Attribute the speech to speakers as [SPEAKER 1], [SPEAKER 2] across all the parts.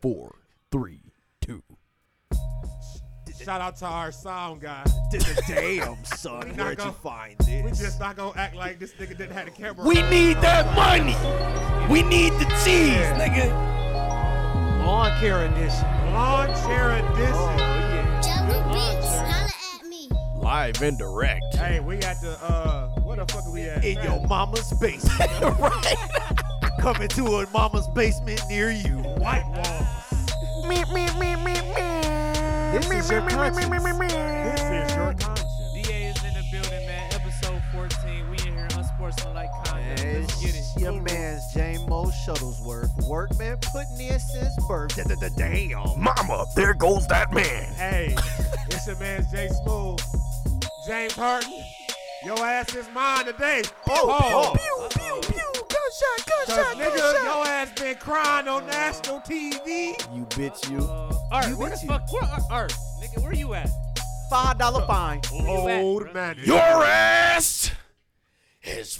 [SPEAKER 1] four, three, two.
[SPEAKER 2] Shout out to our sound guy.
[SPEAKER 3] Damn,
[SPEAKER 2] We
[SPEAKER 3] son,
[SPEAKER 2] not
[SPEAKER 3] where'd you
[SPEAKER 2] gonna-
[SPEAKER 3] find
[SPEAKER 2] We
[SPEAKER 3] this?
[SPEAKER 2] just not gonna act like this nigga didn't have the camera.
[SPEAKER 1] We need that money. We need the cheese, nigga.
[SPEAKER 3] lawn care edition.
[SPEAKER 2] lawn chair edition.
[SPEAKER 3] Oh yeah.
[SPEAKER 4] Jelly
[SPEAKER 3] Lawn
[SPEAKER 4] Beats,
[SPEAKER 3] chair.
[SPEAKER 4] holla at me.
[SPEAKER 1] Live and direct.
[SPEAKER 2] Hey, we got the uh, where the fuck are we at?
[SPEAKER 3] In your mama's basement. Coming to a mama's basement near you.
[SPEAKER 2] white walls.
[SPEAKER 3] This is your conscience.
[SPEAKER 2] This is your conscience.
[SPEAKER 5] DA is in the building, man. Episode 14. We in here unsportsmanlike conduct. Let's get it.
[SPEAKER 3] Your man's J Mo Shuttlesworth. Workman putting in since birth. Da- da- da- Damn.
[SPEAKER 1] Mama, there goes that man.
[SPEAKER 2] Hey, it's your man Jay Smooth, James Harden. Your ass is mine today.
[SPEAKER 3] Oh,
[SPEAKER 2] Cause nigga, your ass been crying on national TV.
[SPEAKER 1] You bitch, you.
[SPEAKER 5] Uh, Art,
[SPEAKER 3] You
[SPEAKER 5] where the
[SPEAKER 3] bitchy.
[SPEAKER 5] fuck? Where Art? Art? Nigga, where you at?
[SPEAKER 3] Five dollar fine.
[SPEAKER 5] you at,
[SPEAKER 2] Old
[SPEAKER 5] bruh?
[SPEAKER 2] man.
[SPEAKER 1] Your ass is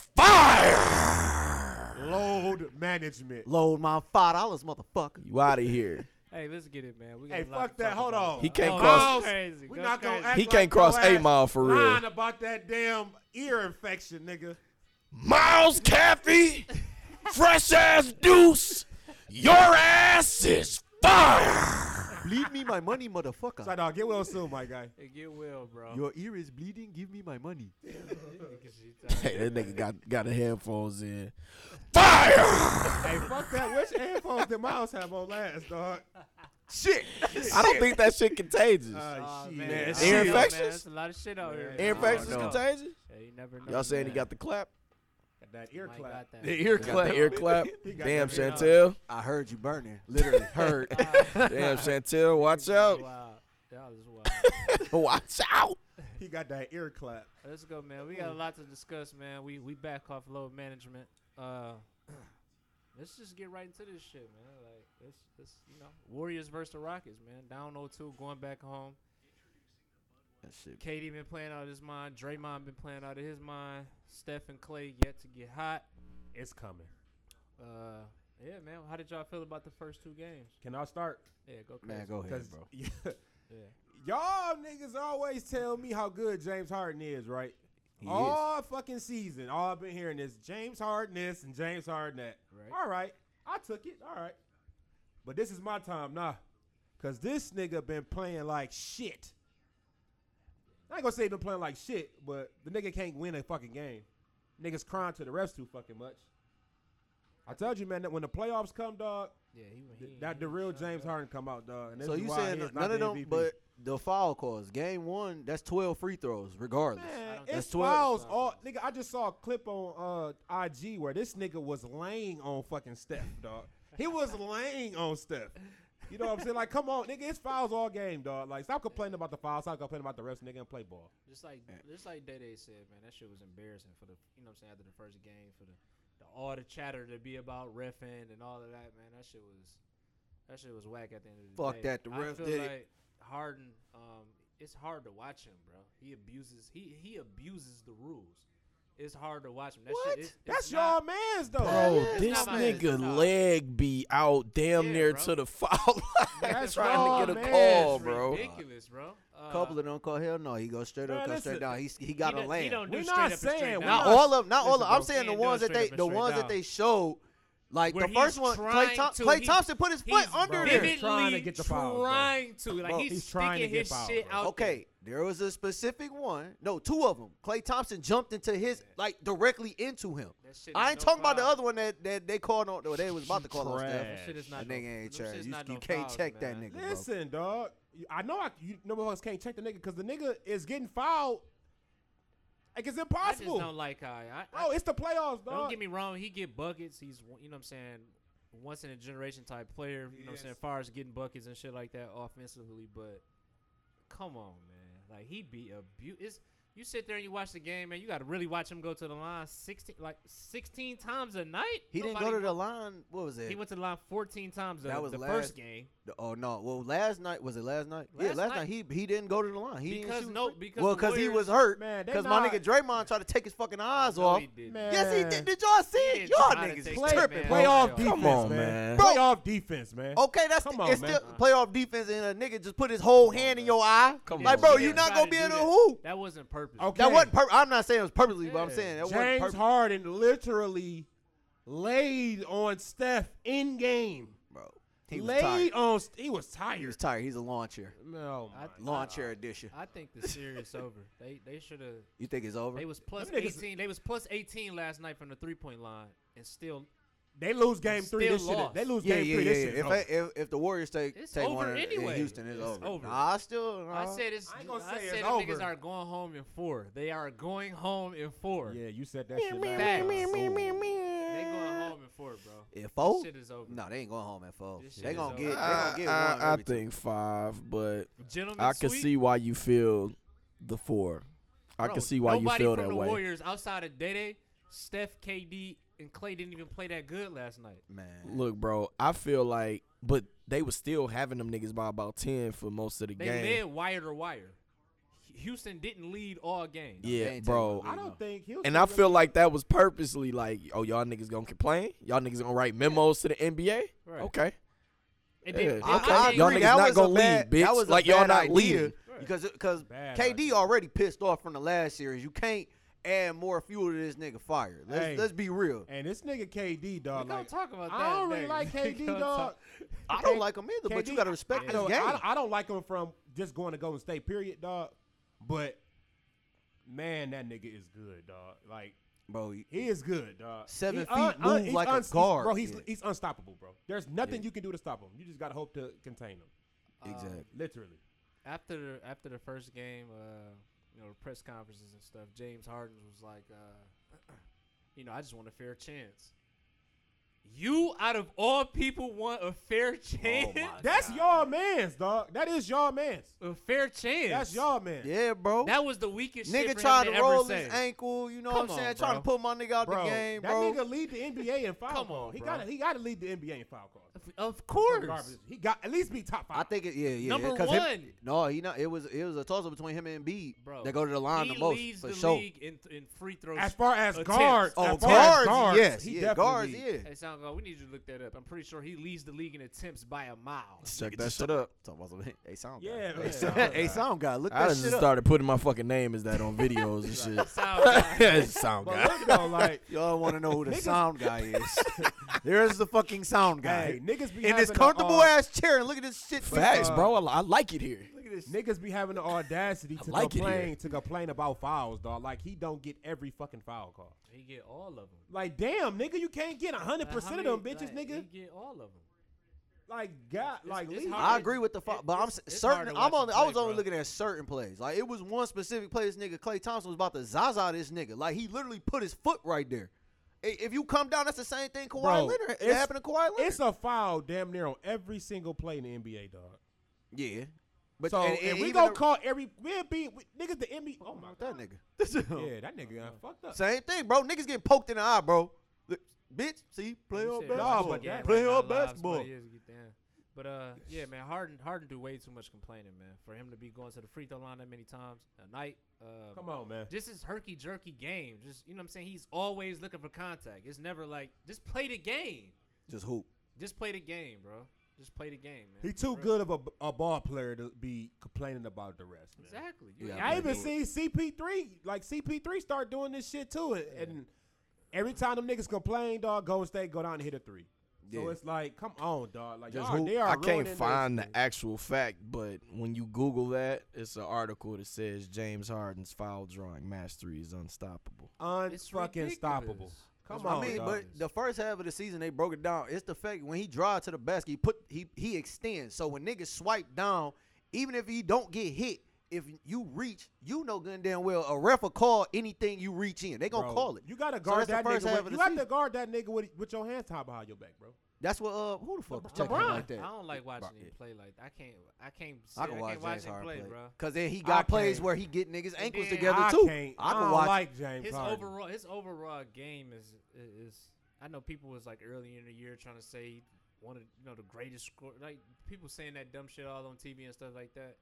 [SPEAKER 1] fire.
[SPEAKER 2] Load management.
[SPEAKER 3] Load my five dollars, motherfucker.
[SPEAKER 1] You out of here.
[SPEAKER 5] Hey, let's get it, man. We got
[SPEAKER 2] Hey,
[SPEAKER 5] a lot
[SPEAKER 2] fuck
[SPEAKER 5] to
[SPEAKER 2] that.
[SPEAKER 5] talk
[SPEAKER 2] Hold
[SPEAKER 5] about.
[SPEAKER 2] on.
[SPEAKER 1] He can't
[SPEAKER 5] Oh,
[SPEAKER 1] cross-
[SPEAKER 5] go crazy.
[SPEAKER 2] We
[SPEAKER 5] go
[SPEAKER 2] not gonna
[SPEAKER 5] crazy.
[SPEAKER 2] act
[SPEAKER 1] He
[SPEAKER 2] like
[SPEAKER 1] can't cross
[SPEAKER 2] your
[SPEAKER 1] A
[SPEAKER 2] ass
[SPEAKER 1] mile for real.
[SPEAKER 2] Lying about that damn ear infection, nigga.
[SPEAKER 1] Miles Caffey, fresh ass deuce. Your ass is fire.
[SPEAKER 3] Bleed me my money, motherfucker.
[SPEAKER 2] Shout out, get well soon, my guy.
[SPEAKER 5] Hey, get well, bro.
[SPEAKER 3] Your ear is bleeding. Give me my money.
[SPEAKER 1] Hey, that nigga got got the headphones in. Fire.
[SPEAKER 2] Hey, fuck that. Which headphones did Miles have on last, dog?
[SPEAKER 3] Shit.
[SPEAKER 1] I don't think that shit contagious.
[SPEAKER 2] Uh, shit.
[SPEAKER 3] man,
[SPEAKER 5] It's
[SPEAKER 3] Ear
[SPEAKER 5] shit, man.
[SPEAKER 1] infections?
[SPEAKER 5] There's a lot of shit out here.
[SPEAKER 2] Ear
[SPEAKER 5] man.
[SPEAKER 1] Infections
[SPEAKER 5] Let's go.
[SPEAKER 1] contagious.
[SPEAKER 5] Yeah, you never know.
[SPEAKER 1] Y'all saying he
[SPEAKER 5] man.
[SPEAKER 1] got the clap?
[SPEAKER 2] That ear
[SPEAKER 5] Mike
[SPEAKER 2] clap.
[SPEAKER 5] got that.
[SPEAKER 3] The ear
[SPEAKER 1] Got the ear clap.
[SPEAKER 2] He got
[SPEAKER 1] Damn,
[SPEAKER 2] that ear
[SPEAKER 1] Chantel.
[SPEAKER 3] I heard you burning. Literally heard.
[SPEAKER 1] Damn, Chantel. Watch out.
[SPEAKER 5] Wow. That was wild.
[SPEAKER 1] Watch out.
[SPEAKER 2] He got that ear clap.
[SPEAKER 5] Let's go, man. We got a lot to discuss, man. We we back off load management. Uh, let's just get right into this shit, man. Like let's let's you know Warriors versus the Rockets, man. Down 0-2, going back home.
[SPEAKER 3] That shit.
[SPEAKER 5] KD been playing out of his mind. Draymond been playing out of his mind. Steph and Clay yet to get hot.
[SPEAKER 2] It's coming.
[SPEAKER 5] Uh, yeah, man. How did y'all feel about the first two games?
[SPEAKER 2] Can I start?
[SPEAKER 5] Yeah, go crazy.
[SPEAKER 3] Man, go ahead,
[SPEAKER 2] Cause
[SPEAKER 3] bro.
[SPEAKER 5] Yeah.
[SPEAKER 2] y'all niggas always tell me how good James Harden is, right? all fucking season, all I've been hearing is James Harden this and James Harden that.
[SPEAKER 5] Right.
[SPEAKER 2] All right, I took it. All right, but this is my time, nah, cause this nigga been playing like shit. I ain't gonna say he been playing like shit, but the nigga can't win a fucking game. Niggas crying to the refs too fucking much. I told you, man, that when the playoffs come, dog,
[SPEAKER 5] Yeah, he, he,
[SPEAKER 2] th- that the
[SPEAKER 5] he
[SPEAKER 2] real
[SPEAKER 5] shut up.
[SPEAKER 2] James Harden come out, dog. And this
[SPEAKER 3] So
[SPEAKER 2] is
[SPEAKER 3] you
[SPEAKER 2] why
[SPEAKER 3] saying
[SPEAKER 2] he is not
[SPEAKER 3] none
[SPEAKER 2] the
[SPEAKER 3] of them,
[SPEAKER 2] MVP.
[SPEAKER 3] but the foul calls. Game one, that's twelve free throws, regardless.
[SPEAKER 2] Man,
[SPEAKER 5] think
[SPEAKER 2] it's
[SPEAKER 3] that's 12.
[SPEAKER 2] fouls. All nigga, I just saw a clip on uh, IG where this nigga was laying on fucking Steph, dog. He was laying on Steph. You know what I'm saying? Like, come on, nigga, it's fouls all game, dog. Like, stop complaining about the fouls. Stop complaining about the refs, nigga, and play ball.
[SPEAKER 5] Just like
[SPEAKER 3] Eh.
[SPEAKER 5] just like Day Day said, man, that shit was embarrassing for the you know what I'm saying after the first game for the, the all the chatter to be about refing and all of that, man. That shit was that shit was whack at the end of the
[SPEAKER 3] Fuck
[SPEAKER 5] day.
[SPEAKER 3] that, the refs
[SPEAKER 5] I feel
[SPEAKER 3] did it.
[SPEAKER 5] like Harden, um, it's hard to watch him, bro. He abuses he he abuses the rules. It's hard to watch him. That
[SPEAKER 2] What?
[SPEAKER 5] shit is
[SPEAKER 2] That's
[SPEAKER 5] not,
[SPEAKER 2] y'all man's though.
[SPEAKER 1] Bro,
[SPEAKER 5] it's
[SPEAKER 1] Oh, this
[SPEAKER 5] not my business,
[SPEAKER 1] nigga
[SPEAKER 5] dog.
[SPEAKER 1] leg be out damn
[SPEAKER 5] Yeah,
[SPEAKER 1] near
[SPEAKER 5] bro.
[SPEAKER 1] to the foul line
[SPEAKER 2] That's
[SPEAKER 1] trying to
[SPEAKER 2] wrong,
[SPEAKER 1] get a
[SPEAKER 2] man.
[SPEAKER 1] call,
[SPEAKER 5] It's
[SPEAKER 1] bro.
[SPEAKER 5] ridiculous, bro. Uh,
[SPEAKER 3] Couple of them call hell no. He goes straight up,
[SPEAKER 2] Man,
[SPEAKER 3] goes straight
[SPEAKER 2] listen.
[SPEAKER 3] down. He's, he got
[SPEAKER 5] he
[SPEAKER 3] a
[SPEAKER 5] don't-
[SPEAKER 3] land.
[SPEAKER 5] He don't do
[SPEAKER 2] We're
[SPEAKER 5] straight
[SPEAKER 2] not
[SPEAKER 5] up and straight
[SPEAKER 2] saying-
[SPEAKER 5] down.
[SPEAKER 2] we're
[SPEAKER 3] Not
[SPEAKER 2] Nah,
[SPEAKER 3] all of them. Not all of
[SPEAKER 5] listen,
[SPEAKER 3] them. I'm
[SPEAKER 5] bro,
[SPEAKER 3] saying
[SPEAKER 5] he
[SPEAKER 3] the
[SPEAKER 5] ain't doing
[SPEAKER 3] ones that
[SPEAKER 5] straight
[SPEAKER 3] they
[SPEAKER 5] up and
[SPEAKER 3] the
[SPEAKER 5] straight
[SPEAKER 3] ones that
[SPEAKER 5] down.
[SPEAKER 3] they showed. Like
[SPEAKER 5] Where
[SPEAKER 3] the
[SPEAKER 5] he's
[SPEAKER 3] first one, Clay,
[SPEAKER 5] trying
[SPEAKER 3] Tom-
[SPEAKER 5] to-
[SPEAKER 3] Clay
[SPEAKER 5] he-
[SPEAKER 3] Thompson put his foot
[SPEAKER 5] He's
[SPEAKER 3] under
[SPEAKER 2] Bro,
[SPEAKER 3] there.
[SPEAKER 5] vividly
[SPEAKER 2] he's trying to get the fouls, bro.
[SPEAKER 5] trying to. Like
[SPEAKER 3] Bro,
[SPEAKER 5] he's,
[SPEAKER 2] he's
[SPEAKER 5] sticking
[SPEAKER 2] trying to get
[SPEAKER 5] his
[SPEAKER 2] fouls,
[SPEAKER 5] shit
[SPEAKER 2] bro.
[SPEAKER 5] out. there.
[SPEAKER 3] Okay, there was a specific one. No, two of them. Clay Thompson jumped into his like directly into him.
[SPEAKER 5] That shit
[SPEAKER 3] I
[SPEAKER 5] is
[SPEAKER 3] ain't
[SPEAKER 5] no
[SPEAKER 3] talking about the
[SPEAKER 5] foul.
[SPEAKER 3] other one that, that they called on. Or they was about to call on
[SPEAKER 2] Trash.
[SPEAKER 3] Steph.
[SPEAKER 5] That shit is not
[SPEAKER 3] That
[SPEAKER 5] no-
[SPEAKER 3] nigga ain't
[SPEAKER 5] them shit's
[SPEAKER 3] trash. You,
[SPEAKER 5] not
[SPEAKER 3] you
[SPEAKER 5] no
[SPEAKER 3] can't
[SPEAKER 5] fouls,
[SPEAKER 3] check that
[SPEAKER 5] man.
[SPEAKER 3] nigga. bro.
[SPEAKER 2] Listen, dog. You- I know I, you motherfuckers can't check the nigga because the nigga is getting fouled. Like it's
[SPEAKER 5] I just
[SPEAKER 2] impossible.
[SPEAKER 5] don't like how I, I,
[SPEAKER 2] Bro, it's the playoffs, dog.
[SPEAKER 5] don't get me wrong. He get buckets. He's one- you know what I'm saying once in a generation type player. You know what I'm saying as far as getting buckets and shit like that offensively. But come on, man. Like he be abu- it's You sit there and you watch the game, man. You got to really watch him go to the line sixteen, like sixteen times a night.
[SPEAKER 3] He didn't
[SPEAKER 5] Nobody-
[SPEAKER 3] go to the line. What was it?
[SPEAKER 5] He went to the line fourteen times. The,
[SPEAKER 3] That was
[SPEAKER 5] the
[SPEAKER 3] last-
[SPEAKER 5] first game
[SPEAKER 3] The- Oh no! Well, last night was it? Last night? yeah,
[SPEAKER 5] Last
[SPEAKER 3] last
[SPEAKER 5] night.
[SPEAKER 3] night, he he didn't go to the line. He
[SPEAKER 5] because
[SPEAKER 3] didn't shoot
[SPEAKER 5] no,
[SPEAKER 3] free-
[SPEAKER 5] because
[SPEAKER 3] well,
[SPEAKER 5] the
[SPEAKER 3] because he was
[SPEAKER 5] Warriors-
[SPEAKER 3] hurt.
[SPEAKER 2] Man, they
[SPEAKER 3] Because my
[SPEAKER 2] not-
[SPEAKER 3] nigga Draymond tried to take his fucking eyes
[SPEAKER 5] No,
[SPEAKER 3] off.
[SPEAKER 5] he didn't.
[SPEAKER 2] Man,
[SPEAKER 3] Yes, he
[SPEAKER 2] Man.
[SPEAKER 3] did. Did y'all see
[SPEAKER 5] He
[SPEAKER 3] it?
[SPEAKER 5] didn't
[SPEAKER 3] Y'all
[SPEAKER 5] try to
[SPEAKER 3] niggas
[SPEAKER 5] take
[SPEAKER 3] is
[SPEAKER 5] his
[SPEAKER 3] tripping,
[SPEAKER 5] man.
[SPEAKER 3] bro.
[SPEAKER 2] Playoff
[SPEAKER 5] Come
[SPEAKER 2] defense,
[SPEAKER 1] on,
[SPEAKER 2] man.
[SPEAKER 1] man.
[SPEAKER 2] Playoff defense, man.
[SPEAKER 3] Okay, that's
[SPEAKER 2] Come
[SPEAKER 3] the,
[SPEAKER 2] on,
[SPEAKER 3] it's
[SPEAKER 2] man.
[SPEAKER 3] still playoff defense, and a nigga just put his whole hand in your eye.
[SPEAKER 5] Yeah,
[SPEAKER 3] like, bro,
[SPEAKER 5] he
[SPEAKER 3] you're
[SPEAKER 5] didn't
[SPEAKER 3] not
[SPEAKER 5] try
[SPEAKER 3] gonna
[SPEAKER 5] to
[SPEAKER 3] be
[SPEAKER 5] do
[SPEAKER 3] able to
[SPEAKER 5] that.
[SPEAKER 3] hoop. Oh,
[SPEAKER 5] That wasn't purpose.
[SPEAKER 1] Oh,
[SPEAKER 2] Okay.
[SPEAKER 3] That wasn't. Pur- I'm not saying it was purposely, but I'm
[SPEAKER 5] Yeah.
[SPEAKER 3] saying that wasn't
[SPEAKER 2] James
[SPEAKER 3] purposely.
[SPEAKER 2] Harden literally laid on Steph in game.
[SPEAKER 3] bro, he was tired.
[SPEAKER 2] laid on. He was
[SPEAKER 3] He was
[SPEAKER 2] tired.
[SPEAKER 3] tired. He's a lawn chair,
[SPEAKER 2] No,
[SPEAKER 5] I-
[SPEAKER 3] lawn chair edition.
[SPEAKER 5] I think the series over. They they should have.
[SPEAKER 3] You think it's over?
[SPEAKER 5] They was plus
[SPEAKER 2] Them niggas-
[SPEAKER 5] eighteen. They was plus eighteen last night from the three point line, and still
[SPEAKER 2] they lose game three.
[SPEAKER 5] Still
[SPEAKER 2] This shit. is-
[SPEAKER 5] lost.
[SPEAKER 2] They lose
[SPEAKER 3] Yeah,
[SPEAKER 2] game
[SPEAKER 3] yeah,
[SPEAKER 2] three.
[SPEAKER 3] yeah.
[SPEAKER 2] This shit. is
[SPEAKER 3] If,
[SPEAKER 2] over.
[SPEAKER 3] I, if if the Warriors take
[SPEAKER 5] It's
[SPEAKER 3] take
[SPEAKER 5] over
[SPEAKER 3] one in-
[SPEAKER 5] anyway.
[SPEAKER 3] in Houston, it's,
[SPEAKER 5] It's
[SPEAKER 3] over.
[SPEAKER 5] over.
[SPEAKER 3] Nah, I still.
[SPEAKER 5] I
[SPEAKER 3] nah.
[SPEAKER 5] said it's.
[SPEAKER 2] Uh-huh. I ain't gonna
[SPEAKER 5] I
[SPEAKER 2] say
[SPEAKER 5] said
[SPEAKER 2] it's
[SPEAKER 5] them niggas
[SPEAKER 2] over.
[SPEAKER 5] are going home in four. They are going home in four.
[SPEAKER 2] Oh. yeah, you said that shit. last
[SPEAKER 5] Facts.
[SPEAKER 2] time.
[SPEAKER 5] They going home in four, bro.
[SPEAKER 3] If
[SPEAKER 5] This
[SPEAKER 3] four?
[SPEAKER 5] shit is over.
[SPEAKER 3] No, they ain't going home at four.
[SPEAKER 5] This shit
[SPEAKER 3] They
[SPEAKER 5] is
[SPEAKER 3] gonna
[SPEAKER 5] over.
[SPEAKER 3] get. They
[SPEAKER 1] I,
[SPEAKER 3] gonna get
[SPEAKER 1] I-
[SPEAKER 3] one.
[SPEAKER 1] I
[SPEAKER 3] every time.
[SPEAKER 1] think five, but
[SPEAKER 5] Gentlemen,
[SPEAKER 1] I can see why you feel the four. I
[SPEAKER 5] Bro,
[SPEAKER 1] can see why you
[SPEAKER 5] nobody
[SPEAKER 1] feel
[SPEAKER 5] from
[SPEAKER 1] that
[SPEAKER 5] the
[SPEAKER 1] way.
[SPEAKER 5] Warriors outside of Day Day, Steph, KD, and Clay didn't even play that good last night.
[SPEAKER 3] Man,
[SPEAKER 1] Look, bro, I feel like, but they was still having them niggas by about ten for most of the
[SPEAKER 5] They
[SPEAKER 1] game.
[SPEAKER 5] led wire to wire. Houston didn't lead all game.
[SPEAKER 1] Yeah,
[SPEAKER 3] ain't
[SPEAKER 1] bro.
[SPEAKER 3] taking no
[SPEAKER 2] I don't think. Houston
[SPEAKER 1] And I
[SPEAKER 2] really-
[SPEAKER 1] feel like that was purposely like, oh, y'all niggas gonna complain? Y'all niggas gonna write memos to the NBA?
[SPEAKER 5] Right.
[SPEAKER 1] Okay.
[SPEAKER 5] And
[SPEAKER 1] Yeah.
[SPEAKER 5] then,
[SPEAKER 1] I-
[SPEAKER 5] then
[SPEAKER 1] I
[SPEAKER 5] think-
[SPEAKER 1] y'all agree. niggas
[SPEAKER 3] That
[SPEAKER 1] not
[SPEAKER 3] was a
[SPEAKER 1] gonna leave,
[SPEAKER 3] bad-
[SPEAKER 1] bitch.
[SPEAKER 3] That was a
[SPEAKER 1] Like, y'all
[SPEAKER 3] bad
[SPEAKER 1] not
[SPEAKER 3] idea
[SPEAKER 1] leading.
[SPEAKER 3] because because
[SPEAKER 2] Bad
[SPEAKER 3] KD
[SPEAKER 2] idea.
[SPEAKER 3] already pissed off from the last series. You can't add more fuel to this nigga fire. Let's
[SPEAKER 2] Hey.
[SPEAKER 3] let's be real.
[SPEAKER 2] And this nigga KD
[SPEAKER 5] We
[SPEAKER 2] dog.
[SPEAKER 5] gonna
[SPEAKER 2] like,
[SPEAKER 5] talk about that.
[SPEAKER 2] I don't really
[SPEAKER 5] next.
[SPEAKER 2] like
[SPEAKER 5] We
[SPEAKER 2] KD
[SPEAKER 5] gonna
[SPEAKER 2] dog.
[SPEAKER 5] talk-
[SPEAKER 3] I don't
[SPEAKER 2] K-
[SPEAKER 3] like him either, but
[SPEAKER 2] KD
[SPEAKER 3] you gotta respect
[SPEAKER 2] I,
[SPEAKER 3] his
[SPEAKER 2] don't-
[SPEAKER 3] game.
[SPEAKER 2] I, don't- I don't like him from just going to Golden State. Period, dog. But man, that nigga is good, dog. Like
[SPEAKER 3] bro, he-
[SPEAKER 2] He is good, dog.
[SPEAKER 3] Seven
[SPEAKER 2] He
[SPEAKER 3] feet, move
[SPEAKER 2] he's
[SPEAKER 3] like a
[SPEAKER 2] uns-
[SPEAKER 3] guard.
[SPEAKER 2] Bro, he's
[SPEAKER 3] Yeah.
[SPEAKER 2] he's unstoppable, bro. There's nothing
[SPEAKER 3] Yeah.
[SPEAKER 2] you can do to stop him. You just gotta hope to contain him.
[SPEAKER 3] exactly.
[SPEAKER 2] Literally.
[SPEAKER 5] after the, after the first game, uh, you know, press conferences and stuff, James Harden was like, uh, you know, I just want a fair chance. You out of all people want a
[SPEAKER 1] Oh
[SPEAKER 5] fair chance?
[SPEAKER 2] That's y'all man's, dog. That is y'all man's.
[SPEAKER 5] a fair chance.
[SPEAKER 2] That's y'all man.
[SPEAKER 3] Yeah, bro.
[SPEAKER 5] That was the weakest shit
[SPEAKER 3] Nigga
[SPEAKER 5] for
[SPEAKER 3] tried
[SPEAKER 5] him
[SPEAKER 3] to
[SPEAKER 5] to
[SPEAKER 3] roll
[SPEAKER 5] ever say.
[SPEAKER 3] his ankle. You know
[SPEAKER 5] Come
[SPEAKER 3] what I'm saying?
[SPEAKER 5] on,
[SPEAKER 3] Trying to
[SPEAKER 5] bro.
[SPEAKER 3] put my nigga out
[SPEAKER 2] Bro,
[SPEAKER 3] the game,
[SPEAKER 2] that
[SPEAKER 3] bro.
[SPEAKER 2] nigga lead the NBA in foul
[SPEAKER 5] Come
[SPEAKER 2] calls.
[SPEAKER 5] on,
[SPEAKER 2] he
[SPEAKER 5] bro.
[SPEAKER 2] gotta he gotta lead the NBA in foul calls.
[SPEAKER 5] Of- Of course.
[SPEAKER 2] Regardless, He got at least be top five.
[SPEAKER 3] I think it, yeah, yeah.
[SPEAKER 5] Number
[SPEAKER 3] 'cause him-
[SPEAKER 5] one.
[SPEAKER 3] no, he not. It was it was a toss up between him and B.
[SPEAKER 5] Bro,
[SPEAKER 3] They go to the line
[SPEAKER 5] He
[SPEAKER 3] the most
[SPEAKER 5] leads
[SPEAKER 3] for
[SPEAKER 5] the
[SPEAKER 3] sure.
[SPEAKER 5] league in, in free throws.
[SPEAKER 2] as far as
[SPEAKER 5] Attempts.
[SPEAKER 2] guards,
[SPEAKER 3] Oh,
[SPEAKER 2] as far as
[SPEAKER 3] guards, yes,
[SPEAKER 2] he
[SPEAKER 3] yeah, guards,
[SPEAKER 2] definitely-
[SPEAKER 3] yeah.
[SPEAKER 5] Hey, Soundgarden, we need you to look that up. I'm pretty sure he leads the league in attempts by a mile.
[SPEAKER 1] Check that shit up.
[SPEAKER 3] Talk about some hey sound
[SPEAKER 2] Yeah,
[SPEAKER 3] guy.
[SPEAKER 2] man.
[SPEAKER 3] Hey, sound guy. Hey, sound guy. Look
[SPEAKER 1] I
[SPEAKER 3] that
[SPEAKER 1] just
[SPEAKER 3] shit up.
[SPEAKER 1] started putting my fucking name as that on videos and shit.
[SPEAKER 5] Soundgarden.
[SPEAKER 1] sound
[SPEAKER 2] But
[SPEAKER 1] guy.
[SPEAKER 2] look though, like
[SPEAKER 3] Y'all want to know who the
[SPEAKER 2] Niggas-
[SPEAKER 3] sound guy is? There's the fucking sound guy
[SPEAKER 2] hey, niggas be
[SPEAKER 3] in
[SPEAKER 2] having
[SPEAKER 3] this
[SPEAKER 2] the,
[SPEAKER 3] comfortable
[SPEAKER 2] uh,
[SPEAKER 3] ass chair. And look at this shit.
[SPEAKER 1] Facts,
[SPEAKER 5] uh,
[SPEAKER 1] bro. I, li- I like it here.
[SPEAKER 3] Look at this.
[SPEAKER 2] Niggas be having the audacity to
[SPEAKER 1] like it here.
[SPEAKER 2] complain to complain about fouls, dog. Like he don't get every fucking foul call.
[SPEAKER 5] He get all of them.
[SPEAKER 2] Like damn, nigga, you can't get hundred percent of them bitches, nigga.
[SPEAKER 5] He get all of them.
[SPEAKER 2] Like God,
[SPEAKER 5] It's-
[SPEAKER 2] like
[SPEAKER 5] it's
[SPEAKER 2] leave.
[SPEAKER 5] hard.
[SPEAKER 3] I agree with the fo-
[SPEAKER 5] It-
[SPEAKER 3] but I'm
[SPEAKER 5] it's-
[SPEAKER 3] s-
[SPEAKER 5] it's hard
[SPEAKER 3] certain.
[SPEAKER 5] to watch
[SPEAKER 3] I'm only.
[SPEAKER 5] him
[SPEAKER 3] I was
[SPEAKER 5] play,
[SPEAKER 3] only
[SPEAKER 5] bro.
[SPEAKER 3] looking at certain plays. Like it was one specific play. This nigga Clay Thompson was about to zaza this nigga. Like he literally put his foot right there. I- If you come down, that's the same thing. Kawhi
[SPEAKER 2] Bro,
[SPEAKER 3] Leonard. It
[SPEAKER 2] it's-
[SPEAKER 3] happened to Kawhi Leonard.
[SPEAKER 2] It's a foul, damn near on every single play in the NBA, dog.
[SPEAKER 3] yeah, but
[SPEAKER 2] so
[SPEAKER 3] and,
[SPEAKER 2] if
[SPEAKER 3] and
[SPEAKER 2] we
[SPEAKER 3] even
[SPEAKER 2] gonna
[SPEAKER 3] the-
[SPEAKER 2] call every we'll be we, niggas the NBA. Oh my god,
[SPEAKER 3] that nigga.
[SPEAKER 2] yeah, that nigga got fucked up.
[SPEAKER 3] Same thing, bro. Niggas getting poked in the eye, bro. Look, bitch, see, play
[SPEAKER 5] You
[SPEAKER 3] on
[SPEAKER 5] said
[SPEAKER 3] basketball.
[SPEAKER 2] Nah, but
[SPEAKER 5] yeah,
[SPEAKER 2] that-
[SPEAKER 3] play
[SPEAKER 5] right now,
[SPEAKER 3] on
[SPEAKER 5] lives, but
[SPEAKER 3] basketball.
[SPEAKER 5] it is get down. But uh, yeah, man, Harden Harden do way too much complaining, man. For him to be going to the free throw line that many times a night. Uh,
[SPEAKER 2] Come on, man.
[SPEAKER 5] This is herky jerky game. Just you know what I'm saying. He's always looking for contact. It's never like just play the game.
[SPEAKER 3] Just hoop.
[SPEAKER 5] Just play the game, bro. Just play the game, man.
[SPEAKER 2] He too good of a, a ball player to be complaining about the rest. Man.
[SPEAKER 5] Exactly.
[SPEAKER 3] You gotta
[SPEAKER 2] I even
[SPEAKER 3] play the
[SPEAKER 2] seen CP3, like CP3 start doing this shit too. And, and every time them niggas complain, dog, Golden State go down and hit a three. So
[SPEAKER 3] Yeah.
[SPEAKER 2] it's like, come on, dog. Like,
[SPEAKER 3] Just
[SPEAKER 2] y'all-
[SPEAKER 3] who-
[SPEAKER 2] they are
[SPEAKER 1] I can't
[SPEAKER 2] ruining
[SPEAKER 1] find
[SPEAKER 2] this.
[SPEAKER 1] the actual fact, but when you Google that, it's an article that says James Harden's foul drawing mastery is unstoppable.
[SPEAKER 5] It's
[SPEAKER 2] unfucking stoppable.
[SPEAKER 5] ridiculous.
[SPEAKER 2] Come
[SPEAKER 5] That's
[SPEAKER 2] on,
[SPEAKER 3] I mean,
[SPEAKER 2] dog.
[SPEAKER 3] but the first half of the season they broke it down. It's the fact when he drives to the basket, he put he he extends. So when niggas swipe down, even if he don't get hit, if you reach, you know good and damn well a ref will call anything you reach in. They gonna
[SPEAKER 2] Bro,
[SPEAKER 3] call it.
[SPEAKER 2] You gotta
[SPEAKER 3] So
[SPEAKER 2] guard
[SPEAKER 3] that's the
[SPEAKER 2] that
[SPEAKER 3] first half
[SPEAKER 2] nigga.
[SPEAKER 3] of
[SPEAKER 2] With,
[SPEAKER 3] the
[SPEAKER 2] you have
[SPEAKER 3] season.
[SPEAKER 2] to guard that nigga with, with your hands tied behind your back, bro.
[SPEAKER 3] That's what uh who the fuck protected
[SPEAKER 2] LeBron.
[SPEAKER 3] him like that?
[SPEAKER 5] I don't like watching
[SPEAKER 3] Bro,
[SPEAKER 5] him
[SPEAKER 3] it-
[SPEAKER 5] play like that. I can't. I can't.
[SPEAKER 3] I
[SPEAKER 5] I,
[SPEAKER 3] can
[SPEAKER 5] I
[SPEAKER 3] watch
[SPEAKER 5] can't watch
[SPEAKER 3] James
[SPEAKER 5] him
[SPEAKER 3] Harden
[SPEAKER 5] play,
[SPEAKER 3] play,
[SPEAKER 5] bro.
[SPEAKER 3] Cause then he
[SPEAKER 2] I
[SPEAKER 3] got plays
[SPEAKER 2] can't.
[SPEAKER 3] where he get niggas ankles
[SPEAKER 5] then
[SPEAKER 3] together
[SPEAKER 2] I
[SPEAKER 3] too.
[SPEAKER 2] Can't,
[SPEAKER 3] I can
[SPEAKER 2] don't
[SPEAKER 3] watch.
[SPEAKER 2] like James
[SPEAKER 5] His
[SPEAKER 2] Harden.
[SPEAKER 5] overall, his overall game is is. I know people was like early in the year trying to say he one of you know the greatest score. Like people saying that dumb shit all on TV and stuff like that.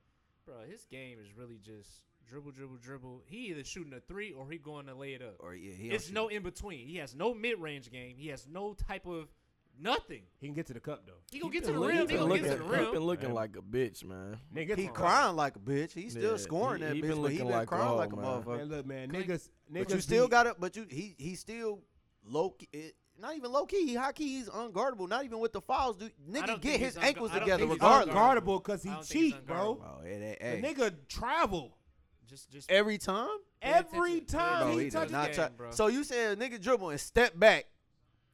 [SPEAKER 5] Bro, his game is really just dribble, dribble, dribble. He either shooting a three or he going to lay it up.
[SPEAKER 3] or yeah, he don't
[SPEAKER 5] It's
[SPEAKER 3] shoot.
[SPEAKER 5] no in between. He has no mid range game. He has no type of nothing.
[SPEAKER 2] He can get to the cup though.
[SPEAKER 5] He gonna get to
[SPEAKER 1] been
[SPEAKER 5] the
[SPEAKER 1] look-
[SPEAKER 5] rim.
[SPEAKER 1] he
[SPEAKER 5] He
[SPEAKER 1] been
[SPEAKER 5] gonna get
[SPEAKER 1] looking-
[SPEAKER 5] to the
[SPEAKER 1] He been
[SPEAKER 5] rim.
[SPEAKER 1] looking like a bitch, man.
[SPEAKER 2] Nigga, get
[SPEAKER 3] He
[SPEAKER 2] to the
[SPEAKER 3] crying like a bitch. He's still
[SPEAKER 1] Yeah,
[SPEAKER 3] scoring
[SPEAKER 1] he-
[SPEAKER 3] that
[SPEAKER 1] he
[SPEAKER 3] bitch,
[SPEAKER 1] been
[SPEAKER 3] but he
[SPEAKER 1] looking
[SPEAKER 3] been
[SPEAKER 1] like
[SPEAKER 3] crying
[SPEAKER 1] a
[SPEAKER 3] like a
[SPEAKER 1] hoe, man.
[SPEAKER 3] motherfucker.
[SPEAKER 2] cup. Man, look, man,
[SPEAKER 5] Click.
[SPEAKER 2] niggas, niggas.
[SPEAKER 3] But you still
[SPEAKER 2] be-
[SPEAKER 3] got it. But you, he, he still low key. It, not even low key. He high key. He's unguardable. Not even with the fouls, dude. Nigga
[SPEAKER 5] don't
[SPEAKER 3] get
[SPEAKER 5] think
[SPEAKER 3] his
[SPEAKER 5] he's ungu-
[SPEAKER 3] ankles
[SPEAKER 5] I don't
[SPEAKER 3] together
[SPEAKER 5] think he's
[SPEAKER 3] regardless.
[SPEAKER 5] unguardable.
[SPEAKER 2] unguardable because he
[SPEAKER 5] I don't think he's
[SPEAKER 2] cheat, bro.
[SPEAKER 3] Oh, it ain't.
[SPEAKER 2] The
[SPEAKER 3] hey.
[SPEAKER 2] nigga travel
[SPEAKER 5] Just, just
[SPEAKER 3] every time.
[SPEAKER 5] Pay
[SPEAKER 2] every
[SPEAKER 5] attention. Pay
[SPEAKER 2] time
[SPEAKER 5] attention.
[SPEAKER 3] Bro,
[SPEAKER 2] he,
[SPEAKER 3] he does
[SPEAKER 2] touches.
[SPEAKER 5] the
[SPEAKER 3] not
[SPEAKER 5] game,
[SPEAKER 3] try.
[SPEAKER 5] bro.
[SPEAKER 3] So you saying nigga dribble and step back?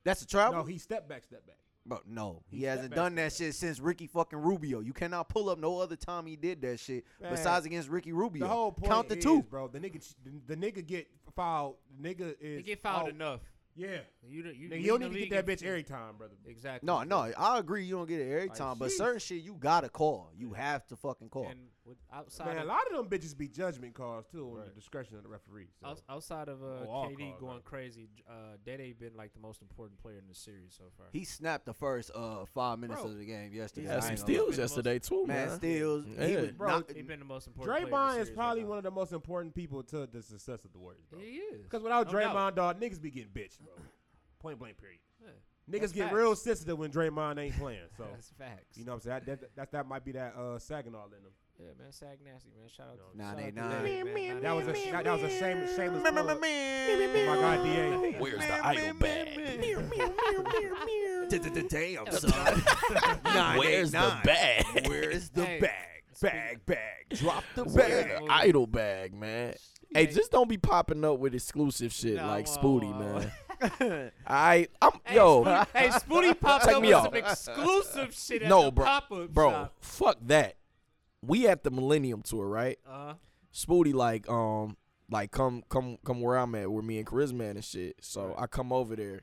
[SPEAKER 3] That's a travel.
[SPEAKER 2] No, he step back, step back.
[SPEAKER 3] Bro, no, he,
[SPEAKER 2] He step
[SPEAKER 3] hasn't
[SPEAKER 2] back
[SPEAKER 3] done
[SPEAKER 2] to that.
[SPEAKER 3] that shit since Ricky fucking Rubio. You cannot pull up no other time he did that shit
[SPEAKER 2] Man,
[SPEAKER 3] besides against Ricky Rubio.
[SPEAKER 2] The whole point
[SPEAKER 3] Count the
[SPEAKER 2] is,
[SPEAKER 3] two.
[SPEAKER 2] bro. The nigga, the, the nigga get fouled. The nigga is
[SPEAKER 5] He get fouled
[SPEAKER 2] out.
[SPEAKER 5] enough.
[SPEAKER 2] Yeah,
[SPEAKER 5] You, don't- you,
[SPEAKER 2] nigga,
[SPEAKER 5] lead
[SPEAKER 2] you don't
[SPEAKER 5] the
[SPEAKER 2] need to
[SPEAKER 5] league
[SPEAKER 2] get that
[SPEAKER 5] in-
[SPEAKER 2] bitch every time, brother.
[SPEAKER 5] Exactly.
[SPEAKER 3] No, no, I agree. You don't get it every
[SPEAKER 2] Like,
[SPEAKER 3] time, but
[SPEAKER 2] sheesh.
[SPEAKER 3] certain shit you gotta call. You have to fucking call.
[SPEAKER 5] And with, outside
[SPEAKER 2] Man, a
[SPEAKER 5] of
[SPEAKER 2] lot of them bitches be judgment calls too on the
[SPEAKER 5] Right.
[SPEAKER 2] discretion of the referee. So.
[SPEAKER 5] outs- outside of uh,
[SPEAKER 2] Oh, all
[SPEAKER 5] KD
[SPEAKER 2] calls,
[SPEAKER 5] going
[SPEAKER 2] right.
[SPEAKER 5] crazy, j- uh, Dede been like the most important player in the series so far.
[SPEAKER 3] He snapped the first uh five minutes
[SPEAKER 2] Bro,
[SPEAKER 3] of the game yesterday.
[SPEAKER 1] He
[SPEAKER 5] Yeah,
[SPEAKER 3] I
[SPEAKER 1] had some
[SPEAKER 3] ain't gonna lie.
[SPEAKER 1] steals
[SPEAKER 5] Been the most-
[SPEAKER 1] yesterday too,
[SPEAKER 3] man.
[SPEAKER 1] man.
[SPEAKER 3] Steals. He
[SPEAKER 1] Yeah.
[SPEAKER 3] was
[SPEAKER 2] Bro,
[SPEAKER 3] not-
[SPEAKER 5] he been the most important.
[SPEAKER 2] Draymond is probably one of the most important people to the success of the Warriors, bro.
[SPEAKER 5] He is
[SPEAKER 2] Because without
[SPEAKER 5] No
[SPEAKER 2] Draymond,
[SPEAKER 5] doubt.
[SPEAKER 2] dog, niggas be getting bitched, bro. Point blank, period.
[SPEAKER 5] Yeah,
[SPEAKER 2] Niggas
[SPEAKER 5] That's
[SPEAKER 2] get
[SPEAKER 5] facts.
[SPEAKER 2] real sensitive when Draymond ain't playing. So
[SPEAKER 5] that's facts.
[SPEAKER 2] you know what I'm saying? That, that, that, that might be that uh, Saginaw in them.
[SPEAKER 5] yeah, man, Sag nasty, man. Shout out. to
[SPEAKER 3] Nah,
[SPEAKER 5] shout
[SPEAKER 3] they
[SPEAKER 5] out to
[SPEAKER 3] not.
[SPEAKER 5] Dede, man. Nah,
[SPEAKER 2] That was a that, that was a shame, shameless.
[SPEAKER 3] Meh, meh,
[SPEAKER 2] plug.
[SPEAKER 3] meh, meh.
[SPEAKER 2] Oh my God, DA.
[SPEAKER 1] Where's
[SPEAKER 3] Meh,
[SPEAKER 1] the idol
[SPEAKER 3] meh,
[SPEAKER 1] bag?
[SPEAKER 3] meh, meh. Damn, son. Nine,
[SPEAKER 1] Where's
[SPEAKER 3] eight,
[SPEAKER 1] the
[SPEAKER 3] nine.
[SPEAKER 1] bag?
[SPEAKER 3] Where's the
[SPEAKER 5] Hey.
[SPEAKER 3] bag? Bag, bag. Drop the
[SPEAKER 1] Where's
[SPEAKER 3] bag.
[SPEAKER 1] the idol bag, man? Hey,
[SPEAKER 5] Hey.
[SPEAKER 1] just don't be popping up with exclusive shit
[SPEAKER 5] No,
[SPEAKER 1] like
[SPEAKER 5] uh,
[SPEAKER 1] Spooty,
[SPEAKER 5] uh,
[SPEAKER 1] man. I, I'm yo,
[SPEAKER 5] Spoonie- hey, Spoonie popped
[SPEAKER 1] Check
[SPEAKER 5] up
[SPEAKER 1] me
[SPEAKER 5] with
[SPEAKER 1] out.
[SPEAKER 5] some exclusive shit at
[SPEAKER 1] No,
[SPEAKER 5] the
[SPEAKER 1] bro.
[SPEAKER 5] pop-up
[SPEAKER 1] bro,
[SPEAKER 5] shop.
[SPEAKER 1] fuck that. We at the Millennium Tour, right?
[SPEAKER 5] Uh,
[SPEAKER 1] Spooty like um like come come come where I'm at where me and Charisma at and shit. So I come over there.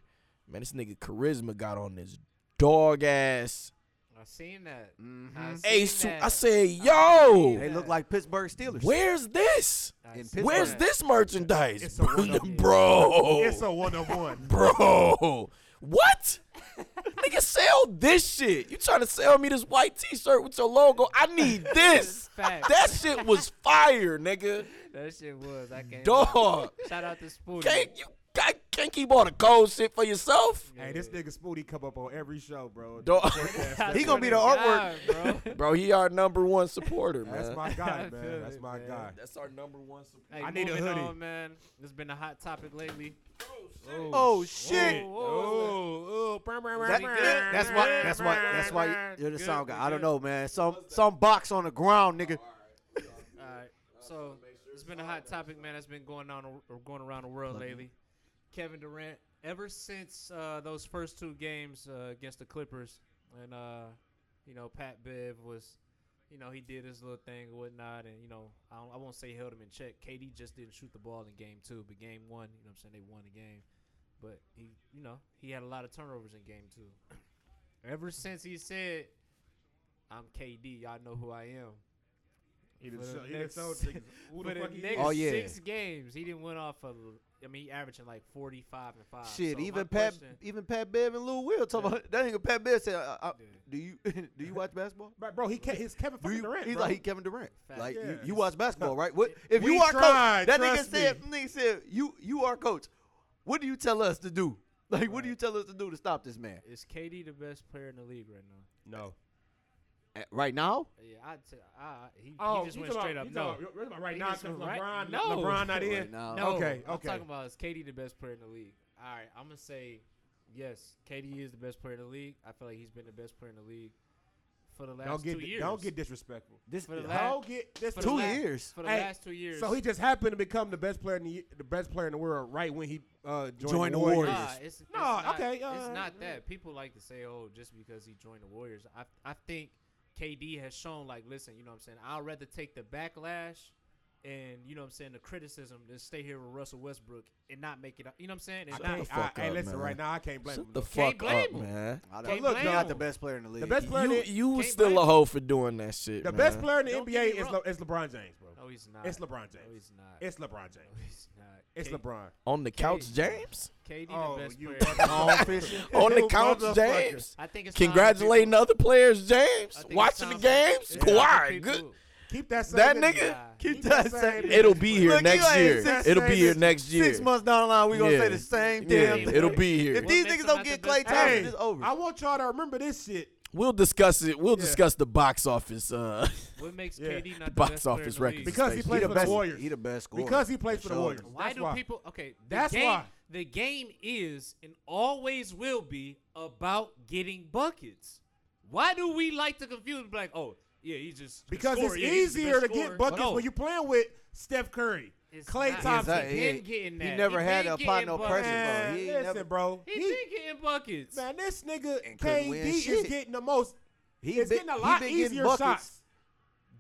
[SPEAKER 1] Man, this nigga Charisma got on this dog ass
[SPEAKER 5] I seen that.
[SPEAKER 3] Mhm.
[SPEAKER 5] seen
[SPEAKER 1] ace. suit. Mm-hmm. I
[SPEAKER 5] that.
[SPEAKER 1] said,
[SPEAKER 5] seen
[SPEAKER 1] yo,
[SPEAKER 3] They look like Pittsburgh Steelers.
[SPEAKER 1] where's this?
[SPEAKER 5] I
[SPEAKER 3] in
[SPEAKER 5] seen
[SPEAKER 1] Where's
[SPEAKER 5] that.
[SPEAKER 1] this merchandise?
[SPEAKER 2] It's a one-up.
[SPEAKER 1] bro,
[SPEAKER 2] It's a one of one.
[SPEAKER 1] bro. What? nigga, sell this shit. You trying to sell me this white t-shirt with your logo? I need this.
[SPEAKER 5] Facts.
[SPEAKER 1] that shit was fire, nigga.
[SPEAKER 5] That shit was. I can't.
[SPEAKER 1] Dog.
[SPEAKER 5] Shout out to Spoonie.
[SPEAKER 1] Can't you can't, can't keep all the cold shit for yourself?
[SPEAKER 2] hey, this nigga Spooty come up on every show, bro.
[SPEAKER 1] Dog.
[SPEAKER 3] He gonna be the artwork.
[SPEAKER 5] God, bro.
[SPEAKER 1] Bro, he our number one supporter, man.
[SPEAKER 2] That's my guy, man.
[SPEAKER 5] I feel
[SPEAKER 2] That's
[SPEAKER 5] it,
[SPEAKER 2] my
[SPEAKER 5] man.
[SPEAKER 2] guy.
[SPEAKER 1] That's our number one supporter.
[SPEAKER 5] Hey,
[SPEAKER 2] I need a
[SPEAKER 5] moving
[SPEAKER 2] hoodie.
[SPEAKER 5] On, man, it's been a hot topic lately.
[SPEAKER 3] Oh shit.
[SPEAKER 2] Oh, oh,
[SPEAKER 3] That-
[SPEAKER 5] Pretty good.
[SPEAKER 3] that's why. That's why. That's why you're the
[SPEAKER 5] Good,
[SPEAKER 3] sound
[SPEAKER 5] we
[SPEAKER 3] guy. I don't
[SPEAKER 5] good.
[SPEAKER 3] know, man. Some some box on the ground, nigga.
[SPEAKER 5] All right. So it's been a hot topic, man. That's been going on or going around the world lately. Kevin Durant. Ever since uh, those first two games uh, against the Clippers, and uh, you know Pat Bev was, you know he did his little thing and whatnot, and you know I, don't, I won't say he held him in check. KD just didn't shoot the ball in game two, but game one, you know what I'm saying they won the game, but he, you know he had a lot of turnovers in game two. Ever since he said, "I'm KD, y'all know who I am."
[SPEAKER 2] He
[SPEAKER 5] For
[SPEAKER 2] just
[SPEAKER 5] the
[SPEAKER 2] showed- he
[SPEAKER 5] next-
[SPEAKER 2] just showed niggas who
[SPEAKER 5] for
[SPEAKER 2] the
[SPEAKER 5] the
[SPEAKER 2] fuck he
[SPEAKER 5] next
[SPEAKER 2] is.
[SPEAKER 3] Oh, yeah.
[SPEAKER 5] six games, he didn't win off of. I mean, he averaging like forty five and five.
[SPEAKER 3] Shit,
[SPEAKER 5] So my
[SPEAKER 3] even Pat,
[SPEAKER 5] question-
[SPEAKER 3] even Pat Bev and Lou Will talking
[SPEAKER 5] Yeah.
[SPEAKER 3] about that nigga. Pat Bev said, uh, uh,
[SPEAKER 5] Yeah.
[SPEAKER 3] "Do you do you watch basketball?
[SPEAKER 2] But bro, he can't, he's Kevin
[SPEAKER 3] Do
[SPEAKER 2] fucking
[SPEAKER 3] you?"
[SPEAKER 2] Durant.
[SPEAKER 3] he's
[SPEAKER 2] bro.
[SPEAKER 3] like Kevin Durant.
[SPEAKER 5] Fact.
[SPEAKER 3] Like you,
[SPEAKER 2] Yeah.
[SPEAKER 3] you watch basketball, right? What if
[SPEAKER 2] We
[SPEAKER 3] you are
[SPEAKER 2] tried,
[SPEAKER 3] coach? That nigga
[SPEAKER 2] trust
[SPEAKER 3] said, "Nigga said you you are coach. What do you tell us to do? Like what do you tell us to do to stop this man
[SPEAKER 5] is KD the best player in the league right now?
[SPEAKER 2] no.
[SPEAKER 3] Uh, right now?
[SPEAKER 5] Yeah, I, t- I he,
[SPEAKER 2] Oh,
[SPEAKER 5] he just
[SPEAKER 2] you
[SPEAKER 5] went
[SPEAKER 2] talking
[SPEAKER 5] straight
[SPEAKER 2] about-
[SPEAKER 5] up.
[SPEAKER 2] you
[SPEAKER 5] No,
[SPEAKER 2] talking about- about right
[SPEAKER 5] He
[SPEAKER 2] now
[SPEAKER 5] just
[SPEAKER 2] 'cause
[SPEAKER 5] went right-
[SPEAKER 2] LeBron,
[SPEAKER 5] No.
[SPEAKER 2] LeBron not
[SPEAKER 3] Right
[SPEAKER 2] in.
[SPEAKER 3] now.
[SPEAKER 5] No,
[SPEAKER 2] Okay,
[SPEAKER 5] I'm
[SPEAKER 2] okay.
[SPEAKER 5] talking about is KD the best player in the league? All right, I'm gonna say yes. KD is the best player in the league. I feel like he's been the best player in the league for the last
[SPEAKER 2] Don't
[SPEAKER 5] two
[SPEAKER 2] get
[SPEAKER 5] years.
[SPEAKER 2] don't get disrespectful.
[SPEAKER 3] This
[SPEAKER 5] For the last-
[SPEAKER 2] Don't get this
[SPEAKER 5] for the
[SPEAKER 3] two
[SPEAKER 5] last-
[SPEAKER 3] years.
[SPEAKER 5] for the
[SPEAKER 2] Hey,
[SPEAKER 5] last two years.
[SPEAKER 2] So he just happened to become the best player in the the best player in the world right when he uh joined,
[SPEAKER 3] Joined the
[SPEAKER 2] the Warriors.
[SPEAKER 5] Nah,
[SPEAKER 3] Warriors.
[SPEAKER 5] it's, it's
[SPEAKER 2] No,
[SPEAKER 5] not,
[SPEAKER 2] okay,
[SPEAKER 5] it's
[SPEAKER 2] uh,
[SPEAKER 5] not that. People like to say, "Oh, just because he joined the Warriors." I I think KD has shown like, listen, you know what I'm saying? I'd rather take the backlash and you know what I'm saying the criticism to stay here with Russell Westbrook and not make it up. You know what I'm saying? And
[SPEAKER 1] Shut
[SPEAKER 5] not,
[SPEAKER 1] the
[SPEAKER 2] Hey,
[SPEAKER 1] fuck
[SPEAKER 2] I- hey,
[SPEAKER 1] up,
[SPEAKER 2] listen,
[SPEAKER 1] man.
[SPEAKER 2] right now I can't blame him.
[SPEAKER 1] Shut the
[SPEAKER 2] though.
[SPEAKER 5] Can't
[SPEAKER 1] fuck
[SPEAKER 5] blame
[SPEAKER 1] up,
[SPEAKER 5] him.
[SPEAKER 1] man.
[SPEAKER 3] I
[SPEAKER 5] Can't
[SPEAKER 3] don't look
[SPEAKER 5] blame
[SPEAKER 3] not
[SPEAKER 5] him.
[SPEAKER 3] the best player in the league.
[SPEAKER 2] The best player,
[SPEAKER 1] You
[SPEAKER 2] in,
[SPEAKER 1] you was
[SPEAKER 5] Can't
[SPEAKER 1] still
[SPEAKER 5] blame
[SPEAKER 1] a
[SPEAKER 5] him.
[SPEAKER 1] hoe for doing that shit.
[SPEAKER 2] the
[SPEAKER 1] man.
[SPEAKER 2] best player in the
[SPEAKER 5] Don't get
[SPEAKER 2] NBA
[SPEAKER 5] me
[SPEAKER 2] is
[SPEAKER 5] wrong. Oh,
[SPEAKER 2] Le, is LeBron James, bro.
[SPEAKER 5] no, he's not.
[SPEAKER 2] It's LeBron
[SPEAKER 5] No,
[SPEAKER 2] James.
[SPEAKER 5] he's not.
[SPEAKER 2] It's LeBron James.
[SPEAKER 5] no, he's not.
[SPEAKER 2] It's
[SPEAKER 5] K-
[SPEAKER 2] LeBron.
[SPEAKER 1] on the couch, James.
[SPEAKER 5] KD
[SPEAKER 2] Oh,
[SPEAKER 5] the best
[SPEAKER 2] you
[SPEAKER 5] player.
[SPEAKER 3] Tom Fisher.
[SPEAKER 1] On the
[SPEAKER 2] You
[SPEAKER 1] couch,
[SPEAKER 2] motherfucker.
[SPEAKER 1] James.
[SPEAKER 5] I think it's time for
[SPEAKER 1] Congratulating
[SPEAKER 5] people-
[SPEAKER 1] other players,
[SPEAKER 5] I
[SPEAKER 1] James.
[SPEAKER 5] think it's
[SPEAKER 1] Watching the
[SPEAKER 5] time
[SPEAKER 1] games,
[SPEAKER 5] for- it's time for
[SPEAKER 1] Kawhi.
[SPEAKER 5] people-
[SPEAKER 1] Good.
[SPEAKER 2] Keep that same
[SPEAKER 1] That
[SPEAKER 2] energy.
[SPEAKER 1] nigga.
[SPEAKER 5] Nah.
[SPEAKER 3] Keep
[SPEAKER 2] that
[SPEAKER 3] that
[SPEAKER 2] same
[SPEAKER 3] same.
[SPEAKER 2] energy.
[SPEAKER 1] It'll be here
[SPEAKER 3] Look, you
[SPEAKER 1] next
[SPEAKER 3] ain't
[SPEAKER 1] year.
[SPEAKER 3] six-
[SPEAKER 1] It'll be
[SPEAKER 2] six-
[SPEAKER 1] here next year.
[SPEAKER 3] Six months down the line, we gonna
[SPEAKER 1] Yeah.
[SPEAKER 3] say the same
[SPEAKER 1] Yeah,
[SPEAKER 3] damn thing.
[SPEAKER 1] it'll be here.
[SPEAKER 3] If these
[SPEAKER 5] makes
[SPEAKER 3] niggas
[SPEAKER 5] them
[SPEAKER 3] don't
[SPEAKER 5] not
[SPEAKER 3] get
[SPEAKER 5] the
[SPEAKER 3] Clay
[SPEAKER 5] best
[SPEAKER 3] Thompson,
[SPEAKER 2] Hey,
[SPEAKER 3] it's over.
[SPEAKER 2] I want y'all to remember this shit.
[SPEAKER 1] We'll discuss it. We'll
[SPEAKER 2] Yeah.
[SPEAKER 1] discuss the box office. Uh,
[SPEAKER 5] What makes
[SPEAKER 2] Yeah.
[SPEAKER 5] KD not the
[SPEAKER 1] Box
[SPEAKER 5] best player in
[SPEAKER 1] office
[SPEAKER 5] the
[SPEAKER 1] records.
[SPEAKER 5] league?
[SPEAKER 2] Because he
[SPEAKER 1] He
[SPEAKER 2] plays
[SPEAKER 3] the
[SPEAKER 2] for the
[SPEAKER 3] best.
[SPEAKER 2] Warriors.
[SPEAKER 3] he the best scorer.
[SPEAKER 2] Because he plays for the
[SPEAKER 3] sure.
[SPEAKER 2] Warriors.
[SPEAKER 5] Why
[SPEAKER 2] That's
[SPEAKER 5] do
[SPEAKER 2] why.
[SPEAKER 5] people? Okay, the
[SPEAKER 2] That's
[SPEAKER 5] game,
[SPEAKER 2] why.
[SPEAKER 5] the game is and always will be about getting buckets. Why do we like to confuse? Be like, oh yeah, he just the
[SPEAKER 2] Because it's
[SPEAKER 5] scorer, yeah, he's the
[SPEAKER 2] easier to
[SPEAKER 5] best
[SPEAKER 2] get
[SPEAKER 5] scorer.
[SPEAKER 2] buckets
[SPEAKER 5] No,
[SPEAKER 2] when you're playing with Steph Curry,
[SPEAKER 5] it's
[SPEAKER 2] Clay
[SPEAKER 5] not.
[SPEAKER 2] Thompson.
[SPEAKER 3] Exactly.
[SPEAKER 5] He
[SPEAKER 3] Yeah.
[SPEAKER 5] been getting
[SPEAKER 3] He
[SPEAKER 5] that.
[SPEAKER 3] never
[SPEAKER 5] he
[SPEAKER 3] had
[SPEAKER 5] been
[SPEAKER 3] a
[SPEAKER 5] getting
[SPEAKER 3] partner
[SPEAKER 5] buckets.
[SPEAKER 3] person, bro.
[SPEAKER 2] Man,
[SPEAKER 3] He ain't
[SPEAKER 2] listen,
[SPEAKER 3] never-
[SPEAKER 2] bro.
[SPEAKER 5] He, been getting buckets.
[SPEAKER 2] man, this nigga
[SPEAKER 3] And couldn't win
[SPEAKER 2] KD is
[SPEAKER 3] shit.
[SPEAKER 2] getting the most.
[SPEAKER 3] He
[SPEAKER 2] He's
[SPEAKER 3] been-
[SPEAKER 2] getting a
[SPEAKER 3] he
[SPEAKER 2] lot
[SPEAKER 3] been getting
[SPEAKER 2] easier
[SPEAKER 3] buckets.
[SPEAKER 2] shots.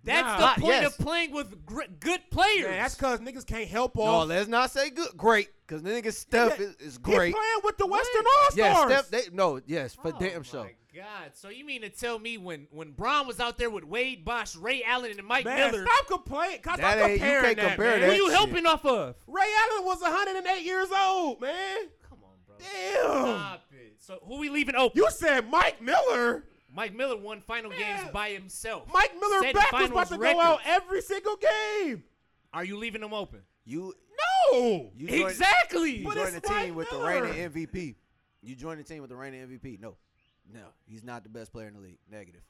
[SPEAKER 5] That's
[SPEAKER 2] Nah.
[SPEAKER 5] the
[SPEAKER 3] Not-
[SPEAKER 5] point
[SPEAKER 3] yes.
[SPEAKER 5] of playing with gr- good players.
[SPEAKER 2] Man, that's because niggas can't help
[SPEAKER 3] No,
[SPEAKER 2] off.
[SPEAKER 3] let's not say good, great, because the nigga Steph
[SPEAKER 2] Yeah,
[SPEAKER 3] is, is
[SPEAKER 2] He's
[SPEAKER 3] great.
[SPEAKER 2] playing with the Western
[SPEAKER 5] What?
[SPEAKER 2] All
[SPEAKER 3] Yeah,
[SPEAKER 2] Stars.
[SPEAKER 3] Steph. They, no, yes, for
[SPEAKER 5] Oh
[SPEAKER 3] damn sure.
[SPEAKER 5] My God, so you mean to tell me when when Braun was out there with Wade Bosch, Ray Allen, and Mike
[SPEAKER 2] man,
[SPEAKER 5] Miller,
[SPEAKER 2] stop complaining. Cause
[SPEAKER 3] That
[SPEAKER 2] I'm
[SPEAKER 3] ain't- you
[SPEAKER 2] comparing
[SPEAKER 3] can't
[SPEAKER 2] that,
[SPEAKER 3] compare
[SPEAKER 2] man.
[SPEAKER 5] who
[SPEAKER 3] that
[SPEAKER 5] you
[SPEAKER 3] shit.
[SPEAKER 5] helping off of?
[SPEAKER 2] Ray Allen was 108 years old, man.
[SPEAKER 5] Come on, bro.
[SPEAKER 2] Damn.
[SPEAKER 5] Stop it. So who we leaving open?
[SPEAKER 2] You said Mike Miller.
[SPEAKER 5] Mike Miller won final
[SPEAKER 2] Yeah.
[SPEAKER 5] games by himself.
[SPEAKER 2] Mike Miller
[SPEAKER 5] Set
[SPEAKER 2] back was
[SPEAKER 5] finals
[SPEAKER 2] about to go
[SPEAKER 5] records.
[SPEAKER 2] out every single game.
[SPEAKER 5] Are you leaving him open?
[SPEAKER 3] You
[SPEAKER 2] No.
[SPEAKER 3] you join,
[SPEAKER 5] Exactly.
[SPEAKER 3] You
[SPEAKER 2] But
[SPEAKER 3] join
[SPEAKER 2] it's
[SPEAKER 3] the
[SPEAKER 2] Mike
[SPEAKER 3] team with
[SPEAKER 2] Miller.
[SPEAKER 3] the reigning MVP. You join the team with the reigning MVP. No, no, he's not the best player in the league. Negative.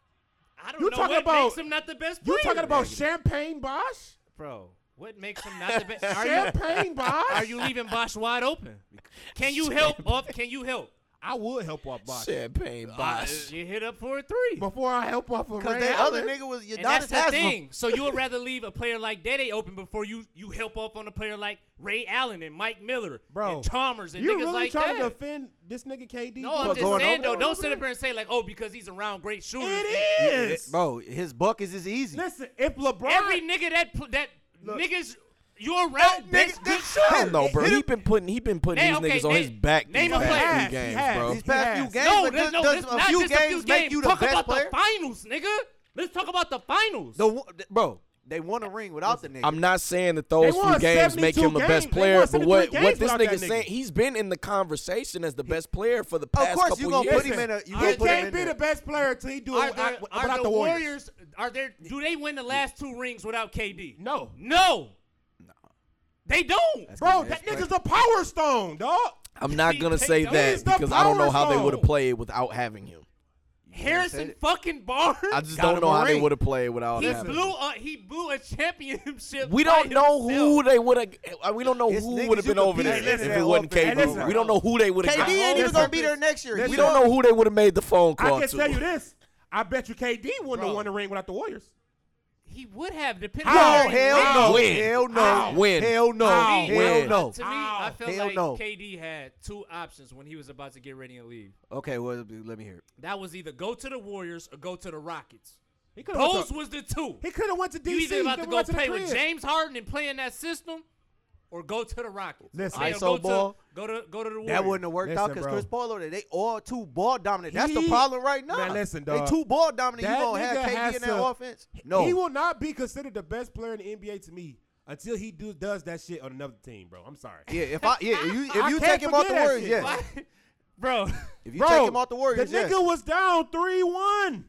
[SPEAKER 5] I don't
[SPEAKER 2] You
[SPEAKER 5] know
[SPEAKER 2] talking
[SPEAKER 5] what
[SPEAKER 2] about-
[SPEAKER 5] makes him not the best
[SPEAKER 2] You
[SPEAKER 5] player.
[SPEAKER 2] talking about
[SPEAKER 3] Negative.
[SPEAKER 2] Champagne Bosch?
[SPEAKER 5] bro? What makes him not the best? Are you
[SPEAKER 2] Champagne Bosch?
[SPEAKER 5] are you leaving Bosch wide open? Can you help? Off? Can you help?
[SPEAKER 2] I would help off Bosch.
[SPEAKER 1] champagne
[SPEAKER 5] Uh,
[SPEAKER 1] box.
[SPEAKER 5] You hit up for a three.
[SPEAKER 2] Before I help off of
[SPEAKER 3] Because
[SPEAKER 2] Ray
[SPEAKER 3] that other
[SPEAKER 2] Allen.
[SPEAKER 3] nigga was
[SPEAKER 5] And that's
[SPEAKER 3] Udonis
[SPEAKER 5] the
[SPEAKER 3] Haslam.
[SPEAKER 5] thing. So you would rather leave a player like Dede open before you you help up on a player like Ray Allen and Mike Miller
[SPEAKER 2] Bro,
[SPEAKER 5] and Chalmers and
[SPEAKER 2] you
[SPEAKER 5] niggas
[SPEAKER 2] really
[SPEAKER 5] like
[SPEAKER 2] trying
[SPEAKER 5] that.
[SPEAKER 2] to defend this nigga KD?
[SPEAKER 5] no, I'm
[SPEAKER 3] What,
[SPEAKER 5] just
[SPEAKER 3] going
[SPEAKER 5] saying
[SPEAKER 3] over
[SPEAKER 5] though. Don't sit
[SPEAKER 2] there?
[SPEAKER 5] up here and say like, oh, because he's around great shooters.
[SPEAKER 2] It is.
[SPEAKER 3] Bro, his buckets is easy.
[SPEAKER 2] Listen, if LeBron
[SPEAKER 5] Every nigga that pl- that
[SPEAKER 2] Look.
[SPEAKER 5] niggas you're around best
[SPEAKER 3] nigga,
[SPEAKER 5] good
[SPEAKER 3] this-
[SPEAKER 5] shooter.
[SPEAKER 1] I don't know, bro.
[SPEAKER 3] Hit
[SPEAKER 1] He
[SPEAKER 3] him.
[SPEAKER 1] been putting he been putting
[SPEAKER 5] Name-
[SPEAKER 1] these
[SPEAKER 5] okay,
[SPEAKER 1] niggas on
[SPEAKER 5] name-
[SPEAKER 1] his back these
[SPEAKER 5] name a player.
[SPEAKER 1] past
[SPEAKER 2] He
[SPEAKER 1] few
[SPEAKER 2] has.
[SPEAKER 1] games, bro.
[SPEAKER 3] These past
[SPEAKER 2] Yes.
[SPEAKER 3] few games,
[SPEAKER 5] No,
[SPEAKER 3] but
[SPEAKER 5] that-
[SPEAKER 3] does,
[SPEAKER 5] no,
[SPEAKER 3] does
[SPEAKER 5] that's
[SPEAKER 3] a
[SPEAKER 5] not
[SPEAKER 3] few
[SPEAKER 5] just
[SPEAKER 3] games
[SPEAKER 5] a few
[SPEAKER 3] make
[SPEAKER 5] games.
[SPEAKER 3] you the
[SPEAKER 5] Talk
[SPEAKER 3] best
[SPEAKER 5] about
[SPEAKER 3] player?
[SPEAKER 5] the finals, nigga. Let's talk about the finals.
[SPEAKER 3] The one- th- bro, they won a ring without the nigga.
[SPEAKER 1] I'm not saying that those
[SPEAKER 2] They
[SPEAKER 1] few
[SPEAKER 2] won
[SPEAKER 1] games make
[SPEAKER 2] 72
[SPEAKER 1] him a best
[SPEAKER 2] games. They
[SPEAKER 1] player,
[SPEAKER 2] won
[SPEAKER 1] but
[SPEAKER 2] 72
[SPEAKER 1] what,
[SPEAKER 2] games
[SPEAKER 1] what this
[SPEAKER 2] without that
[SPEAKER 1] nigga's saying,
[SPEAKER 2] nigga.
[SPEAKER 1] he's been in the conversation as the best player for the past
[SPEAKER 3] of course,
[SPEAKER 1] couple
[SPEAKER 3] you gonna
[SPEAKER 1] years.
[SPEAKER 3] put him in a. You
[SPEAKER 5] He
[SPEAKER 3] gonna
[SPEAKER 2] he
[SPEAKER 3] put him
[SPEAKER 2] can't
[SPEAKER 3] in
[SPEAKER 2] be the
[SPEAKER 3] there.
[SPEAKER 2] best player till he do
[SPEAKER 5] are
[SPEAKER 2] it without,
[SPEAKER 5] there, are
[SPEAKER 2] without
[SPEAKER 5] the,
[SPEAKER 2] the Warriors.
[SPEAKER 5] Warriors? Are there? Do they win the last two rings without KD?
[SPEAKER 2] No.
[SPEAKER 5] No. No. They don't.
[SPEAKER 3] That's
[SPEAKER 2] Bro,
[SPEAKER 3] the
[SPEAKER 2] that
[SPEAKER 3] best
[SPEAKER 2] nigga's
[SPEAKER 3] player.
[SPEAKER 2] a power stone, dog.
[SPEAKER 1] I'm not
[SPEAKER 5] He
[SPEAKER 1] gonna
[SPEAKER 5] picked
[SPEAKER 1] say
[SPEAKER 5] up-
[SPEAKER 1] that
[SPEAKER 2] He's the
[SPEAKER 1] because I don't know
[SPEAKER 2] power
[SPEAKER 1] how they
[SPEAKER 2] stone.
[SPEAKER 1] would have played without having him.
[SPEAKER 3] said
[SPEAKER 5] Harrison
[SPEAKER 3] it.
[SPEAKER 5] fucking Barnes.
[SPEAKER 1] I just
[SPEAKER 3] Got
[SPEAKER 1] don't
[SPEAKER 3] him
[SPEAKER 1] know
[SPEAKER 3] a
[SPEAKER 1] how they
[SPEAKER 3] ring.
[SPEAKER 1] would have played without
[SPEAKER 5] he
[SPEAKER 1] having.
[SPEAKER 5] blew a he blew a championship.
[SPEAKER 1] We
[SPEAKER 5] by
[SPEAKER 1] don't know
[SPEAKER 5] himself.
[SPEAKER 1] who they would have. We don't know
[SPEAKER 3] It's
[SPEAKER 1] who
[SPEAKER 3] niggas
[SPEAKER 1] would have
[SPEAKER 3] you
[SPEAKER 1] been over
[SPEAKER 3] compete
[SPEAKER 1] there
[SPEAKER 2] against
[SPEAKER 1] if
[SPEAKER 2] that
[SPEAKER 1] it wasn't
[SPEAKER 2] often. Hey,
[SPEAKER 1] KD.
[SPEAKER 2] listen.
[SPEAKER 1] We don't know who they would have.
[SPEAKER 3] KD ain't even
[SPEAKER 2] Listen.
[SPEAKER 3] gonna be there next year.
[SPEAKER 2] Listen.
[SPEAKER 1] We don't know who they would have made the phone
[SPEAKER 2] I
[SPEAKER 1] call
[SPEAKER 2] can tell you
[SPEAKER 1] to.
[SPEAKER 2] this. I bet you KD wouldn't
[SPEAKER 5] Bro.
[SPEAKER 2] have won the ring without the Warriors.
[SPEAKER 5] He would have depending
[SPEAKER 3] How?
[SPEAKER 5] on
[SPEAKER 3] Hell no.
[SPEAKER 1] When?
[SPEAKER 3] Hell no.
[SPEAKER 2] How?
[SPEAKER 1] When?
[SPEAKER 3] Hell no.
[SPEAKER 2] How?
[SPEAKER 3] Hell
[SPEAKER 1] When?
[SPEAKER 3] no.
[SPEAKER 5] To me,
[SPEAKER 2] Ow.
[SPEAKER 5] I felt
[SPEAKER 3] Hell
[SPEAKER 5] like
[SPEAKER 3] no.
[SPEAKER 5] KD had two options when he was about to get ready and leave.
[SPEAKER 3] Okay, well, let me hear it.
[SPEAKER 5] That was either go to the Warriors or go to the Rockets.
[SPEAKER 2] He could have went
[SPEAKER 5] Those
[SPEAKER 2] to,
[SPEAKER 5] was the two.
[SPEAKER 2] he coulda went to DC.
[SPEAKER 5] You either about
[SPEAKER 2] He
[SPEAKER 5] to
[SPEAKER 2] coulda
[SPEAKER 5] go
[SPEAKER 2] went the
[SPEAKER 5] play with
[SPEAKER 2] crib.
[SPEAKER 5] James Harden and play in that system, or go to the Rockets.
[SPEAKER 2] Listen.
[SPEAKER 5] Okay, or
[SPEAKER 3] ISO
[SPEAKER 5] go
[SPEAKER 3] ball.
[SPEAKER 5] To, go to go to the Warriors.
[SPEAKER 3] That wouldn't have worked out
[SPEAKER 2] Listen,
[SPEAKER 3] because
[SPEAKER 2] bro.
[SPEAKER 3] Chris Paul over there. They all too ball dominant. That's the
[SPEAKER 2] He-
[SPEAKER 3] problem right now.
[SPEAKER 2] Man, listen, dog.
[SPEAKER 3] They too ball dominant.
[SPEAKER 2] That
[SPEAKER 3] you gonna
[SPEAKER 2] nigga
[SPEAKER 3] have
[SPEAKER 2] has
[SPEAKER 3] KD in that
[SPEAKER 2] to-
[SPEAKER 3] offense? No.
[SPEAKER 2] He will not be considered the best player in the NBA to me until he do, does that shit on another team, bro. I'm sorry.
[SPEAKER 3] yeah, if I yeah, if you
[SPEAKER 2] I
[SPEAKER 3] if you
[SPEAKER 2] can't
[SPEAKER 3] take him
[SPEAKER 2] forget
[SPEAKER 3] off the
[SPEAKER 2] that
[SPEAKER 3] Warriors,
[SPEAKER 2] shit.
[SPEAKER 3] yes.
[SPEAKER 5] Why- bro.
[SPEAKER 3] If you
[SPEAKER 2] bro,
[SPEAKER 3] take him off the Warriors,
[SPEAKER 2] the nigga
[SPEAKER 3] yes.
[SPEAKER 2] was down 3-1.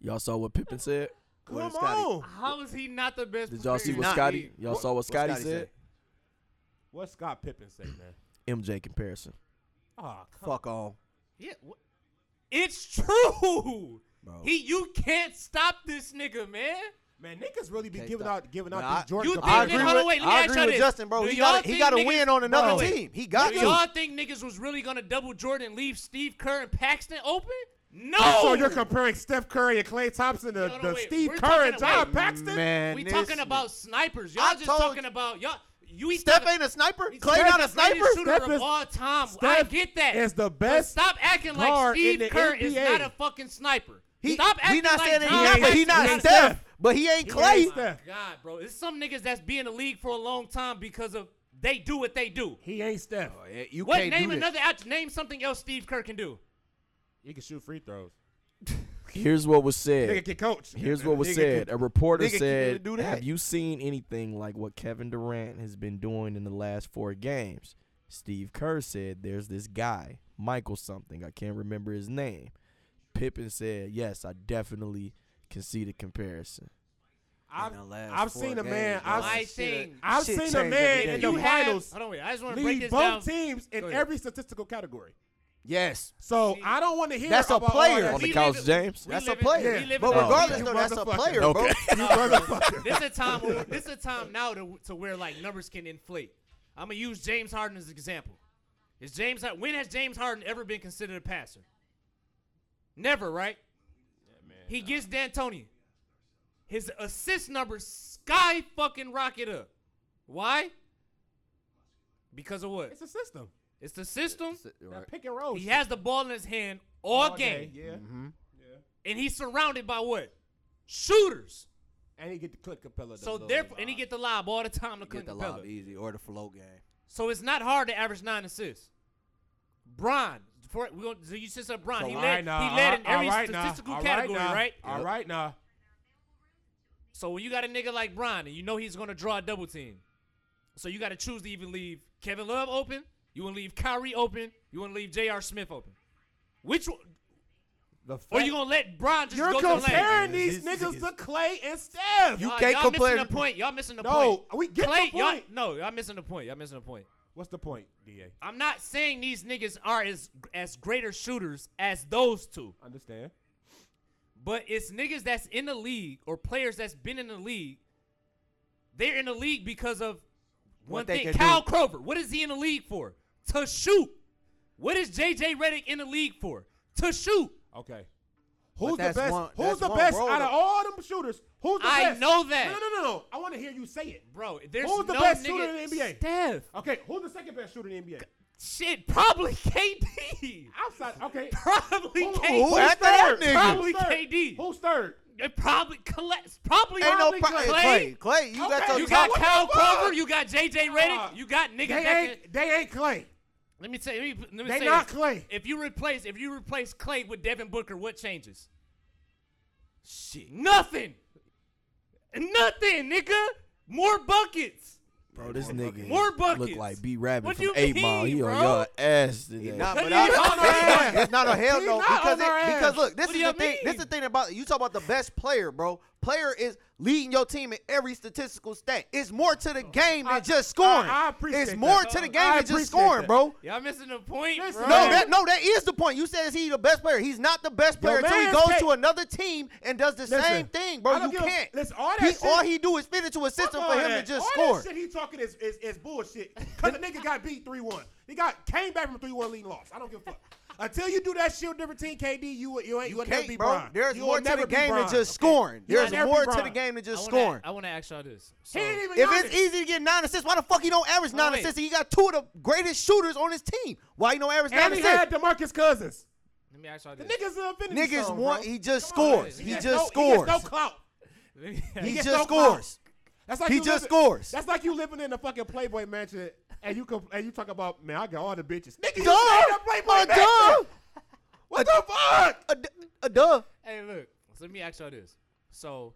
[SPEAKER 1] Y'all saw what Pippen said.
[SPEAKER 2] Come
[SPEAKER 3] What did Scotty-
[SPEAKER 2] on.
[SPEAKER 5] How is he not the best?
[SPEAKER 1] Did y'all
[SPEAKER 5] player
[SPEAKER 1] see
[SPEAKER 5] in
[SPEAKER 1] what
[SPEAKER 5] the
[SPEAKER 3] not
[SPEAKER 1] Scotty?
[SPEAKER 5] league?
[SPEAKER 1] Y'all saw what
[SPEAKER 3] What
[SPEAKER 1] Scotty
[SPEAKER 3] Scotty
[SPEAKER 1] said?
[SPEAKER 2] What Scott Pippen say, man?
[SPEAKER 1] MJ comparison.
[SPEAKER 2] Oh, come
[SPEAKER 3] Fuck on.
[SPEAKER 5] Yeah, wh- it's true.
[SPEAKER 3] Bro.
[SPEAKER 5] He, you can't stop this nigga, man.
[SPEAKER 2] Man, nickas really be
[SPEAKER 3] Can't
[SPEAKER 2] giving
[SPEAKER 3] stop.
[SPEAKER 2] out giving
[SPEAKER 3] Man,
[SPEAKER 2] out these
[SPEAKER 3] I-
[SPEAKER 2] Jordan
[SPEAKER 5] You think
[SPEAKER 3] I
[SPEAKER 5] that?
[SPEAKER 2] comparisons.
[SPEAKER 3] agree with,
[SPEAKER 5] Hold on, wait, let me
[SPEAKER 3] I
[SPEAKER 5] ask
[SPEAKER 3] agree
[SPEAKER 5] y'all
[SPEAKER 3] with
[SPEAKER 5] this.
[SPEAKER 3] Justin, bro.
[SPEAKER 5] Do
[SPEAKER 3] He
[SPEAKER 5] y'all
[SPEAKER 3] got, he
[SPEAKER 5] think
[SPEAKER 3] got to
[SPEAKER 5] niggas-
[SPEAKER 3] win on another
[SPEAKER 5] Bro.
[SPEAKER 3] team. He got
[SPEAKER 5] Do
[SPEAKER 3] to.
[SPEAKER 5] y'all think niggas was really gonna double Jordan, leave Steve Kerr and Paxton open? No.
[SPEAKER 2] So you're comparing Steph Curry and Clay Thompson to,
[SPEAKER 5] No, no,
[SPEAKER 2] to
[SPEAKER 5] wait,
[SPEAKER 2] Steve
[SPEAKER 5] we're
[SPEAKER 2] Kerr
[SPEAKER 5] talking
[SPEAKER 2] and
[SPEAKER 5] about-
[SPEAKER 2] John Paxton?
[SPEAKER 3] Man,
[SPEAKER 5] we
[SPEAKER 3] this
[SPEAKER 5] talking
[SPEAKER 3] nigga.
[SPEAKER 5] about snipers. Y'all
[SPEAKER 3] I
[SPEAKER 5] just
[SPEAKER 3] told
[SPEAKER 5] talking
[SPEAKER 3] you.
[SPEAKER 5] about y'all. You eat
[SPEAKER 3] Steph
[SPEAKER 5] the-
[SPEAKER 3] ain't a sniper.
[SPEAKER 5] He's
[SPEAKER 3] Clay
[SPEAKER 5] Steph
[SPEAKER 3] not a
[SPEAKER 5] is the greatest
[SPEAKER 3] sniper.
[SPEAKER 5] Shooter
[SPEAKER 2] Steph
[SPEAKER 5] of
[SPEAKER 2] is-
[SPEAKER 5] all time. I
[SPEAKER 2] Steph
[SPEAKER 5] get that.
[SPEAKER 2] is the
[SPEAKER 5] But
[SPEAKER 2] best
[SPEAKER 5] Stop acting like
[SPEAKER 2] guard in
[SPEAKER 5] Steve
[SPEAKER 2] the
[SPEAKER 5] Kerr is
[SPEAKER 2] NBA.
[SPEAKER 5] not a fucking sniper.
[SPEAKER 3] He-
[SPEAKER 5] stop
[SPEAKER 3] we
[SPEAKER 5] acting
[SPEAKER 3] not
[SPEAKER 5] like
[SPEAKER 3] saying that he
[SPEAKER 5] John
[SPEAKER 2] not, but he
[SPEAKER 5] Paxton
[SPEAKER 2] not
[SPEAKER 5] is a
[SPEAKER 2] Steph.
[SPEAKER 5] sniper. Oh
[SPEAKER 3] But he ain't
[SPEAKER 2] He
[SPEAKER 3] Clay.
[SPEAKER 2] ain't Steph.
[SPEAKER 5] God, bro, it's some niggas that's be in the league for a long time because of they do what they do.
[SPEAKER 2] He ain't Steph.
[SPEAKER 3] Oh, yeah, you
[SPEAKER 5] What
[SPEAKER 3] can't
[SPEAKER 5] name
[SPEAKER 3] do this.
[SPEAKER 5] another out? Name something else Steve Kerr can do.
[SPEAKER 2] He can shoot free throws.
[SPEAKER 1] Here's what was
[SPEAKER 2] Nigga
[SPEAKER 1] said.
[SPEAKER 2] can coach.
[SPEAKER 1] Here's what was
[SPEAKER 2] Nigga
[SPEAKER 1] said.
[SPEAKER 2] can-
[SPEAKER 1] A reporter
[SPEAKER 3] nigga can
[SPEAKER 1] said,
[SPEAKER 3] do that.
[SPEAKER 1] "Have you seen anything like what Kevin Durant has been doing in the last four games?" Steve Kerr said, "There's this guy, Michael something. I can't remember his name." Pippen said, "Yes, I definitely can see the comparison."
[SPEAKER 2] I've,
[SPEAKER 3] In the last
[SPEAKER 2] I've
[SPEAKER 3] four
[SPEAKER 2] seen a
[SPEAKER 3] games,
[SPEAKER 2] man.
[SPEAKER 3] bro.
[SPEAKER 2] I've,
[SPEAKER 5] I
[SPEAKER 3] Shit,
[SPEAKER 5] think-
[SPEAKER 3] uh,
[SPEAKER 2] I've
[SPEAKER 3] shit
[SPEAKER 2] seen a
[SPEAKER 3] changed
[SPEAKER 2] man
[SPEAKER 3] every
[SPEAKER 2] in
[SPEAKER 3] day.
[SPEAKER 2] the
[SPEAKER 5] You have-
[SPEAKER 2] finals
[SPEAKER 5] hold on, wait. I just want to break
[SPEAKER 2] lead
[SPEAKER 5] this
[SPEAKER 2] both
[SPEAKER 5] down.
[SPEAKER 2] teams in
[SPEAKER 5] Go ahead.
[SPEAKER 2] every statistical category.
[SPEAKER 3] Yes.
[SPEAKER 2] So
[SPEAKER 5] See,
[SPEAKER 2] I don't want to hear
[SPEAKER 3] that's a
[SPEAKER 2] about all
[SPEAKER 3] player.
[SPEAKER 2] that
[SPEAKER 1] On the
[SPEAKER 5] We
[SPEAKER 2] shit.
[SPEAKER 5] live
[SPEAKER 1] couch,
[SPEAKER 5] in-
[SPEAKER 1] James.
[SPEAKER 5] we
[SPEAKER 3] That's
[SPEAKER 5] live
[SPEAKER 3] a
[SPEAKER 5] in-
[SPEAKER 3] player.
[SPEAKER 5] we live in
[SPEAKER 3] But
[SPEAKER 5] a-
[SPEAKER 3] regardless,
[SPEAKER 2] You
[SPEAKER 3] though, that's a
[SPEAKER 2] motherfucker.
[SPEAKER 3] player,
[SPEAKER 2] No,
[SPEAKER 3] bro.
[SPEAKER 2] You motherfucker.
[SPEAKER 5] this a time. Where, this a time now to, to where like numbers can inflate. I'm gonna use James Harden as an example. Is James Har- when has James Harden ever been considered a passer? Never, right? he gets D'Antoni. His assist numbers sky fucking rocket up. Why? Because of what?
[SPEAKER 2] It's a system.
[SPEAKER 5] It's the system.
[SPEAKER 2] That pick and roll.
[SPEAKER 5] He
[SPEAKER 2] Oh, shit.
[SPEAKER 5] has the ball in his hand all,
[SPEAKER 2] All
[SPEAKER 5] game,
[SPEAKER 2] day, Yeah.
[SPEAKER 5] and he's surrounded by what? Shooters.
[SPEAKER 2] And he get to click Capella. the
[SPEAKER 5] So
[SPEAKER 2] little
[SPEAKER 5] therefore, and he
[SPEAKER 2] lob.
[SPEAKER 5] get the lob all the time to
[SPEAKER 3] Get
[SPEAKER 5] Clint
[SPEAKER 3] the
[SPEAKER 5] Capella.
[SPEAKER 3] lob easy or the flow game.
[SPEAKER 5] So it's not hard to average nine assists. Bron, for, we gonna, so you just said Bron.
[SPEAKER 2] So
[SPEAKER 5] he
[SPEAKER 2] all
[SPEAKER 5] led,
[SPEAKER 2] right now,
[SPEAKER 5] he led
[SPEAKER 2] all-
[SPEAKER 5] in every
[SPEAKER 2] all right now,
[SPEAKER 5] statistical
[SPEAKER 2] all right
[SPEAKER 5] category,
[SPEAKER 2] now,
[SPEAKER 5] right?
[SPEAKER 2] All right now.
[SPEAKER 5] So when you got a nigga like Bron, and you know he's gonna draw a double team, so you got to choose to even leave Kevin Love open. You want to leave Kyrie open. You want to leave J.R. Smith open. Which one?
[SPEAKER 2] The
[SPEAKER 5] Or
[SPEAKER 2] fact-
[SPEAKER 5] you gonna let Bron just
[SPEAKER 2] You're
[SPEAKER 5] go to the lane?
[SPEAKER 2] comparing
[SPEAKER 3] lane.
[SPEAKER 2] these
[SPEAKER 3] This
[SPEAKER 2] niggas
[SPEAKER 3] is-
[SPEAKER 2] to Clay and Steph.
[SPEAKER 3] You
[SPEAKER 5] Y'all-
[SPEAKER 3] can't
[SPEAKER 5] y'all
[SPEAKER 3] compare-
[SPEAKER 5] missing the point. Y'all missing the
[SPEAKER 2] No,
[SPEAKER 5] point.
[SPEAKER 2] we get the
[SPEAKER 5] Clay, y'all-
[SPEAKER 2] point.
[SPEAKER 5] no, y'all missing the point. Y'all missing the point.
[SPEAKER 2] What's the point, DA?
[SPEAKER 5] I'm not saying these niggas are as as greater shooters as those two,
[SPEAKER 2] Understand?
[SPEAKER 5] but it's niggas that's in the league or players that's been in the league. They're in the league because of one
[SPEAKER 3] What they
[SPEAKER 5] thing.
[SPEAKER 3] can
[SPEAKER 5] Kyle
[SPEAKER 3] do.
[SPEAKER 5] Krover, what is he in the league for? To shoot. What is JJ Redick in the league for? To shoot.
[SPEAKER 2] Okay. Who's the
[SPEAKER 3] that's
[SPEAKER 2] best?
[SPEAKER 3] one-
[SPEAKER 2] who's
[SPEAKER 3] that's
[SPEAKER 2] the
[SPEAKER 3] one
[SPEAKER 2] best
[SPEAKER 3] road
[SPEAKER 2] out of
[SPEAKER 3] up.
[SPEAKER 2] all them shooters? Who's the
[SPEAKER 5] I
[SPEAKER 2] best?
[SPEAKER 5] know that.
[SPEAKER 2] No, no, no, no. I want to hear you say it.
[SPEAKER 5] Bro, there's
[SPEAKER 2] Who's the
[SPEAKER 5] no
[SPEAKER 2] best
[SPEAKER 5] nigga-
[SPEAKER 2] shooter in the NBA?
[SPEAKER 5] Steph.
[SPEAKER 2] Okay, who's the second best shooter in the NBA?
[SPEAKER 5] Shit, probably KD.
[SPEAKER 2] Outside. Okay.
[SPEAKER 5] Probably
[SPEAKER 2] Who-
[SPEAKER 5] KD.
[SPEAKER 3] who after that
[SPEAKER 2] third?
[SPEAKER 3] nigga?
[SPEAKER 5] Probably
[SPEAKER 2] Who's third?
[SPEAKER 5] KD.
[SPEAKER 2] Who's third?
[SPEAKER 5] It probably collect. Probably
[SPEAKER 3] Ain't no
[SPEAKER 5] Clay.
[SPEAKER 3] pro- Clay. Clay, you
[SPEAKER 2] Okay,
[SPEAKER 3] got your
[SPEAKER 5] You
[SPEAKER 3] top.
[SPEAKER 5] got
[SPEAKER 2] What the
[SPEAKER 5] Kyle
[SPEAKER 2] fuck?
[SPEAKER 5] Kroger. You got JJ Redick.
[SPEAKER 2] Uh,
[SPEAKER 5] You got niggas
[SPEAKER 2] They
[SPEAKER 5] that can.
[SPEAKER 2] ain't. They ain't Clay.
[SPEAKER 5] Let me tell you. Let me, let me
[SPEAKER 2] They
[SPEAKER 5] say
[SPEAKER 2] not
[SPEAKER 5] this.
[SPEAKER 2] Clay.
[SPEAKER 5] If you replace, if you replace Clay with Devin Booker, what changes? Shit. Nothing. Nothing, nigga. More buckets.
[SPEAKER 1] Bro, this nigga
[SPEAKER 5] More
[SPEAKER 1] look
[SPEAKER 5] buckets.
[SPEAKER 1] like B. Rabbit
[SPEAKER 5] What
[SPEAKER 1] from
[SPEAKER 5] you
[SPEAKER 1] 8 Mile. He
[SPEAKER 5] mean,
[SPEAKER 1] on
[SPEAKER 5] bro?
[SPEAKER 1] your ass today.
[SPEAKER 3] Nah,
[SPEAKER 5] Cause
[SPEAKER 3] but
[SPEAKER 5] he
[SPEAKER 3] I,
[SPEAKER 5] not on our
[SPEAKER 3] it's, it's not a hell
[SPEAKER 2] He
[SPEAKER 3] no
[SPEAKER 2] not
[SPEAKER 3] because
[SPEAKER 2] on our
[SPEAKER 3] it,
[SPEAKER 2] ass.
[SPEAKER 3] because look, this
[SPEAKER 5] What
[SPEAKER 3] is
[SPEAKER 5] do
[SPEAKER 3] the
[SPEAKER 5] y'all
[SPEAKER 3] thing. This is
[SPEAKER 5] mean?
[SPEAKER 3] the thing about you talk about the best player, bro. Player is leading your team in every statistical stat. It's more to the game than
[SPEAKER 2] I-
[SPEAKER 3] just scoring.
[SPEAKER 2] I- I appreciate
[SPEAKER 3] It's more
[SPEAKER 2] that.
[SPEAKER 3] to the
[SPEAKER 2] I
[SPEAKER 3] game than
[SPEAKER 2] appreciate
[SPEAKER 3] just scoring,
[SPEAKER 2] that.
[SPEAKER 3] bro.
[SPEAKER 5] Y'all missing the point,
[SPEAKER 2] Listen,
[SPEAKER 5] bro.
[SPEAKER 3] No, that no, that is the point. You said he's the best player. He's not the best player until he
[SPEAKER 2] man's
[SPEAKER 3] goes
[SPEAKER 2] can't-
[SPEAKER 3] to another team and does the
[SPEAKER 2] Listen,
[SPEAKER 3] same thing, bro.
[SPEAKER 2] I don't
[SPEAKER 3] You
[SPEAKER 2] give a-
[SPEAKER 3] can't.
[SPEAKER 2] listen, all that
[SPEAKER 3] he,
[SPEAKER 2] shit-
[SPEAKER 3] all he do is fit into a
[SPEAKER 2] Fuck
[SPEAKER 3] system for
[SPEAKER 2] all
[SPEAKER 3] him
[SPEAKER 2] that.
[SPEAKER 3] to just
[SPEAKER 2] all
[SPEAKER 3] score.
[SPEAKER 2] That shit he talking is is, is bullshit. Cause the nigga got beat three one. He got came back from three one leading loss. I don't give a fuck. Until you do that shit with different team, KD, you you ain't
[SPEAKER 3] You
[SPEAKER 2] will never
[SPEAKER 3] can't,
[SPEAKER 2] be
[SPEAKER 3] bro.
[SPEAKER 2] Bron.
[SPEAKER 3] There's
[SPEAKER 2] You will
[SPEAKER 3] more to
[SPEAKER 2] never
[SPEAKER 3] the
[SPEAKER 2] be
[SPEAKER 3] game than
[SPEAKER 2] Bron,
[SPEAKER 3] just
[SPEAKER 2] okay?
[SPEAKER 3] scoring.
[SPEAKER 2] You'll
[SPEAKER 3] There's
[SPEAKER 2] never be
[SPEAKER 3] more to
[SPEAKER 2] Bron.
[SPEAKER 3] the game than
[SPEAKER 5] I
[SPEAKER 3] just
[SPEAKER 5] wanna-
[SPEAKER 3] scoring.
[SPEAKER 5] I want to ask y'all this. So,
[SPEAKER 2] He ain't even
[SPEAKER 3] If
[SPEAKER 2] Giannis.
[SPEAKER 3] it's easy to get nine assists, why the fuck he don't average nine
[SPEAKER 5] wait.
[SPEAKER 3] assists? And he got two of the greatest shooters on his team. Why he don't average
[SPEAKER 2] and
[SPEAKER 3] nine
[SPEAKER 2] he
[SPEAKER 3] assists?
[SPEAKER 2] had DeMarcus Cousins.
[SPEAKER 5] let me ask y'all
[SPEAKER 2] The
[SPEAKER 5] this.
[SPEAKER 2] niggas an affinity
[SPEAKER 3] Niggas
[SPEAKER 2] zone,
[SPEAKER 3] want.
[SPEAKER 2] bro.
[SPEAKER 3] He just
[SPEAKER 2] Come on,
[SPEAKER 3] scores.
[SPEAKER 2] man.
[SPEAKER 3] he,
[SPEAKER 2] gets
[SPEAKER 3] just
[SPEAKER 2] no-
[SPEAKER 3] scores.
[SPEAKER 2] He gets no clout.
[SPEAKER 5] Let me
[SPEAKER 3] He
[SPEAKER 2] gets
[SPEAKER 3] just
[SPEAKER 2] no
[SPEAKER 3] scores.
[SPEAKER 2] That's like
[SPEAKER 3] He
[SPEAKER 2] you
[SPEAKER 3] just
[SPEAKER 2] living-
[SPEAKER 3] scores.
[SPEAKER 2] That's like you living in a fucking Playboy mansion and you com- and you talk about man, I got all the bitches. Nigga, you
[SPEAKER 3] Duh.
[SPEAKER 2] stay in a Playboy
[SPEAKER 3] A
[SPEAKER 2] mansion.
[SPEAKER 3] duh.
[SPEAKER 2] What the fuck?
[SPEAKER 3] A, d- a duh.
[SPEAKER 5] Hey, look. So let me ask y'all this. So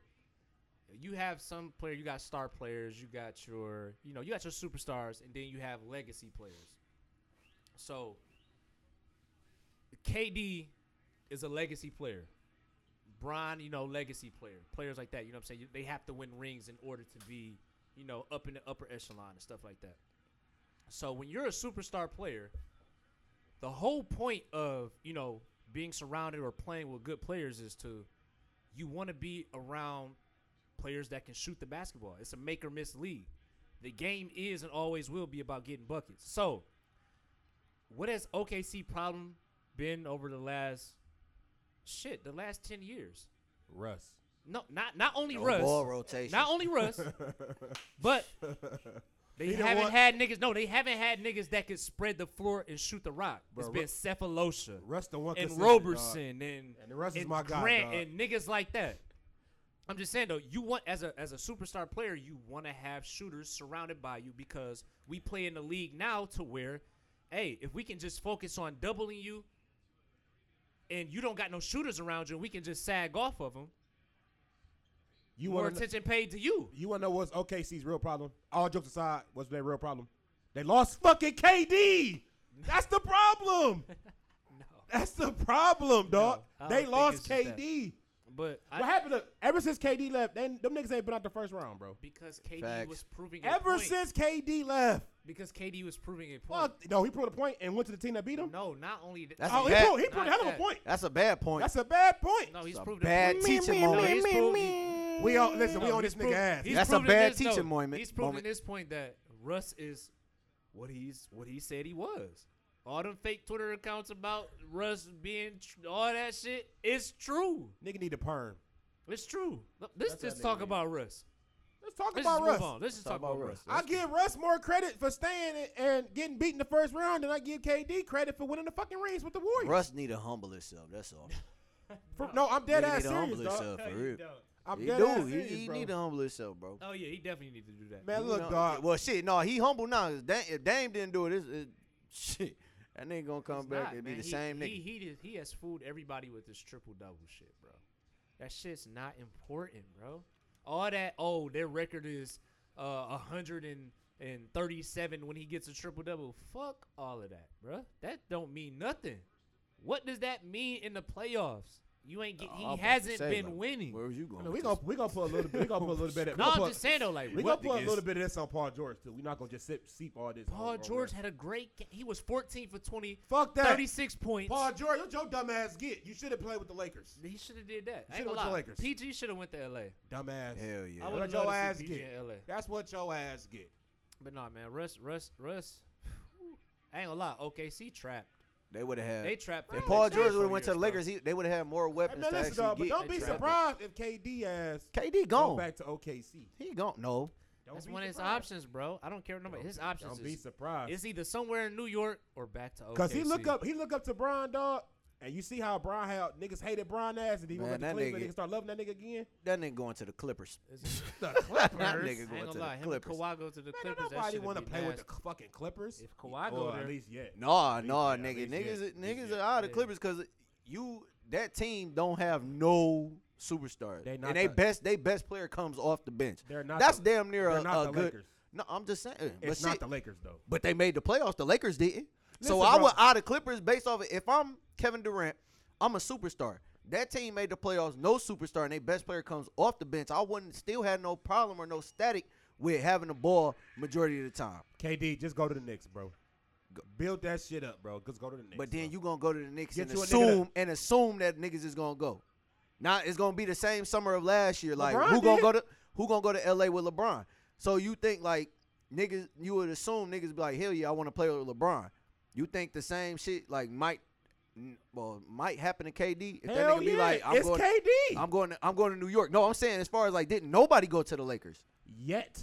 [SPEAKER 5] you have some player, you got star players, you got your, you know, you got your superstars, and then you have legacy players. So KD is a legacy player. Bron, you know, legacy player. Players like that, you know what I'm saying? You- They have to win rings in order to be, you know, up in the upper echelon and stuff like that. So when you're a superstar player, the whole point of you know being surrounded or playing with good players is to you want to be around players that can shoot the basketball. It's a make or miss league. The game is and always will be about getting buckets. So, what has OKC problem been over the last shit, the last 10 years?
[SPEAKER 2] Russ.
[SPEAKER 5] No, not not only
[SPEAKER 3] No
[SPEAKER 5] Russ.
[SPEAKER 3] ball rotation.
[SPEAKER 5] Not only Russ, but they
[SPEAKER 2] He the
[SPEAKER 5] haven't
[SPEAKER 2] one-
[SPEAKER 5] had niggas. No, they haven't had niggas that could spread the floor and shoot the rock.
[SPEAKER 2] Bro,
[SPEAKER 5] it's been
[SPEAKER 2] Ru-
[SPEAKER 5] Cephalosha
[SPEAKER 2] Russ the one
[SPEAKER 5] and
[SPEAKER 2] consistent, dog.
[SPEAKER 5] Roberson and
[SPEAKER 2] And the Russ is
[SPEAKER 5] and
[SPEAKER 2] my guy,
[SPEAKER 5] Grant
[SPEAKER 2] dog.
[SPEAKER 5] and niggas like that. I'm just saying though, you want as a as a superstar player, you want to have shooters surrounded by you because we play in the league now to where, hey, if we can just focus on doubling you, and you don't got no shooters around you, and we can just sag off of them.
[SPEAKER 2] You
[SPEAKER 5] more
[SPEAKER 2] want to
[SPEAKER 5] attention paid to you.
[SPEAKER 2] you want to know what's OKC's real problem? All jokes aside, what's their real problem? They lost fucking KD. That's the problem.
[SPEAKER 5] No,
[SPEAKER 2] That's the problem, dog.
[SPEAKER 5] I don't
[SPEAKER 2] they
[SPEAKER 5] think
[SPEAKER 2] lost
[SPEAKER 5] it's just that.
[SPEAKER 2] KD.
[SPEAKER 5] but
[SPEAKER 2] what
[SPEAKER 5] I,
[SPEAKER 2] happened to ever since KD left? They, them niggas ain't been out the first round, bro.
[SPEAKER 5] because KD
[SPEAKER 3] Facts.
[SPEAKER 5] was proving a
[SPEAKER 2] Ever
[SPEAKER 5] point.
[SPEAKER 2] since KD left,
[SPEAKER 5] because KD was proving a point.
[SPEAKER 2] fuck. No, he proved a point and went to the team that beat him.
[SPEAKER 5] No, not only that.
[SPEAKER 3] That's
[SPEAKER 2] oh, he
[SPEAKER 3] bad.
[SPEAKER 2] proved, he proved a hell of a
[SPEAKER 5] Not
[SPEAKER 2] point.
[SPEAKER 3] That's a bad point.
[SPEAKER 2] That's a bad point.
[SPEAKER 5] no, he's
[SPEAKER 3] a
[SPEAKER 5] proved
[SPEAKER 3] bad
[SPEAKER 5] a point.
[SPEAKER 3] teaching moment.
[SPEAKER 5] he's proved-
[SPEAKER 2] We all listen.
[SPEAKER 5] No,
[SPEAKER 2] we on
[SPEAKER 5] he's
[SPEAKER 2] this
[SPEAKER 5] prov-
[SPEAKER 2] nigga ass.
[SPEAKER 5] he's
[SPEAKER 3] That's a
[SPEAKER 5] proving
[SPEAKER 3] bad
[SPEAKER 5] this,
[SPEAKER 3] teaching
[SPEAKER 5] no,
[SPEAKER 3] moment-
[SPEAKER 5] He's proving
[SPEAKER 3] moment.
[SPEAKER 5] this point that Russ is what he's what he said he was. All them fake Twitter accounts about Russ being tr- all that shit is true.
[SPEAKER 2] Nigga need a perm.
[SPEAKER 5] It's true. Look, Let's
[SPEAKER 2] That's how
[SPEAKER 5] just
[SPEAKER 2] nigga
[SPEAKER 5] talk
[SPEAKER 2] is.
[SPEAKER 5] about Russ.
[SPEAKER 2] Let's talk
[SPEAKER 5] Let's just
[SPEAKER 2] about
[SPEAKER 5] move
[SPEAKER 2] Russ.
[SPEAKER 5] on. Let's just
[SPEAKER 3] Talk
[SPEAKER 5] talk
[SPEAKER 3] about
[SPEAKER 5] about
[SPEAKER 3] Russ.
[SPEAKER 5] Russ.
[SPEAKER 2] I give Russ more credit for staying and- and getting beat in the first round than I give KD credit for winning the fucking rings with the Warriors.
[SPEAKER 3] Russ need to humble himself. That's all.
[SPEAKER 2] For- no, I'm dead
[SPEAKER 3] Nigga
[SPEAKER 2] ass
[SPEAKER 3] need to humble
[SPEAKER 2] serious, dog.
[SPEAKER 3] himself for real.
[SPEAKER 2] I'm
[SPEAKER 3] He
[SPEAKER 2] dead
[SPEAKER 3] do.
[SPEAKER 2] ass
[SPEAKER 3] He,
[SPEAKER 2] serious,
[SPEAKER 3] he
[SPEAKER 2] bro.
[SPEAKER 3] need to humble himself, bro.
[SPEAKER 5] Oh yeah, he definitely need to do that.
[SPEAKER 2] Man,
[SPEAKER 3] You
[SPEAKER 2] look,
[SPEAKER 3] know,
[SPEAKER 2] dog.
[SPEAKER 3] Well, shit. No, he humble now. If Dame, if Dame didn't do it, it's, it shit. That nigga gonna come
[SPEAKER 5] It's
[SPEAKER 3] back
[SPEAKER 5] not,
[SPEAKER 3] and
[SPEAKER 5] man.
[SPEAKER 3] be the
[SPEAKER 5] He-
[SPEAKER 3] same
[SPEAKER 5] he,
[SPEAKER 3] nigga.
[SPEAKER 5] He, did- he has fooled everybody with this triple double shit, bro. That shit's not important, bro. All that oh, their record is uh hundred and and thirty-seven when he gets a triple double. Fuck all of that, bro. That don't mean nothing. What does that mean in the playoffs? You ain't get.
[SPEAKER 3] Oh,
[SPEAKER 5] He
[SPEAKER 3] I was about to
[SPEAKER 5] hasn't
[SPEAKER 3] say,
[SPEAKER 5] been
[SPEAKER 3] like,
[SPEAKER 5] winning.
[SPEAKER 3] Where was you going?
[SPEAKER 2] No, we
[SPEAKER 3] with
[SPEAKER 2] gonna
[SPEAKER 3] this?
[SPEAKER 2] we gonna put a little bit. We gonna put a little bit. Of, we
[SPEAKER 5] No,
[SPEAKER 2] gonna
[SPEAKER 5] I'm
[SPEAKER 2] put-
[SPEAKER 5] just saying though, like
[SPEAKER 2] We
[SPEAKER 5] what
[SPEAKER 2] gonna put a
[SPEAKER 4] niggas-
[SPEAKER 2] little bit of this on Paul George too. We're not gonna just sip, seep all this. on-
[SPEAKER 5] Paul
[SPEAKER 2] on
[SPEAKER 5] George
[SPEAKER 2] Russ.
[SPEAKER 5] had a great. Game. He was 14 for 20,
[SPEAKER 2] Fuck that.
[SPEAKER 5] 36 points.
[SPEAKER 2] Paul George, what your dumb ass get? You should have played with the Lakers.
[SPEAKER 5] he should have did that.
[SPEAKER 2] Shoulda
[SPEAKER 5] I ain't gonna
[SPEAKER 2] went to
[SPEAKER 5] lie.
[SPEAKER 2] Lakers.
[SPEAKER 5] PG should have went to LA.
[SPEAKER 2] Dumb ass.
[SPEAKER 3] Hell yeah.
[SPEAKER 5] I
[SPEAKER 2] What
[SPEAKER 5] would
[SPEAKER 2] your
[SPEAKER 5] love to
[SPEAKER 2] ass
[SPEAKER 5] see
[SPEAKER 2] get?
[SPEAKER 5] PG in LA.
[SPEAKER 2] That's what your ass get.
[SPEAKER 5] But nah, man, Russ, Russ, Russ. I ain't gonna lie, OKC trapped.
[SPEAKER 3] They would have had.
[SPEAKER 5] They trapped.
[SPEAKER 3] if
[SPEAKER 5] them
[SPEAKER 3] Paul
[SPEAKER 5] next
[SPEAKER 3] George
[SPEAKER 5] four
[SPEAKER 3] would have went to
[SPEAKER 5] years,
[SPEAKER 3] the
[SPEAKER 5] bro.
[SPEAKER 3] Lakers, he, they would have had more
[SPEAKER 2] Hey,
[SPEAKER 3] weapons
[SPEAKER 2] man,
[SPEAKER 3] to
[SPEAKER 2] listen,
[SPEAKER 3] actually
[SPEAKER 2] dog, but
[SPEAKER 3] get.
[SPEAKER 2] don't be
[SPEAKER 5] trapped.
[SPEAKER 2] surprised if KD ass
[SPEAKER 3] KD
[SPEAKER 2] go
[SPEAKER 3] gone.
[SPEAKER 2] back to OKC.
[SPEAKER 3] He gone. No.
[SPEAKER 2] Don't
[SPEAKER 5] That's
[SPEAKER 2] be
[SPEAKER 5] one of his
[SPEAKER 2] surprised.
[SPEAKER 5] options, bro. I don't care what nobody. His options
[SPEAKER 2] Don't be
[SPEAKER 5] is
[SPEAKER 2] surprised.
[SPEAKER 5] it's either somewhere in New York or back to OKC.
[SPEAKER 2] Cause he look up, he look up to Brian dog, and you see how Brian how niggas hated Brian ass, and he
[SPEAKER 3] Man,
[SPEAKER 2] went to
[SPEAKER 3] that
[SPEAKER 2] Cleveland.
[SPEAKER 3] nigga-
[SPEAKER 2] Niggas start loving that nigga again.
[SPEAKER 3] That nigga going to the Clippers.
[SPEAKER 5] It's-
[SPEAKER 2] The
[SPEAKER 3] that
[SPEAKER 2] Clippers. Man,
[SPEAKER 3] nigga
[SPEAKER 5] I
[SPEAKER 3] going
[SPEAKER 5] ain't
[SPEAKER 3] to
[SPEAKER 5] gonna lie,
[SPEAKER 3] the
[SPEAKER 5] him and
[SPEAKER 3] Clippers.
[SPEAKER 5] Kawhi go to the
[SPEAKER 2] don't
[SPEAKER 5] Clippers.
[SPEAKER 2] nobody
[SPEAKER 5] want to
[SPEAKER 2] play with the fucking Clippers.
[SPEAKER 5] If Kawhi go
[SPEAKER 2] Or
[SPEAKER 5] there,
[SPEAKER 2] at least yet.
[SPEAKER 3] Nah,
[SPEAKER 2] At least
[SPEAKER 3] nah,
[SPEAKER 2] yet, at
[SPEAKER 3] nigga,
[SPEAKER 2] least yet,
[SPEAKER 3] niggas,
[SPEAKER 2] at least
[SPEAKER 3] niggas
[SPEAKER 2] yet.
[SPEAKER 3] are out of
[SPEAKER 5] Yeah.
[SPEAKER 3] Clippers because you that team don't have no superstars,
[SPEAKER 2] They not
[SPEAKER 3] and they
[SPEAKER 2] the-
[SPEAKER 3] best they best player comes off the bench.
[SPEAKER 2] They're not
[SPEAKER 3] That's
[SPEAKER 2] the-
[SPEAKER 3] damn near
[SPEAKER 2] they're
[SPEAKER 3] a,
[SPEAKER 2] not
[SPEAKER 3] a
[SPEAKER 2] the
[SPEAKER 3] good.
[SPEAKER 2] Lakers.
[SPEAKER 3] No, I'm just saying, but
[SPEAKER 2] It's
[SPEAKER 3] shit,
[SPEAKER 2] not the Lakers though.
[SPEAKER 3] but they made the playoffs. The Lakers didn't. so
[SPEAKER 2] Listen,
[SPEAKER 3] I
[SPEAKER 2] bro.
[SPEAKER 3] would out of Clippers based off. Of, if I'm Kevin Durant, I'm a superstar. That team made the playoffs, no superstar, and their best player comes off the bench. I wouldn't still had no problem or no static with having the ball majority of the time.
[SPEAKER 2] KD, just go to the Knicks, bro. Build that shit up, bro. Just go to the Knicks.
[SPEAKER 3] But then
[SPEAKER 2] bro.
[SPEAKER 3] you gonna go to the Knicks
[SPEAKER 2] Get
[SPEAKER 3] and
[SPEAKER 2] you a nigga that-
[SPEAKER 3] assume and assume that niggas is gonna go. Now it's gonna be the same summer of last year. Like
[SPEAKER 2] LeBron
[SPEAKER 3] who gonna
[SPEAKER 2] did.
[SPEAKER 3] go to who gonna go to LA with LeBron? So you think like niggas you would assume niggas be like, hell yeah, I wanna play with LeBron. You think the same shit like might n- well might happen to KD if that
[SPEAKER 2] Hell
[SPEAKER 3] nigga
[SPEAKER 2] yeah.
[SPEAKER 3] be like I'm
[SPEAKER 2] it's
[SPEAKER 3] going
[SPEAKER 2] KD
[SPEAKER 3] I'm going to, I'm going to New York. No, I'm saying as far as like didn't nobody go to the Lakers.
[SPEAKER 2] yet.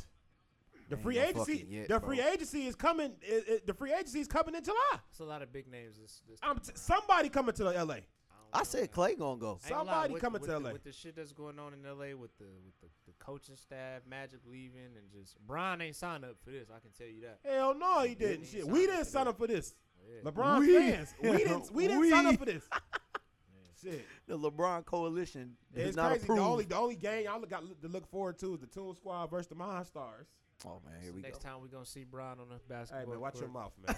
[SPEAKER 2] The
[SPEAKER 3] Ain't
[SPEAKER 2] free
[SPEAKER 3] no
[SPEAKER 2] agency,
[SPEAKER 3] fucking yet,
[SPEAKER 2] the
[SPEAKER 3] bro.
[SPEAKER 2] free agency is coming. i- i- the free agency is coming in July.
[SPEAKER 5] it's a lot of big names. This, this
[SPEAKER 2] I'm
[SPEAKER 5] time
[SPEAKER 2] t-
[SPEAKER 5] around.
[SPEAKER 2] somebody coming to the LA.
[SPEAKER 5] don't
[SPEAKER 3] I
[SPEAKER 5] know,
[SPEAKER 3] said
[SPEAKER 5] man.
[SPEAKER 3] Clay gonna go.
[SPEAKER 5] I ain't gonna lie,
[SPEAKER 2] Somebody
[SPEAKER 5] with-
[SPEAKER 2] coming
[SPEAKER 5] with
[SPEAKER 2] to
[SPEAKER 5] the-
[SPEAKER 2] LA.
[SPEAKER 5] with the shit that's going on in LA with the with the, the coaching staff, Magic leaving, and just Brian ain't signed up for this. I can tell you that.
[SPEAKER 2] Hell no, he
[SPEAKER 5] didn't
[SPEAKER 2] didn't. Shit,
[SPEAKER 5] sign
[SPEAKER 2] we
[SPEAKER 5] up
[SPEAKER 2] didn't
[SPEAKER 5] for
[SPEAKER 2] sign
[SPEAKER 5] this.
[SPEAKER 2] up for this.
[SPEAKER 5] Yeah.
[SPEAKER 2] LeBron
[SPEAKER 3] We-
[SPEAKER 2] fans, we didn't, we didn't sign
[SPEAKER 3] We-
[SPEAKER 2] up for this. Shit,
[SPEAKER 3] The LeBron coalition does
[SPEAKER 2] it's
[SPEAKER 3] not
[SPEAKER 2] crazy.
[SPEAKER 3] approve.
[SPEAKER 2] The only, the only game I got to look forward to is the Toon Squad versus the Mind Stars.
[SPEAKER 3] oh man, here we go.
[SPEAKER 5] Next time we're gonna see Brian on the basketball.
[SPEAKER 2] Hey man, watch
[SPEAKER 5] court.
[SPEAKER 2] your mouth, man.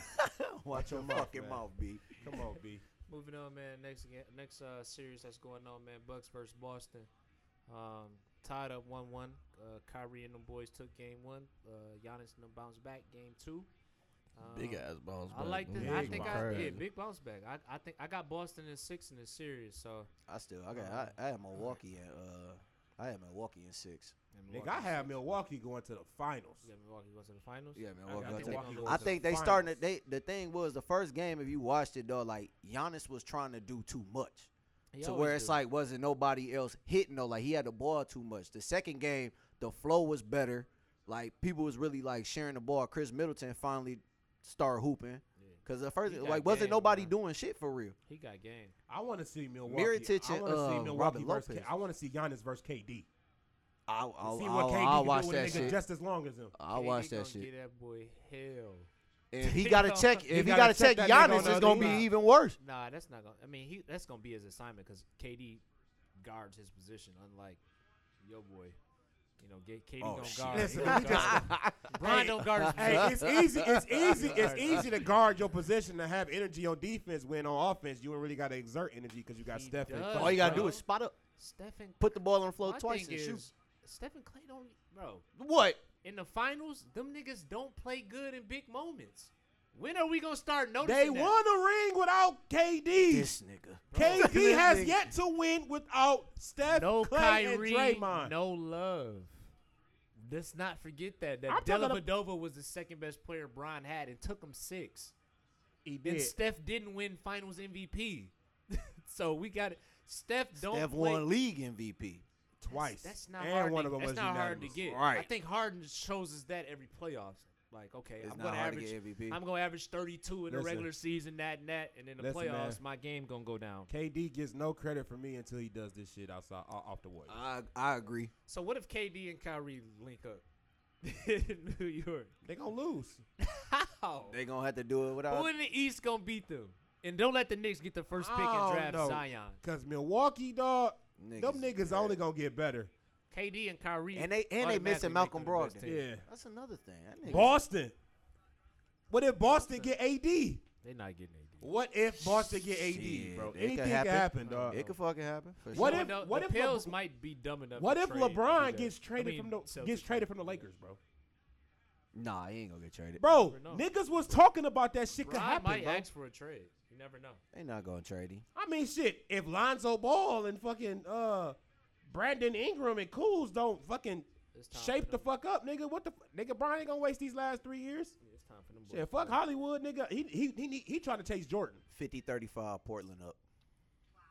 [SPEAKER 3] Watch your
[SPEAKER 2] your mouth,
[SPEAKER 3] fucking
[SPEAKER 2] man.
[SPEAKER 3] mouth, B.
[SPEAKER 2] Come on, B.
[SPEAKER 5] Moving on, man. Next game, next uh, series that's going on, man. Bucks versus Boston. Um, tied up one one. Uh, Kyrie and the boys took game one. Uh, Giannis and them bounced back game two. Um,
[SPEAKER 4] Big ass bones.
[SPEAKER 5] I like this.
[SPEAKER 2] Big
[SPEAKER 5] I think I yeah,
[SPEAKER 4] crazy.
[SPEAKER 5] big bounce back. I, I think I got Boston in six in this series. So
[SPEAKER 3] I still, I got,
[SPEAKER 2] Um,
[SPEAKER 3] I, I had Milwaukee and uh, I had Milwaukee in six.
[SPEAKER 2] Nigga, I have Milwaukee going to the finals.
[SPEAKER 5] Yeah, Milwaukee goes to the finals.
[SPEAKER 3] Yeah,
[SPEAKER 2] I
[SPEAKER 3] Milwaukee.
[SPEAKER 2] got
[SPEAKER 3] I,
[SPEAKER 5] think
[SPEAKER 3] think,
[SPEAKER 5] they-
[SPEAKER 2] Milwaukee
[SPEAKER 5] I
[SPEAKER 2] going
[SPEAKER 3] I
[SPEAKER 2] to
[SPEAKER 3] think
[SPEAKER 2] the
[SPEAKER 3] they starting.
[SPEAKER 2] finals.
[SPEAKER 3] To, they the thing was the first game. If you watched it though, like Giannis was trying to do too much,
[SPEAKER 5] He
[SPEAKER 3] to
[SPEAKER 5] always
[SPEAKER 3] where it's
[SPEAKER 5] do.
[SPEAKER 3] like wasn't nobody else hitting though. Like he had the ball too much. The second game, the flow was better. Like people was really like sharing the ball. Chris Middleton finally start hooping
[SPEAKER 5] Yeah.
[SPEAKER 3] because the first
[SPEAKER 5] He got
[SPEAKER 3] like wasn't
[SPEAKER 5] game,
[SPEAKER 3] nobody
[SPEAKER 5] man.
[SPEAKER 3] doing shit for real.
[SPEAKER 5] he got game.
[SPEAKER 2] I want to see Milwaukee.
[SPEAKER 3] Miritich
[SPEAKER 2] I
[SPEAKER 3] and,
[SPEAKER 2] want to
[SPEAKER 3] uh,
[SPEAKER 2] see Milwaukee
[SPEAKER 3] Robin
[SPEAKER 2] versus. K-
[SPEAKER 3] Lopez.
[SPEAKER 2] I want to see Giannis versus KD.
[SPEAKER 3] I'll, I'll,
[SPEAKER 2] See what
[SPEAKER 3] I'll,
[SPEAKER 2] KD
[SPEAKER 3] I'll
[SPEAKER 2] can
[SPEAKER 3] watch
[SPEAKER 2] do when a
[SPEAKER 3] that
[SPEAKER 2] nigga
[SPEAKER 3] shit.
[SPEAKER 2] just as long as him.
[SPEAKER 3] I'll
[SPEAKER 5] KD
[SPEAKER 3] watch
[SPEAKER 5] gonna
[SPEAKER 3] that shit.
[SPEAKER 5] Get that boy hell.
[SPEAKER 3] If he
[SPEAKER 5] He
[SPEAKER 3] got to
[SPEAKER 5] gonna-
[SPEAKER 3] check,
[SPEAKER 5] he
[SPEAKER 3] if he
[SPEAKER 2] gotta
[SPEAKER 3] got to
[SPEAKER 2] check that
[SPEAKER 3] check
[SPEAKER 2] nigga on
[SPEAKER 3] Giannis,
[SPEAKER 2] the
[SPEAKER 3] it's
[SPEAKER 2] other
[SPEAKER 3] gonna be
[SPEAKER 2] side.
[SPEAKER 3] even worse.
[SPEAKER 5] Nah, that's not gonna. I mean, he that's gonna be his assignment because KD guards his position, unlike yo boy. You know, get KD
[SPEAKER 2] Oh,
[SPEAKER 5] gonna
[SPEAKER 2] shit.
[SPEAKER 5] guard.
[SPEAKER 2] Listen,
[SPEAKER 5] he gonna
[SPEAKER 2] he just-
[SPEAKER 5] guard. Bron don't guard his
[SPEAKER 2] Hey,
[SPEAKER 5] position.
[SPEAKER 2] it's easy. It's easy. It's easy to guard your position to have energy on defense. When on offense, you don't really got to exert energy because you got
[SPEAKER 5] He
[SPEAKER 2] Steph. and
[SPEAKER 5] does,
[SPEAKER 2] fucking
[SPEAKER 3] All you gotta
[SPEAKER 2] Clay.
[SPEAKER 3] do is spot up,
[SPEAKER 5] Stephen.
[SPEAKER 3] put the ball on the floor
[SPEAKER 5] my
[SPEAKER 3] twice,
[SPEAKER 5] thing
[SPEAKER 3] and shoot.
[SPEAKER 5] is, Stephen Clay don't, bro.
[SPEAKER 3] What?
[SPEAKER 5] In the finals, them niggas don't play good in big moments. When are we gonna start noticing
[SPEAKER 2] They
[SPEAKER 5] that?
[SPEAKER 2] won a ring without KD.
[SPEAKER 3] This nigga.
[SPEAKER 2] KD
[SPEAKER 3] This
[SPEAKER 2] has
[SPEAKER 3] nigga.
[SPEAKER 2] yet to win without Steph,
[SPEAKER 5] no
[SPEAKER 2] Clay,
[SPEAKER 5] Kyrie,
[SPEAKER 2] and Draymond.
[SPEAKER 5] no love. Let's not forget that
[SPEAKER 2] I'm
[SPEAKER 5] that
[SPEAKER 2] talking
[SPEAKER 5] Dellavedova was the second best player Bron had and took him six.
[SPEAKER 2] he did.
[SPEAKER 5] And Steph didn't win Finals MVP, so we got it. Steph don't
[SPEAKER 3] Steph
[SPEAKER 5] play.
[SPEAKER 3] won league MVP.
[SPEAKER 2] twice.
[SPEAKER 5] That's not
[SPEAKER 2] and
[SPEAKER 5] hard.
[SPEAKER 2] one
[SPEAKER 5] to,
[SPEAKER 2] of them
[SPEAKER 5] that's
[SPEAKER 2] was
[SPEAKER 5] not hard to
[SPEAKER 2] unanimous.
[SPEAKER 5] get. I
[SPEAKER 3] Right.
[SPEAKER 5] think Harden shows us that every playoffs. Like, okay,
[SPEAKER 3] It's
[SPEAKER 5] I'm
[SPEAKER 3] not
[SPEAKER 5] gonna
[SPEAKER 3] hard to
[SPEAKER 5] average.
[SPEAKER 3] get MVP.
[SPEAKER 5] I'm gonna average 32 in the
[SPEAKER 2] Listen.
[SPEAKER 5] regular season, that and that, and in the
[SPEAKER 2] Listen, man.
[SPEAKER 5] playoffs, my game gonna go down.
[SPEAKER 2] KD gets no credit for me until he does this shit outside o- off the Warriors.
[SPEAKER 3] I I agree.
[SPEAKER 5] So what if KD and Kyrie link up in New York?
[SPEAKER 2] they gonna lose.
[SPEAKER 5] How?
[SPEAKER 3] They uh, gonna have to do it without.
[SPEAKER 5] Who in the East gonna beat them? And don't let the Knicks get the first pick
[SPEAKER 2] Oh,
[SPEAKER 5] and draft
[SPEAKER 2] no.
[SPEAKER 5] Zion.
[SPEAKER 2] Cause Milwaukee dog, them
[SPEAKER 3] Niggas.
[SPEAKER 2] niggas only gonna get better.
[SPEAKER 5] KD and Kyrie.
[SPEAKER 3] And they- and they
[SPEAKER 5] automatically
[SPEAKER 3] missing
[SPEAKER 5] make
[SPEAKER 3] Malcolm
[SPEAKER 5] them the best
[SPEAKER 3] Brogdon.
[SPEAKER 5] team.
[SPEAKER 2] Yeah.
[SPEAKER 3] That's another thing. That nigga-
[SPEAKER 2] Boston. What if Boston get AD?
[SPEAKER 5] They not getting AD.
[SPEAKER 2] What if Boston get AD,
[SPEAKER 3] Shit,
[SPEAKER 2] bro?
[SPEAKER 3] it could
[SPEAKER 2] Anything can
[SPEAKER 3] happen.
[SPEAKER 2] happen, dog.
[SPEAKER 3] It could fucking happen. for
[SPEAKER 2] What
[SPEAKER 5] You
[SPEAKER 3] sure.
[SPEAKER 2] if-
[SPEAKER 5] know, the-
[SPEAKER 2] what
[SPEAKER 5] the
[SPEAKER 2] if
[SPEAKER 5] Pels
[SPEAKER 2] LeBron-
[SPEAKER 5] might be dumb enough?
[SPEAKER 2] What
[SPEAKER 5] to
[SPEAKER 2] if
[SPEAKER 5] trade
[SPEAKER 2] LeBron
[SPEAKER 5] Kuzma?
[SPEAKER 2] gets traded
[SPEAKER 5] I mean,
[SPEAKER 2] from the
[SPEAKER 5] Celtics.
[SPEAKER 2] gets traded from the Lakers, bro?
[SPEAKER 3] Nah, he ain't gonna get traded.
[SPEAKER 2] Bro,
[SPEAKER 5] never know.
[SPEAKER 2] niggas was talking about that shit could
[SPEAKER 5] Bron
[SPEAKER 2] happen,
[SPEAKER 5] might
[SPEAKER 2] bro.
[SPEAKER 5] ask for a trade. You never know.
[SPEAKER 3] They not gonna trade him.
[SPEAKER 2] I mean, shit. If Lonzo Ball and fucking uh, Brandon Ingram and Cools don't fucking
[SPEAKER 5] It's time
[SPEAKER 2] shape
[SPEAKER 5] for
[SPEAKER 2] the
[SPEAKER 5] them.
[SPEAKER 2] fuck up, nigga. What the f- nigga? Brian ain't gonna waste these last three years.
[SPEAKER 5] Yeah, It's time for them.
[SPEAKER 2] Shit,
[SPEAKER 5] boys.
[SPEAKER 2] fuck Hollywood, nigga. He he he need- he trying to chase Jordan.
[SPEAKER 3] 50-35 Portland up.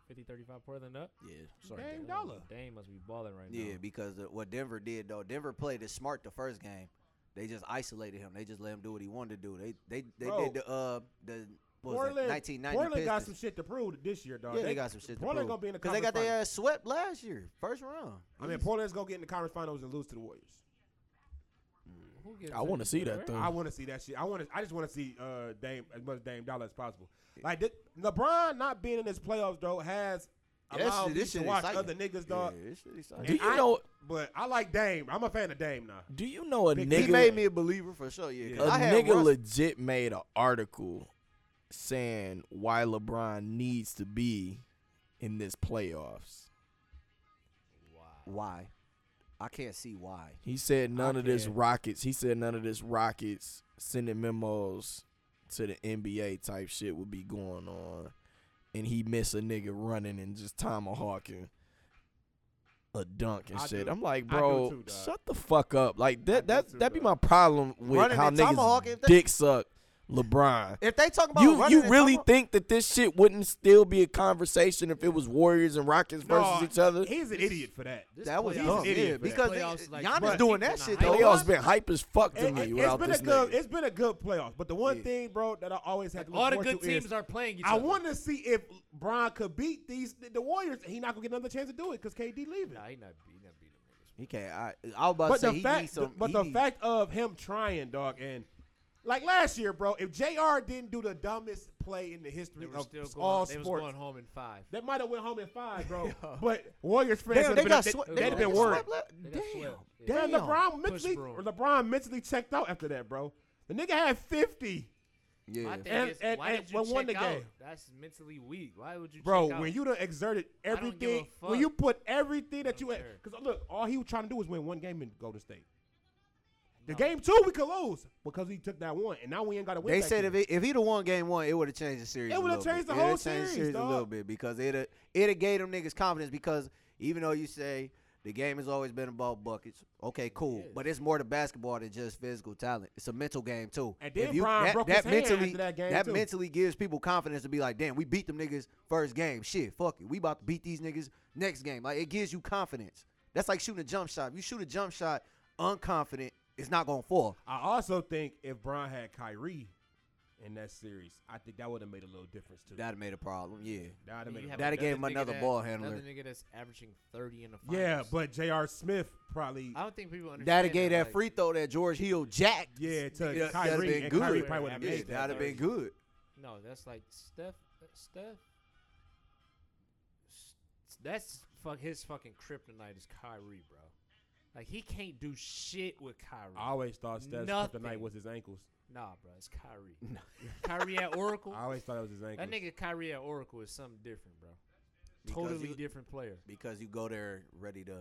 [SPEAKER 5] 50, 35 Portland up.
[SPEAKER 3] Yeah.
[SPEAKER 5] Sorry,
[SPEAKER 2] Dame
[SPEAKER 5] Dame.
[SPEAKER 2] Dollar.
[SPEAKER 5] Dame must be balling right now.
[SPEAKER 3] Yeah, because the, what Denver did though, Denver played it smart the first game. They just isolated him. They just let him do what he wanted to do. They they they
[SPEAKER 2] Bro.
[SPEAKER 3] did the uh the what was that,
[SPEAKER 2] Portland,
[SPEAKER 3] 1990
[SPEAKER 2] Portland got some
[SPEAKER 3] Pistons.
[SPEAKER 2] shit to prove this year, dog.
[SPEAKER 3] yeah, they got some shit. to
[SPEAKER 2] Portland gonna
[SPEAKER 3] prove.
[SPEAKER 2] be in the
[SPEAKER 3] 'Cause they
[SPEAKER 2] conference
[SPEAKER 3] got their
[SPEAKER 2] finals.
[SPEAKER 3] ass swept last year, first round.
[SPEAKER 2] I mean, Portland's gonna get in the conference finals and lose to the Warriors.
[SPEAKER 5] Who gives
[SPEAKER 1] I
[SPEAKER 5] a
[SPEAKER 1] want to
[SPEAKER 5] shit?
[SPEAKER 1] see that
[SPEAKER 5] Right?
[SPEAKER 1] though.
[SPEAKER 2] I want to see that shit. I want to. I just want to see uh, Dame as much Dame Dollar as possible. Like th- LeBron not being in this playoffs though has
[SPEAKER 3] Yeah,
[SPEAKER 2] allowed
[SPEAKER 3] shit-
[SPEAKER 2] me
[SPEAKER 3] this
[SPEAKER 2] to
[SPEAKER 3] shit
[SPEAKER 2] watch
[SPEAKER 3] exciting.
[SPEAKER 2] other niggas, dog.
[SPEAKER 3] Yeah, this shit exciting.
[SPEAKER 1] do you
[SPEAKER 2] I-
[SPEAKER 1] know?
[SPEAKER 2] But I like Dame. I'm a fan of Dame now.
[SPEAKER 1] Do you know a
[SPEAKER 2] Big-
[SPEAKER 1] nigga?
[SPEAKER 3] he made me a believer for sure. Yeah, 'cause
[SPEAKER 1] A
[SPEAKER 3] I had
[SPEAKER 1] nigga
[SPEAKER 3] Russ-
[SPEAKER 1] legit made an article saying why LeBron needs to be in this playoffs.
[SPEAKER 3] why? I can't see why.
[SPEAKER 1] He said none of this
[SPEAKER 2] can't.
[SPEAKER 1] Rockets. He said none of this Rockets sending memos to the NBA type shit would be going on, and he missed a nigga running and just tomahawking a dunk and
[SPEAKER 2] I
[SPEAKER 1] shit.
[SPEAKER 2] do-
[SPEAKER 1] I'm like,
[SPEAKER 2] I do
[SPEAKER 1] bro,
[SPEAKER 2] too, dog.
[SPEAKER 1] shut the fuck up. Like
[SPEAKER 2] I
[SPEAKER 1] that
[SPEAKER 2] do
[SPEAKER 1] that
[SPEAKER 2] too,
[SPEAKER 1] that be
[SPEAKER 2] dog.
[SPEAKER 1] my problem with
[SPEAKER 3] Running
[SPEAKER 1] how
[SPEAKER 3] and tomahawking,
[SPEAKER 1] niggas
[SPEAKER 3] if they-
[SPEAKER 1] dick suck LeBron.
[SPEAKER 3] If they talking about
[SPEAKER 1] You
[SPEAKER 3] running
[SPEAKER 1] you
[SPEAKER 3] and
[SPEAKER 1] really
[SPEAKER 3] talking-
[SPEAKER 1] think that this shit wouldn't still be a conversation if it was Warriors and Rockets versus
[SPEAKER 2] No,
[SPEAKER 1] each other?
[SPEAKER 2] He's an idiot for that.
[SPEAKER 5] This
[SPEAKER 3] that was
[SPEAKER 5] playoffs-
[SPEAKER 3] dumb?
[SPEAKER 2] an idiot for
[SPEAKER 3] Yeah,
[SPEAKER 2] that.
[SPEAKER 3] because they,
[SPEAKER 5] Playoffs, like,
[SPEAKER 3] Giannis
[SPEAKER 2] but-
[SPEAKER 3] doing that shit though.
[SPEAKER 5] Playoffs
[SPEAKER 1] Playoffs been hype as fuck to
[SPEAKER 2] It,
[SPEAKER 1] me
[SPEAKER 2] has
[SPEAKER 1] without
[SPEAKER 2] been a
[SPEAKER 1] this
[SPEAKER 2] good.
[SPEAKER 1] nigga.
[SPEAKER 2] It's been a good playoff. But the one thing, bro, that I always have to look
[SPEAKER 5] All the
[SPEAKER 2] forward
[SPEAKER 5] good
[SPEAKER 2] to is
[SPEAKER 5] teams are playing each
[SPEAKER 2] I
[SPEAKER 5] other.
[SPEAKER 2] want to see if Bron could beat these the Warriors. He not gonna get another chance to do it because KD leaving.
[SPEAKER 5] Nah, he not beat. He not beat them niggas.
[SPEAKER 3] He can't. I, I was about to
[SPEAKER 2] But
[SPEAKER 3] say
[SPEAKER 2] the
[SPEAKER 3] he
[SPEAKER 2] fact,
[SPEAKER 3] needs some.
[SPEAKER 2] but
[SPEAKER 3] he
[SPEAKER 2] the
[SPEAKER 3] needs-
[SPEAKER 2] fact of him trying, dog, and like last year, bro, if Jr. didn't do the dumbest play in the history
[SPEAKER 5] They were
[SPEAKER 2] of
[SPEAKER 5] still going.
[SPEAKER 2] all
[SPEAKER 5] they was
[SPEAKER 2] sports,
[SPEAKER 5] going home in five.
[SPEAKER 2] that might have went home in five, bro. but Warriors fans,
[SPEAKER 3] damn,
[SPEAKER 2] would've
[SPEAKER 3] they
[SPEAKER 2] been-
[SPEAKER 3] got
[SPEAKER 2] they-
[SPEAKER 3] swept.
[SPEAKER 2] they'd
[SPEAKER 5] they
[SPEAKER 2] have
[SPEAKER 5] got
[SPEAKER 2] been
[SPEAKER 5] swept.
[SPEAKER 2] worried.
[SPEAKER 5] They
[SPEAKER 3] Damn.
[SPEAKER 5] got swept. Yeah.
[SPEAKER 3] Damn.
[SPEAKER 2] Damn, LeBron
[SPEAKER 5] Push
[SPEAKER 2] mentally,
[SPEAKER 5] broom.
[SPEAKER 2] LeBron mentally checked out after that, bro. The nigga had fifty,
[SPEAKER 3] Yeah.
[SPEAKER 5] My thing
[SPEAKER 2] And-
[SPEAKER 5] is,
[SPEAKER 2] and-
[SPEAKER 5] why
[SPEAKER 2] and
[SPEAKER 5] did you
[SPEAKER 2] when won
[SPEAKER 5] check
[SPEAKER 2] the
[SPEAKER 5] out?
[SPEAKER 2] game.
[SPEAKER 5] That's mentally weak. Why would you,
[SPEAKER 2] bro.
[SPEAKER 5] Check out?
[SPEAKER 2] When you done exerted
[SPEAKER 5] uh, don't give a
[SPEAKER 2] everything,
[SPEAKER 5] fuck.
[SPEAKER 2] when you put everything that
[SPEAKER 5] don't
[SPEAKER 2] you had,
[SPEAKER 5] care.
[SPEAKER 2] because look, all he was trying to do was win one game in Golden State. The
[SPEAKER 5] No.
[SPEAKER 2] game two we could lose because he took that one, and now we ain't got to win.
[SPEAKER 3] They
[SPEAKER 2] back
[SPEAKER 3] said
[SPEAKER 2] then.
[SPEAKER 3] if he, if he'd have won game one, it would have changed the series.
[SPEAKER 2] It
[SPEAKER 3] a
[SPEAKER 2] would've
[SPEAKER 3] little
[SPEAKER 2] changed
[SPEAKER 3] bit.
[SPEAKER 2] the whole
[SPEAKER 3] It'd've changed the
[SPEAKER 2] series,
[SPEAKER 3] series a little
[SPEAKER 2] dog.
[SPEAKER 3] bit because it it gave them niggas confidence because even though you say the game has always been about buckets, okay, cool,
[SPEAKER 5] is.
[SPEAKER 3] but it's more to basketball than just physical talent. It's a mental game too.
[SPEAKER 2] And
[SPEAKER 3] If
[SPEAKER 2] then
[SPEAKER 3] you,
[SPEAKER 2] Bron
[SPEAKER 3] that,
[SPEAKER 2] broke
[SPEAKER 3] that
[SPEAKER 2] his hand
[SPEAKER 3] mentally
[SPEAKER 2] after that game, too.
[SPEAKER 3] mentally gives people confidence to be like, damn, we beat them niggas first game. Shit, fuck it, we about to beat these niggas next game. Like it gives you confidence. That's like shooting a jump shot. If you shoot a jump shot unconfident, it's not gonna fall.
[SPEAKER 2] I also think if Bron had Kyrie in that series, I think that would have made a little difference too.
[SPEAKER 3] That made a problem. Yeah.
[SPEAKER 2] That would've
[SPEAKER 5] You
[SPEAKER 2] made a
[SPEAKER 5] have
[SPEAKER 3] That'd
[SPEAKER 5] another
[SPEAKER 3] give him
[SPEAKER 5] nigga
[SPEAKER 3] another
[SPEAKER 5] that-
[SPEAKER 3] ball handler.
[SPEAKER 5] Another nigga that's averaging thirty in the finals.
[SPEAKER 2] yeah, but J.R. Smith probably.
[SPEAKER 5] I don't think people understand.
[SPEAKER 3] That'd gave
[SPEAKER 5] that
[SPEAKER 3] that free throw that George Hill jacked.
[SPEAKER 2] yeah, to
[SPEAKER 3] that'd
[SPEAKER 2] Kyrie,
[SPEAKER 3] been
[SPEAKER 2] and
[SPEAKER 3] good.
[SPEAKER 2] Kyrie probably would
[SPEAKER 5] Yeah,
[SPEAKER 2] have
[SPEAKER 3] Yeah,
[SPEAKER 2] made that.
[SPEAKER 3] that'd have been good.
[SPEAKER 5] Like, no, that's like Steph. Steph. S- That's fuck his fucking kryptonite is Kyrie, bro. Like he can't do shit with Kyrie.
[SPEAKER 2] I always thought Steph's
[SPEAKER 5] Nothing.
[SPEAKER 2] tonight was his ankles.
[SPEAKER 5] nah, bro, it's Kyrie. Kyrie at Oracle.
[SPEAKER 2] I always thought it was his ankles.
[SPEAKER 5] That nigga Kyrie at Oracle is something different, bro.
[SPEAKER 3] Because
[SPEAKER 5] totally
[SPEAKER 3] you-
[SPEAKER 5] different player.
[SPEAKER 3] Because you go there ready to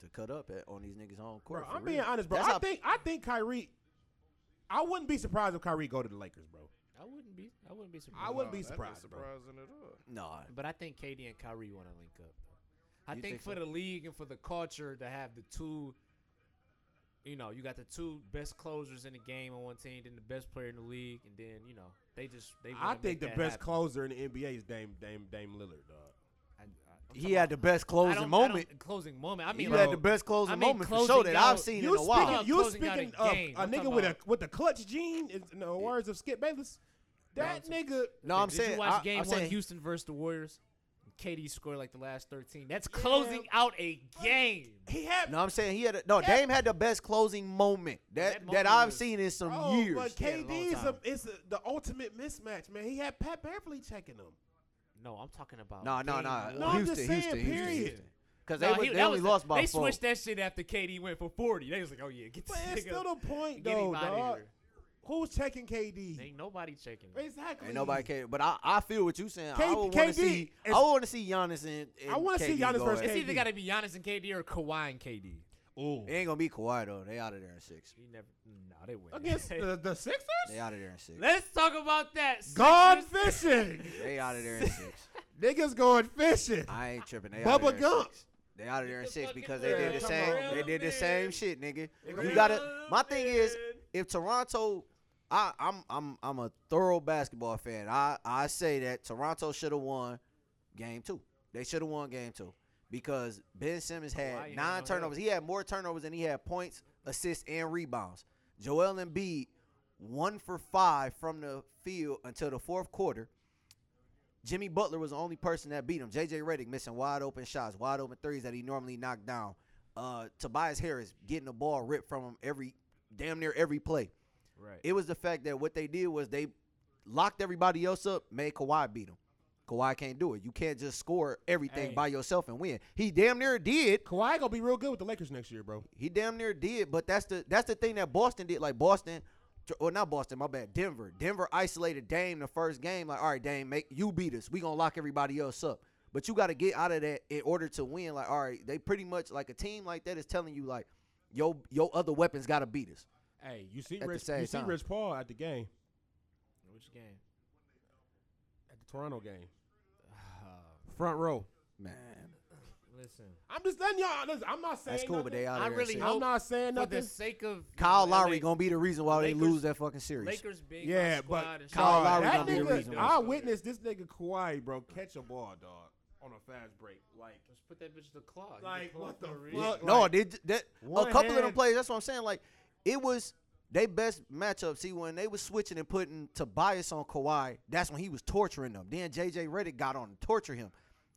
[SPEAKER 3] to cut up at, on these niggas home
[SPEAKER 2] Bro,
[SPEAKER 3] court. for
[SPEAKER 2] I'm
[SPEAKER 3] real.
[SPEAKER 2] being honest, bro.
[SPEAKER 3] That's
[SPEAKER 2] I
[SPEAKER 3] how-
[SPEAKER 2] think I think Kyrie. I wouldn't be surprised if Kyrie go to the Lakers, bro.
[SPEAKER 5] I wouldn't be. I wouldn't be surprised.
[SPEAKER 2] I wouldn't be
[SPEAKER 4] that'd
[SPEAKER 2] surprised, bro.
[SPEAKER 4] surprising at all.
[SPEAKER 3] Nah.
[SPEAKER 5] But I think KD and Kyrie want to link up. Though. I
[SPEAKER 3] You
[SPEAKER 5] think,
[SPEAKER 3] think
[SPEAKER 5] for
[SPEAKER 3] so?
[SPEAKER 5] the league and for the culture to have the two, you know, you got the two best closers in the game on one team, then the best player in the league, and then you know they just they.
[SPEAKER 2] I
[SPEAKER 5] wanna
[SPEAKER 2] think
[SPEAKER 5] make
[SPEAKER 2] the
[SPEAKER 5] that
[SPEAKER 2] best
[SPEAKER 5] happen.
[SPEAKER 2] closer in the NBA is Dame Dame Dame Lillard, dog.
[SPEAKER 5] I- I- I'm
[SPEAKER 3] He
[SPEAKER 5] talking
[SPEAKER 3] had
[SPEAKER 5] about-
[SPEAKER 3] the best
[SPEAKER 5] I don't-
[SPEAKER 3] closing
[SPEAKER 5] I
[SPEAKER 3] moment.
[SPEAKER 5] don't- Closing moment. I mean,
[SPEAKER 3] He
[SPEAKER 5] bro,
[SPEAKER 3] had the best closing
[SPEAKER 5] I mean,
[SPEAKER 3] moment for sure
[SPEAKER 5] closing
[SPEAKER 3] that
[SPEAKER 5] out-
[SPEAKER 3] I've seen
[SPEAKER 2] You
[SPEAKER 3] in a while.
[SPEAKER 2] speaking, you
[SPEAKER 5] Closing out a
[SPEAKER 2] speaking of
[SPEAKER 5] game.
[SPEAKER 2] a
[SPEAKER 5] I'm
[SPEAKER 2] nigga
[SPEAKER 5] talking
[SPEAKER 2] with a
[SPEAKER 5] about-
[SPEAKER 2] with the clutch gene, in in the words of Skip Bayless. That
[SPEAKER 5] No,
[SPEAKER 2] nigga,
[SPEAKER 3] No, I'm
[SPEAKER 5] Did
[SPEAKER 3] saying
[SPEAKER 5] you watch
[SPEAKER 3] I,
[SPEAKER 5] Game
[SPEAKER 3] I'm
[SPEAKER 5] One,
[SPEAKER 3] saying
[SPEAKER 5] Houston versus the Warriors? KD scored like the last thirteen. That's closing out a game.
[SPEAKER 2] he had
[SPEAKER 3] No, I'm saying he had a, no. Dame had the best closing moment that
[SPEAKER 5] That
[SPEAKER 3] that,
[SPEAKER 5] moment
[SPEAKER 3] I've
[SPEAKER 5] was-
[SPEAKER 3] seen in some
[SPEAKER 2] oh,
[SPEAKER 3] years.
[SPEAKER 2] but
[SPEAKER 5] Yeah, a long
[SPEAKER 2] KD is, a,
[SPEAKER 5] time.
[SPEAKER 2] is a, the ultimate mismatch, man. He had Pat Beverly checking him.
[SPEAKER 5] No, I'm talking about.
[SPEAKER 3] No, no,
[SPEAKER 5] game
[SPEAKER 3] no.
[SPEAKER 5] one.
[SPEAKER 2] No, I'm just
[SPEAKER 3] Houston,
[SPEAKER 2] saying,
[SPEAKER 3] Houston, Houston,
[SPEAKER 2] period.
[SPEAKER 3] Houston. Because
[SPEAKER 5] Nah,
[SPEAKER 3] they, was,
[SPEAKER 5] he-
[SPEAKER 3] they
[SPEAKER 5] that
[SPEAKER 3] only
[SPEAKER 5] was the-
[SPEAKER 3] lost by
[SPEAKER 5] They
[SPEAKER 3] four.
[SPEAKER 5] switched that shit after KD went for forty. They was like, oh yeah, get this
[SPEAKER 2] But it's
[SPEAKER 5] nigga.
[SPEAKER 2] still the point,
[SPEAKER 5] get
[SPEAKER 2] though,
[SPEAKER 5] him outta
[SPEAKER 2] dog.
[SPEAKER 5] here.
[SPEAKER 2] Who's checking KD?
[SPEAKER 5] Ain't nobody checking. him.
[SPEAKER 2] exactly.
[SPEAKER 3] Ain't nobody care. But I, I feel what you saying. I
[SPEAKER 2] K-
[SPEAKER 3] would want to
[SPEAKER 2] KD
[SPEAKER 3] see. I
[SPEAKER 2] is-
[SPEAKER 3] want to see Giannis and. and
[SPEAKER 2] I wanna see
[SPEAKER 3] KD
[SPEAKER 2] Giannis
[SPEAKER 3] go
[SPEAKER 2] versus
[SPEAKER 3] at it.
[SPEAKER 5] It's either
[SPEAKER 2] KD.
[SPEAKER 5] got to be Giannis and KD or Kawhi and KD.
[SPEAKER 2] Ooh.
[SPEAKER 3] It ain't gonna be Kawhi though. They out of there in six.
[SPEAKER 5] You never. No, they win.
[SPEAKER 2] Against the, the Sixers?
[SPEAKER 3] They out of there in six.
[SPEAKER 5] Let's talk about that.
[SPEAKER 2] Gone
[SPEAKER 5] Sixers.
[SPEAKER 2] fishing.
[SPEAKER 3] They out of there in six.
[SPEAKER 2] Niggas going fishing.
[SPEAKER 3] I ain't tripping. They
[SPEAKER 2] Bubba
[SPEAKER 3] out of there in
[SPEAKER 2] Gump.
[SPEAKER 3] six. They out of there in
[SPEAKER 5] Get the
[SPEAKER 3] six
[SPEAKER 5] fucking
[SPEAKER 3] because they
[SPEAKER 2] real,
[SPEAKER 3] did the
[SPEAKER 2] come
[SPEAKER 3] same.
[SPEAKER 2] on,
[SPEAKER 3] They did the
[SPEAKER 5] man.
[SPEAKER 3] same shit, nigga. You
[SPEAKER 2] Real
[SPEAKER 3] gotta. My thing is,
[SPEAKER 5] man.
[SPEAKER 3] if Toronto, I, I'm I'm I'm a thorough basketball fan. I I say that Toronto should have won game two. They should have won game two because Ben Simmons
[SPEAKER 5] Kawhi
[SPEAKER 3] had
[SPEAKER 5] Oh, ain't no
[SPEAKER 3] nine
[SPEAKER 5] help.
[SPEAKER 3] turnovers. He had more turnovers than he had points, assists, and rebounds. Joel Embiid one for five from the field until the fourth quarter. Jimmy Butler was the only person that beat him. J.J. Redick missing wide open shots, wide open threes that he normally knocked down. Uh, Tobias Harris getting the ball ripped from him every damn near every play.
[SPEAKER 2] Right.
[SPEAKER 3] It was the fact that what they did was they locked everybody else up, made Kawhi beat him. Kawhi can't do it. You can't just score everything
[SPEAKER 5] Hey.
[SPEAKER 3] by yourself and win. He damn near did.
[SPEAKER 2] Kawhi gonna be real good with the Lakers next year, bro.
[SPEAKER 3] He damn near did, but that's the that's the thing that Boston did. Like Boston, or not Boston, my bad. Denver. Denver isolated Dame the first game. Like, all right, Dame, make you beat us. We gonna lock everybody else up. But you got to get out of that in order to win. Like, all right, they pretty much like a team like that is telling you like, yo, your other weapons gotta beat us.
[SPEAKER 2] Hey, you see
[SPEAKER 3] At the
[SPEAKER 2] Rich
[SPEAKER 3] same
[SPEAKER 2] you see
[SPEAKER 3] time.
[SPEAKER 2] Rich Paul at the game.
[SPEAKER 5] Which game?
[SPEAKER 2] At the Toronto game.
[SPEAKER 5] Uh,
[SPEAKER 2] Front row.
[SPEAKER 3] Man,
[SPEAKER 5] listen.
[SPEAKER 2] I'm just letting y'all listen, I'm not saying
[SPEAKER 3] that's cool, but they out
[SPEAKER 5] I
[SPEAKER 3] of there.
[SPEAKER 5] really
[SPEAKER 3] in six.
[SPEAKER 5] hope
[SPEAKER 2] I'm not saying
[SPEAKER 5] For
[SPEAKER 2] nothing.
[SPEAKER 5] the sake of
[SPEAKER 3] Kyle
[SPEAKER 5] you know,
[SPEAKER 3] Lowry
[SPEAKER 5] LA
[SPEAKER 3] gonna be the reason why they
[SPEAKER 5] Lakers-
[SPEAKER 3] lose that fucking series.
[SPEAKER 5] Lakers big.
[SPEAKER 2] Yeah,
[SPEAKER 5] my
[SPEAKER 2] but
[SPEAKER 5] squad and
[SPEAKER 3] Kyle
[SPEAKER 5] shit.
[SPEAKER 3] Lowry
[SPEAKER 2] that
[SPEAKER 3] gonna be the
[SPEAKER 2] nigga,
[SPEAKER 3] reason why.
[SPEAKER 2] I witnessed this nigga Kawhi, bro, catch a ball, dog, on a fast break. Like
[SPEAKER 5] Let's put that bitch to the clock. You
[SPEAKER 2] Like,
[SPEAKER 5] can pull
[SPEAKER 2] what
[SPEAKER 5] up no
[SPEAKER 2] the
[SPEAKER 5] reason.
[SPEAKER 2] fuck?
[SPEAKER 3] no,
[SPEAKER 2] Like,
[SPEAKER 3] did that a
[SPEAKER 2] one
[SPEAKER 3] couple of them
[SPEAKER 2] hand-
[SPEAKER 3] plays. That's what I'm saying. Like it was they best matchup. See when they was switching and putting Tobias on Kawhi, that's when he was torturing them. Then JJ Reddick got on to torture him.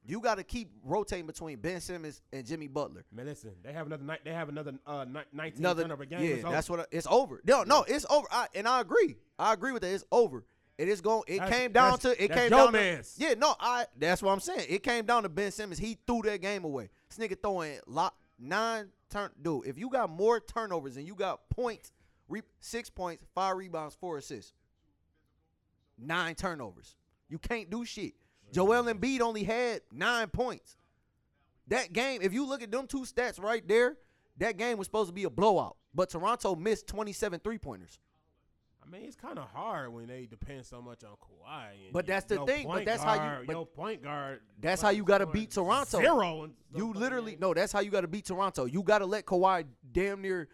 [SPEAKER 3] You got to keep rotating between Ben Simmons and Jimmy Butler.
[SPEAKER 2] Man, listen, they have another night they have another uh ni- nineteen
[SPEAKER 3] Another,
[SPEAKER 2] turnover game.
[SPEAKER 3] yeah,
[SPEAKER 2] It's over.
[SPEAKER 3] that's what I, it's over. No, no, it's over. I, and I agree. I agree with that. It's over. It is going. It
[SPEAKER 2] That's-
[SPEAKER 3] came down
[SPEAKER 2] that's-
[SPEAKER 3] to. It
[SPEAKER 2] that's
[SPEAKER 3] came
[SPEAKER 2] your
[SPEAKER 3] down.
[SPEAKER 2] man's.
[SPEAKER 3] To, yeah, no, I. That's what I'm saying. It came down to Ben Simmons. He threw that game away. This nigga throwing lot nine turn. Dude, if you got more turnovers and you got points, re, six points, five rebounds, four assists, nine turnovers. You can't do shit. Joel Embiid only had nine points. That game, if you look at them two stats right there, that game was supposed to be a blowout. But Toronto missed 27 three pointers.
[SPEAKER 2] I mean, it's kind of hard when they depend so much on Kawhi. And
[SPEAKER 3] But that's the
[SPEAKER 2] your
[SPEAKER 3] thing, but
[SPEAKER 2] point
[SPEAKER 3] that's how
[SPEAKER 2] guard,
[SPEAKER 3] you- but
[SPEAKER 2] your point guard.
[SPEAKER 3] That's how you got to beat
[SPEAKER 2] scored
[SPEAKER 3] Toronto.
[SPEAKER 2] Zero. and-
[SPEAKER 3] You literally no. That's how you got to beat Toronto. You got to let Kawhi damn near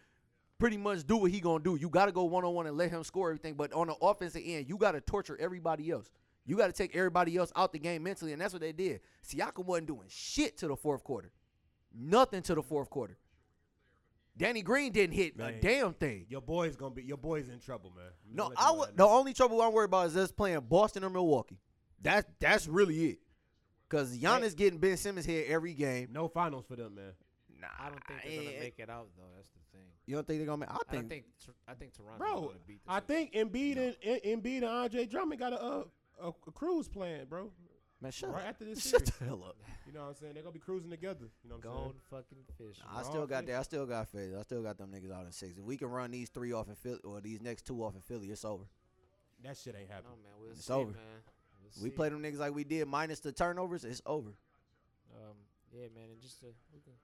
[SPEAKER 3] pretty much do what he gonna do. You got to go one on one and let him score everything. But on the offensive end, you got to torture everybody else. You got to take everybody else out the game mentally, and that's what they did. Siakam wasn't doing shit to the fourth quarter. Nothing to the fourth quarter. Danny Green didn't hit a
[SPEAKER 2] Man.
[SPEAKER 3] damn thing.
[SPEAKER 2] Your boy's gonna be your boy's in trouble, man. I'm
[SPEAKER 3] No,
[SPEAKER 2] gonna let
[SPEAKER 3] I
[SPEAKER 2] you know
[SPEAKER 3] would.
[SPEAKER 2] that
[SPEAKER 3] The
[SPEAKER 2] now.
[SPEAKER 3] only trouble I'm worried about is us playing Boston or Milwaukee. That's that's really it. Cause Giannis getting Ben Simmons here every game.
[SPEAKER 2] no finals for them, man.
[SPEAKER 3] Nah,
[SPEAKER 5] I don't think they're
[SPEAKER 3] eh,
[SPEAKER 5] gonna make it out though. That's the thing.
[SPEAKER 3] You don't think they're gonna make? I
[SPEAKER 5] I
[SPEAKER 3] think.
[SPEAKER 5] don't think Tor- I think Toronto's
[SPEAKER 2] Bro,
[SPEAKER 5] gonna beat the
[SPEAKER 2] I
[SPEAKER 5] Sixers.
[SPEAKER 2] think Embiid and and Embiid and Andre Drummond got a uh, a, a cruise plan, bro.
[SPEAKER 3] man, shut
[SPEAKER 2] right
[SPEAKER 3] up.
[SPEAKER 2] after this
[SPEAKER 3] Shut
[SPEAKER 2] series.
[SPEAKER 3] the hell up.
[SPEAKER 2] You know what I'm saying? They're gonna be cruising together. You know what I'm
[SPEAKER 5] Gone fucking fishing.
[SPEAKER 3] I still got that. I still got faith. I still got them niggas out in six. If we can run these three off in Philly, or these next two off in Philly, it's over.
[SPEAKER 2] saying? That shit ain't
[SPEAKER 5] No
[SPEAKER 2] happening.
[SPEAKER 5] man, we'll
[SPEAKER 3] It's
[SPEAKER 5] see,
[SPEAKER 3] over.
[SPEAKER 5] man. We'll
[SPEAKER 3] We
[SPEAKER 5] see.
[SPEAKER 3] play them niggas like we did, minus the turnovers. It's over.
[SPEAKER 5] Um, yeah, man, and just uh, we can-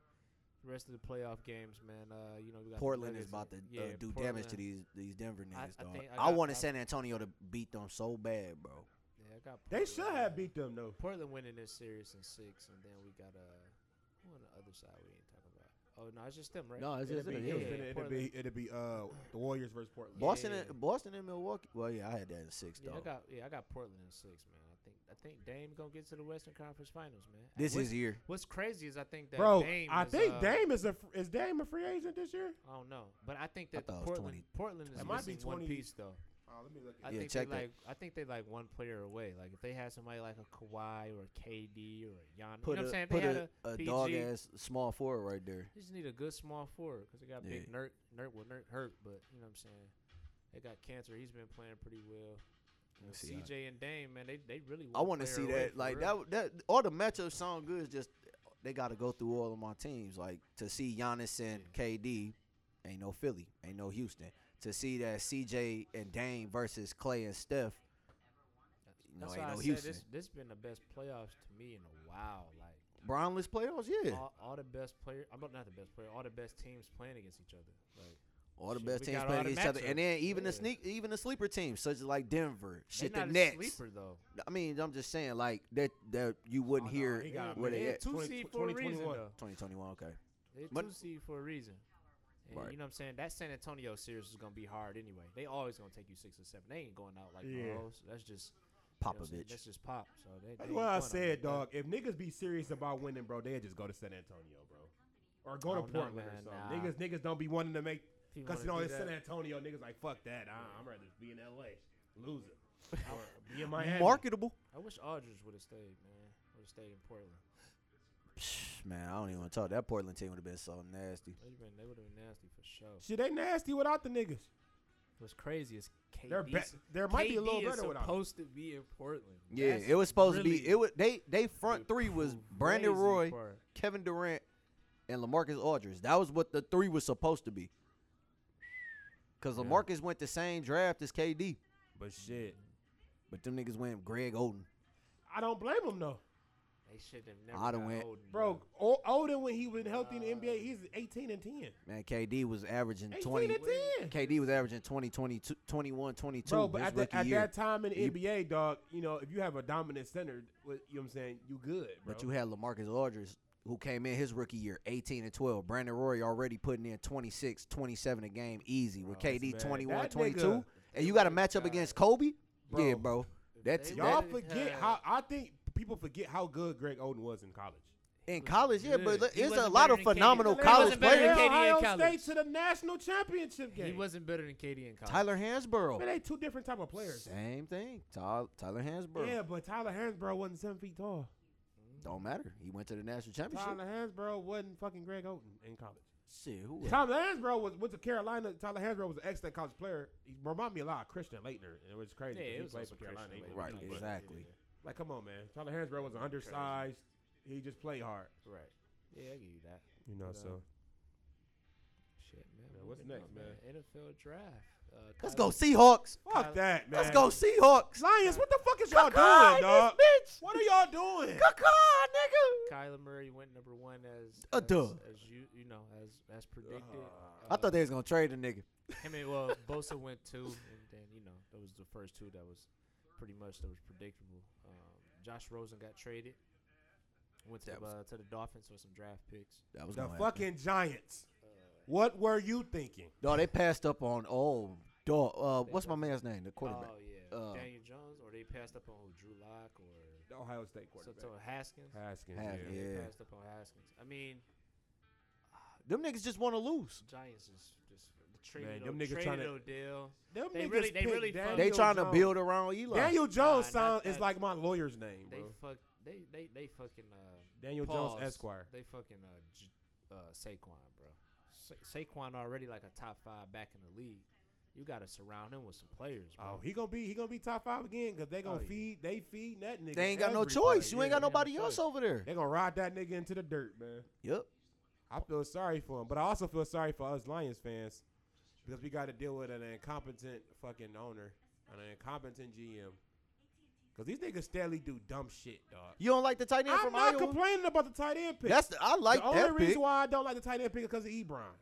[SPEAKER 5] the rest of the playoff games, man. Uh, you know, we got the
[SPEAKER 3] Portland is
[SPEAKER 5] Nuggets
[SPEAKER 3] about to
[SPEAKER 5] and-
[SPEAKER 3] uh, do damage to
[SPEAKER 5] Portland.
[SPEAKER 3] these these Denver
[SPEAKER 5] I-
[SPEAKER 3] niggas,
[SPEAKER 5] I
[SPEAKER 3] dog.
[SPEAKER 5] think I
[SPEAKER 3] I,
[SPEAKER 5] got-
[SPEAKER 3] wanted
[SPEAKER 5] I-
[SPEAKER 3] San Antonio to beat them so bad, bro.
[SPEAKER 5] Yeah, I got
[SPEAKER 2] They
[SPEAKER 5] Portland,
[SPEAKER 2] should have
[SPEAKER 5] man.
[SPEAKER 2] beat them though.
[SPEAKER 5] Portland winning this series in six, and then we got uh, who on the other side we ain't talking about. Oh no, it's just them, right?
[SPEAKER 3] No, it's
[SPEAKER 2] It'd
[SPEAKER 3] just
[SPEAKER 2] be,
[SPEAKER 5] yeah,
[SPEAKER 2] it'd be-
[SPEAKER 5] yeah,
[SPEAKER 2] it'd be it'd be uh the Warriors versus Portland.
[SPEAKER 5] Bo-
[SPEAKER 3] Boston,
[SPEAKER 5] Yeah.
[SPEAKER 3] and, Boston and Milwaukee. Well, yeah, I had that in six,
[SPEAKER 5] Yeah, I
[SPEAKER 3] dog.
[SPEAKER 5] got yeah, I got Portland in six, man. I think I think Dame gonna get to the Western Conference Finals, man. And
[SPEAKER 3] this
[SPEAKER 5] what's,
[SPEAKER 3] is year.
[SPEAKER 5] what's crazy is I think that
[SPEAKER 2] Bro,
[SPEAKER 5] Dame
[SPEAKER 2] I
[SPEAKER 5] is,
[SPEAKER 2] think
[SPEAKER 5] uh,
[SPEAKER 2] Dame is a fr- is Dame a free agent this year?
[SPEAKER 5] I don't know, but I think that
[SPEAKER 3] thought it was
[SPEAKER 5] Portland
[SPEAKER 3] 20.
[SPEAKER 5] Portland is
[SPEAKER 2] It might be
[SPEAKER 5] missing one
[SPEAKER 2] 20.
[SPEAKER 5] piece though.
[SPEAKER 2] Oh, let me look.
[SPEAKER 5] I
[SPEAKER 3] Yeah,
[SPEAKER 5] think
[SPEAKER 3] check
[SPEAKER 5] they
[SPEAKER 3] that.
[SPEAKER 5] like I think they like one player away. Like if they had somebody like a Kawhi or a KD or a Giannis,
[SPEAKER 3] Put
[SPEAKER 5] you know what I'm
[SPEAKER 3] a
[SPEAKER 5] saying?
[SPEAKER 3] put
[SPEAKER 5] they had
[SPEAKER 3] a,
[SPEAKER 5] a,
[SPEAKER 3] a
[SPEAKER 5] PG.
[SPEAKER 3] dog ass small forward right there.
[SPEAKER 5] They just need a good small forward because they got big
[SPEAKER 3] Yeah.
[SPEAKER 5] Nurk. Nurk will Nurk hurt, but you know what I'm saying. They got cancer. He's been playing pretty well. You know,
[SPEAKER 3] see how-
[SPEAKER 5] CJ and Dame, man, they they really.
[SPEAKER 3] I
[SPEAKER 5] one
[SPEAKER 3] want to
[SPEAKER 5] player
[SPEAKER 3] see
[SPEAKER 5] away
[SPEAKER 3] that.
[SPEAKER 5] for
[SPEAKER 3] Like
[SPEAKER 5] real.
[SPEAKER 3] that. w- That all the matchups sound good. It's just they got to go through all of my teams. Like to see Giannis and KD, ain't no Philly, ain't no Houston. To see that CJ and Dame versus Clay and Steph, you know,
[SPEAKER 5] That's
[SPEAKER 3] ain't no
[SPEAKER 5] why I said
[SPEAKER 3] Houston.
[SPEAKER 5] this this been the best playoffs to me in a while. Like
[SPEAKER 3] Brownless playoffs, yeah.
[SPEAKER 5] all, all the best player. I'm not not the best player. All the best teams playing against each other. Like
[SPEAKER 3] All the
[SPEAKER 5] Shit,
[SPEAKER 3] best
[SPEAKER 5] we
[SPEAKER 3] teams
[SPEAKER 5] got
[SPEAKER 3] playing
[SPEAKER 5] all the
[SPEAKER 3] each other, and
[SPEAKER 5] matchups.
[SPEAKER 3] then even the
[SPEAKER 5] Yeah.
[SPEAKER 3] sneak, even the sleeper teams, such as like Denver,
[SPEAKER 5] they
[SPEAKER 3] shit, the
[SPEAKER 5] not a
[SPEAKER 3] Nets.
[SPEAKER 5] sleeper though.
[SPEAKER 3] I mean, I'm just saying, like that that you wouldn't
[SPEAKER 2] Oh, no,
[SPEAKER 3] hear
[SPEAKER 2] he got
[SPEAKER 3] where
[SPEAKER 2] me.
[SPEAKER 3] they
[SPEAKER 5] They're
[SPEAKER 3] at.
[SPEAKER 5] two
[SPEAKER 2] 20
[SPEAKER 5] seed for a reason
[SPEAKER 2] 2021.
[SPEAKER 5] though.
[SPEAKER 3] 2021, okay.
[SPEAKER 5] They're
[SPEAKER 3] But-
[SPEAKER 5] two seed for a reason. And
[SPEAKER 3] Right.
[SPEAKER 5] You know what I'm saying? That San Antonio series is gonna be hard anyway. They always gonna take you six or seven. They ain't going out like
[SPEAKER 2] Yeah.
[SPEAKER 5] no hoes. That's just you know what I'm saying?
[SPEAKER 3] Popovich.
[SPEAKER 5] That's just pop. So they, they
[SPEAKER 2] That's
[SPEAKER 5] ain't
[SPEAKER 2] what I
[SPEAKER 5] going out
[SPEAKER 2] said,
[SPEAKER 5] like that.
[SPEAKER 2] dog. If niggas be serious about winning, bro, they just go to San Antonio, bro, or go
[SPEAKER 5] I
[SPEAKER 2] to
[SPEAKER 5] don't know,
[SPEAKER 2] Portland or
[SPEAKER 5] man.
[SPEAKER 2] something.
[SPEAKER 5] Nah.
[SPEAKER 2] Niggas niggas don't be wanting to make
[SPEAKER 5] If you
[SPEAKER 2] because you know
[SPEAKER 5] wanna do
[SPEAKER 2] it's San
[SPEAKER 5] that.
[SPEAKER 2] Antonio. Niggas like fuck that. I, I'm rather be in L.A. losing or be in Miami.
[SPEAKER 3] Marketable.
[SPEAKER 5] I wish Aldridge would have stayed, man. Would have stayed in Portland.
[SPEAKER 3] Psh, man, I don't even want to talk. That Portland team would have been so nasty.
[SPEAKER 5] They'd been, they would have been nasty for sure.
[SPEAKER 2] Shit, they nasty without the niggas.
[SPEAKER 5] What's crazy is KD.
[SPEAKER 2] They're be- there might be a little better without. them.
[SPEAKER 5] supposed to be in Portland.
[SPEAKER 3] Yeah, it was supposed to
[SPEAKER 2] really
[SPEAKER 3] be. It was they. They front
[SPEAKER 5] the
[SPEAKER 3] three was Brandon
[SPEAKER 5] crazy
[SPEAKER 3] Roy,
[SPEAKER 5] part.
[SPEAKER 3] Kevin Durant, and Lamarcus Aldridge. That was what the three was supposed to be. Cause Lamarcus went the same draft as KD,
[SPEAKER 2] But shit,
[SPEAKER 3] but them niggas went Greg Oden.
[SPEAKER 2] I don't blame them though,
[SPEAKER 5] They should have never.
[SPEAKER 3] I'da
[SPEAKER 5] got
[SPEAKER 3] went-
[SPEAKER 5] Holden,
[SPEAKER 2] bro. O- Odin when he was healthy in the NBA, he's 18 and 10.
[SPEAKER 3] Man, KD was averaging
[SPEAKER 2] 18
[SPEAKER 3] twenty.
[SPEAKER 2] and 10.
[SPEAKER 3] KD was averaging 20, 22, 21, 22
[SPEAKER 2] Bro, but
[SPEAKER 3] his
[SPEAKER 2] at,
[SPEAKER 3] rookie
[SPEAKER 2] that at
[SPEAKER 3] year.
[SPEAKER 2] that time in the
[SPEAKER 3] You-
[SPEAKER 2] NBA, dog, you know, if you have a dominant center, what- you know what I'm saying, you good, bro.
[SPEAKER 3] But you had Lamarcus Aldridge, who came in his rookie year, 18 and 12. Brandon Roy already putting in 26, 27 a game easy with
[SPEAKER 2] Bro,
[SPEAKER 3] KD
[SPEAKER 2] that's bad.
[SPEAKER 3] 21,
[SPEAKER 2] That
[SPEAKER 3] 22.
[SPEAKER 2] nigga-
[SPEAKER 3] and you got a matchup against Kobe?
[SPEAKER 2] Bro.
[SPEAKER 3] yeah, bro. That's
[SPEAKER 5] they-
[SPEAKER 2] Y'all
[SPEAKER 3] that,
[SPEAKER 5] That-
[SPEAKER 2] forget
[SPEAKER 5] Yeah.
[SPEAKER 2] how I think people forget how good Greg Oden was in college.
[SPEAKER 3] in
[SPEAKER 5] was
[SPEAKER 3] college, yeah, but
[SPEAKER 5] good.
[SPEAKER 3] look,
[SPEAKER 5] He
[SPEAKER 3] it's a
[SPEAKER 5] wasn't
[SPEAKER 3] lot
[SPEAKER 5] better
[SPEAKER 3] of
[SPEAKER 5] than KD.
[SPEAKER 3] phenomenal
[SPEAKER 5] He
[SPEAKER 3] college
[SPEAKER 5] wasn't better than
[SPEAKER 3] players.
[SPEAKER 5] KD in
[SPEAKER 2] Ohio
[SPEAKER 5] college.
[SPEAKER 2] State to the national championship game.
[SPEAKER 5] He wasn't better than KD in college.
[SPEAKER 3] Tyler
[SPEAKER 2] Man,
[SPEAKER 3] Hansborough.
[SPEAKER 2] they two different type of players.
[SPEAKER 3] Same thing. Ty- Tyler Hansborough.
[SPEAKER 2] Yeah, but Tyler Hansborough wasn't seven feet tall.
[SPEAKER 3] Don't matter. He went to the national championship.
[SPEAKER 2] Tyler Hansborough wasn't fucking Greg Oden in college.
[SPEAKER 3] Shit, who was
[SPEAKER 2] Tyler Hansborough was went to Carolina. Tyler Hansborough was an excellent college player. He reminded me a lot of Christian Leitner, and it was crazy.
[SPEAKER 5] Yeah,
[SPEAKER 2] 'cause
[SPEAKER 5] it
[SPEAKER 2] he
[SPEAKER 5] was
[SPEAKER 2] played
[SPEAKER 5] also
[SPEAKER 2] for Carolina.
[SPEAKER 5] Christian
[SPEAKER 2] He
[SPEAKER 5] Leitner.
[SPEAKER 2] was
[SPEAKER 3] Right,
[SPEAKER 2] good, but-
[SPEAKER 3] exactly.
[SPEAKER 2] Like, come on, man. Tyler Hansborough was undersized. He just played hard.
[SPEAKER 5] Right. Yeah, I give you that.
[SPEAKER 2] You know,
[SPEAKER 5] But, uh,
[SPEAKER 2] so
[SPEAKER 5] Shit, man.
[SPEAKER 2] Yeah, what's
[SPEAKER 5] moving
[SPEAKER 2] next,
[SPEAKER 5] NFL draft. Uh,
[SPEAKER 3] Let's
[SPEAKER 5] Kyler-
[SPEAKER 3] go Seahawks.
[SPEAKER 2] fuck
[SPEAKER 5] Kyle-
[SPEAKER 2] that, man.
[SPEAKER 3] Let's go Seahawks.
[SPEAKER 2] Lions. What the fuck is y'all
[SPEAKER 3] Y'all
[SPEAKER 2] doing, dog?
[SPEAKER 3] Bitch.
[SPEAKER 2] What are y'all doing?
[SPEAKER 3] Caca, nigga.
[SPEAKER 5] Kyler Murray went number one as
[SPEAKER 3] A
[SPEAKER 5] as,
[SPEAKER 3] dub.
[SPEAKER 5] as you you know as as predicted.
[SPEAKER 3] I thought
[SPEAKER 5] Uh,
[SPEAKER 3] they was gonna trade the nigga.
[SPEAKER 5] I mean, well, Bosa went two, and then you know that was the first two that was pretty much that was predictable. Um, Josh Rosen got traded. Went to
[SPEAKER 3] That
[SPEAKER 5] the,
[SPEAKER 3] was-
[SPEAKER 5] uh, to the Dolphins for some draft picks.
[SPEAKER 3] That was
[SPEAKER 2] The
[SPEAKER 3] gonna happen.
[SPEAKER 2] fucking Giants. What were you thinking?
[SPEAKER 3] No, they passed up on oh dog. Uh, what's my man's name? The quarterback.
[SPEAKER 5] Oh yeah,
[SPEAKER 3] Uh,
[SPEAKER 5] Daniel Jones, or they passed up on who, Drew Lock or
[SPEAKER 2] The Ohio State
[SPEAKER 5] so, so Haskins.
[SPEAKER 2] Haskins.
[SPEAKER 3] Has-
[SPEAKER 5] They
[SPEAKER 3] yeah.
[SPEAKER 5] passed up on Haskins. I mean, ah,
[SPEAKER 3] Them niggas just want to lose.
[SPEAKER 5] Giants is just traded,
[SPEAKER 2] Man,
[SPEAKER 5] man,
[SPEAKER 2] them
[SPEAKER 5] them
[SPEAKER 2] niggas
[SPEAKER 5] traded
[SPEAKER 2] tryna-
[SPEAKER 5] Odell.
[SPEAKER 2] Them
[SPEAKER 5] They
[SPEAKER 2] niggas
[SPEAKER 5] really- they
[SPEAKER 2] picked
[SPEAKER 5] really
[SPEAKER 2] Daniel
[SPEAKER 3] They trying to
[SPEAKER 2] Jones.
[SPEAKER 3] build around Eli.
[SPEAKER 2] Daniel Jones
[SPEAKER 5] not
[SPEAKER 2] sound is
[SPEAKER 5] that.
[SPEAKER 2] like my lawyer's name,
[SPEAKER 5] They
[SPEAKER 2] bro.
[SPEAKER 5] fuck. They they they fucking. Uh,
[SPEAKER 2] Daniel
[SPEAKER 5] paused.
[SPEAKER 2] Jones Esquire.
[SPEAKER 5] They fucking uh, J- uh Saquon, bro. Sa- Saquon already like a top five back in the league. You gotta surround him with some players, bro.
[SPEAKER 2] Oh, he gonna be he gonna be top five again because they gonna
[SPEAKER 5] Oh, yeah.
[SPEAKER 2] feed they feeding that nigga.
[SPEAKER 3] They ain't got no
[SPEAKER 2] every
[SPEAKER 3] choice.
[SPEAKER 2] play,
[SPEAKER 3] You ain't
[SPEAKER 2] yeah.
[SPEAKER 3] got nobody
[SPEAKER 5] yeah,
[SPEAKER 3] else over there.
[SPEAKER 2] They gonna ride that nigga into the dirt, man.
[SPEAKER 3] Yep.
[SPEAKER 2] I feel sorry for him, but I also feel sorry for us Lions fans because we got to deal with an incompetent fucking owner and an incompetent GM. Because these niggas steadily do dumb shit, dog.
[SPEAKER 3] You don't like the tight end
[SPEAKER 2] I'm
[SPEAKER 3] from
[SPEAKER 2] not
[SPEAKER 3] Iowa?
[SPEAKER 2] complaining about the tight end pick.
[SPEAKER 3] That's the, I like
[SPEAKER 2] the only
[SPEAKER 3] that
[SPEAKER 2] reason
[SPEAKER 3] pick.
[SPEAKER 2] why I don't like the tight end pick is because of Ebron.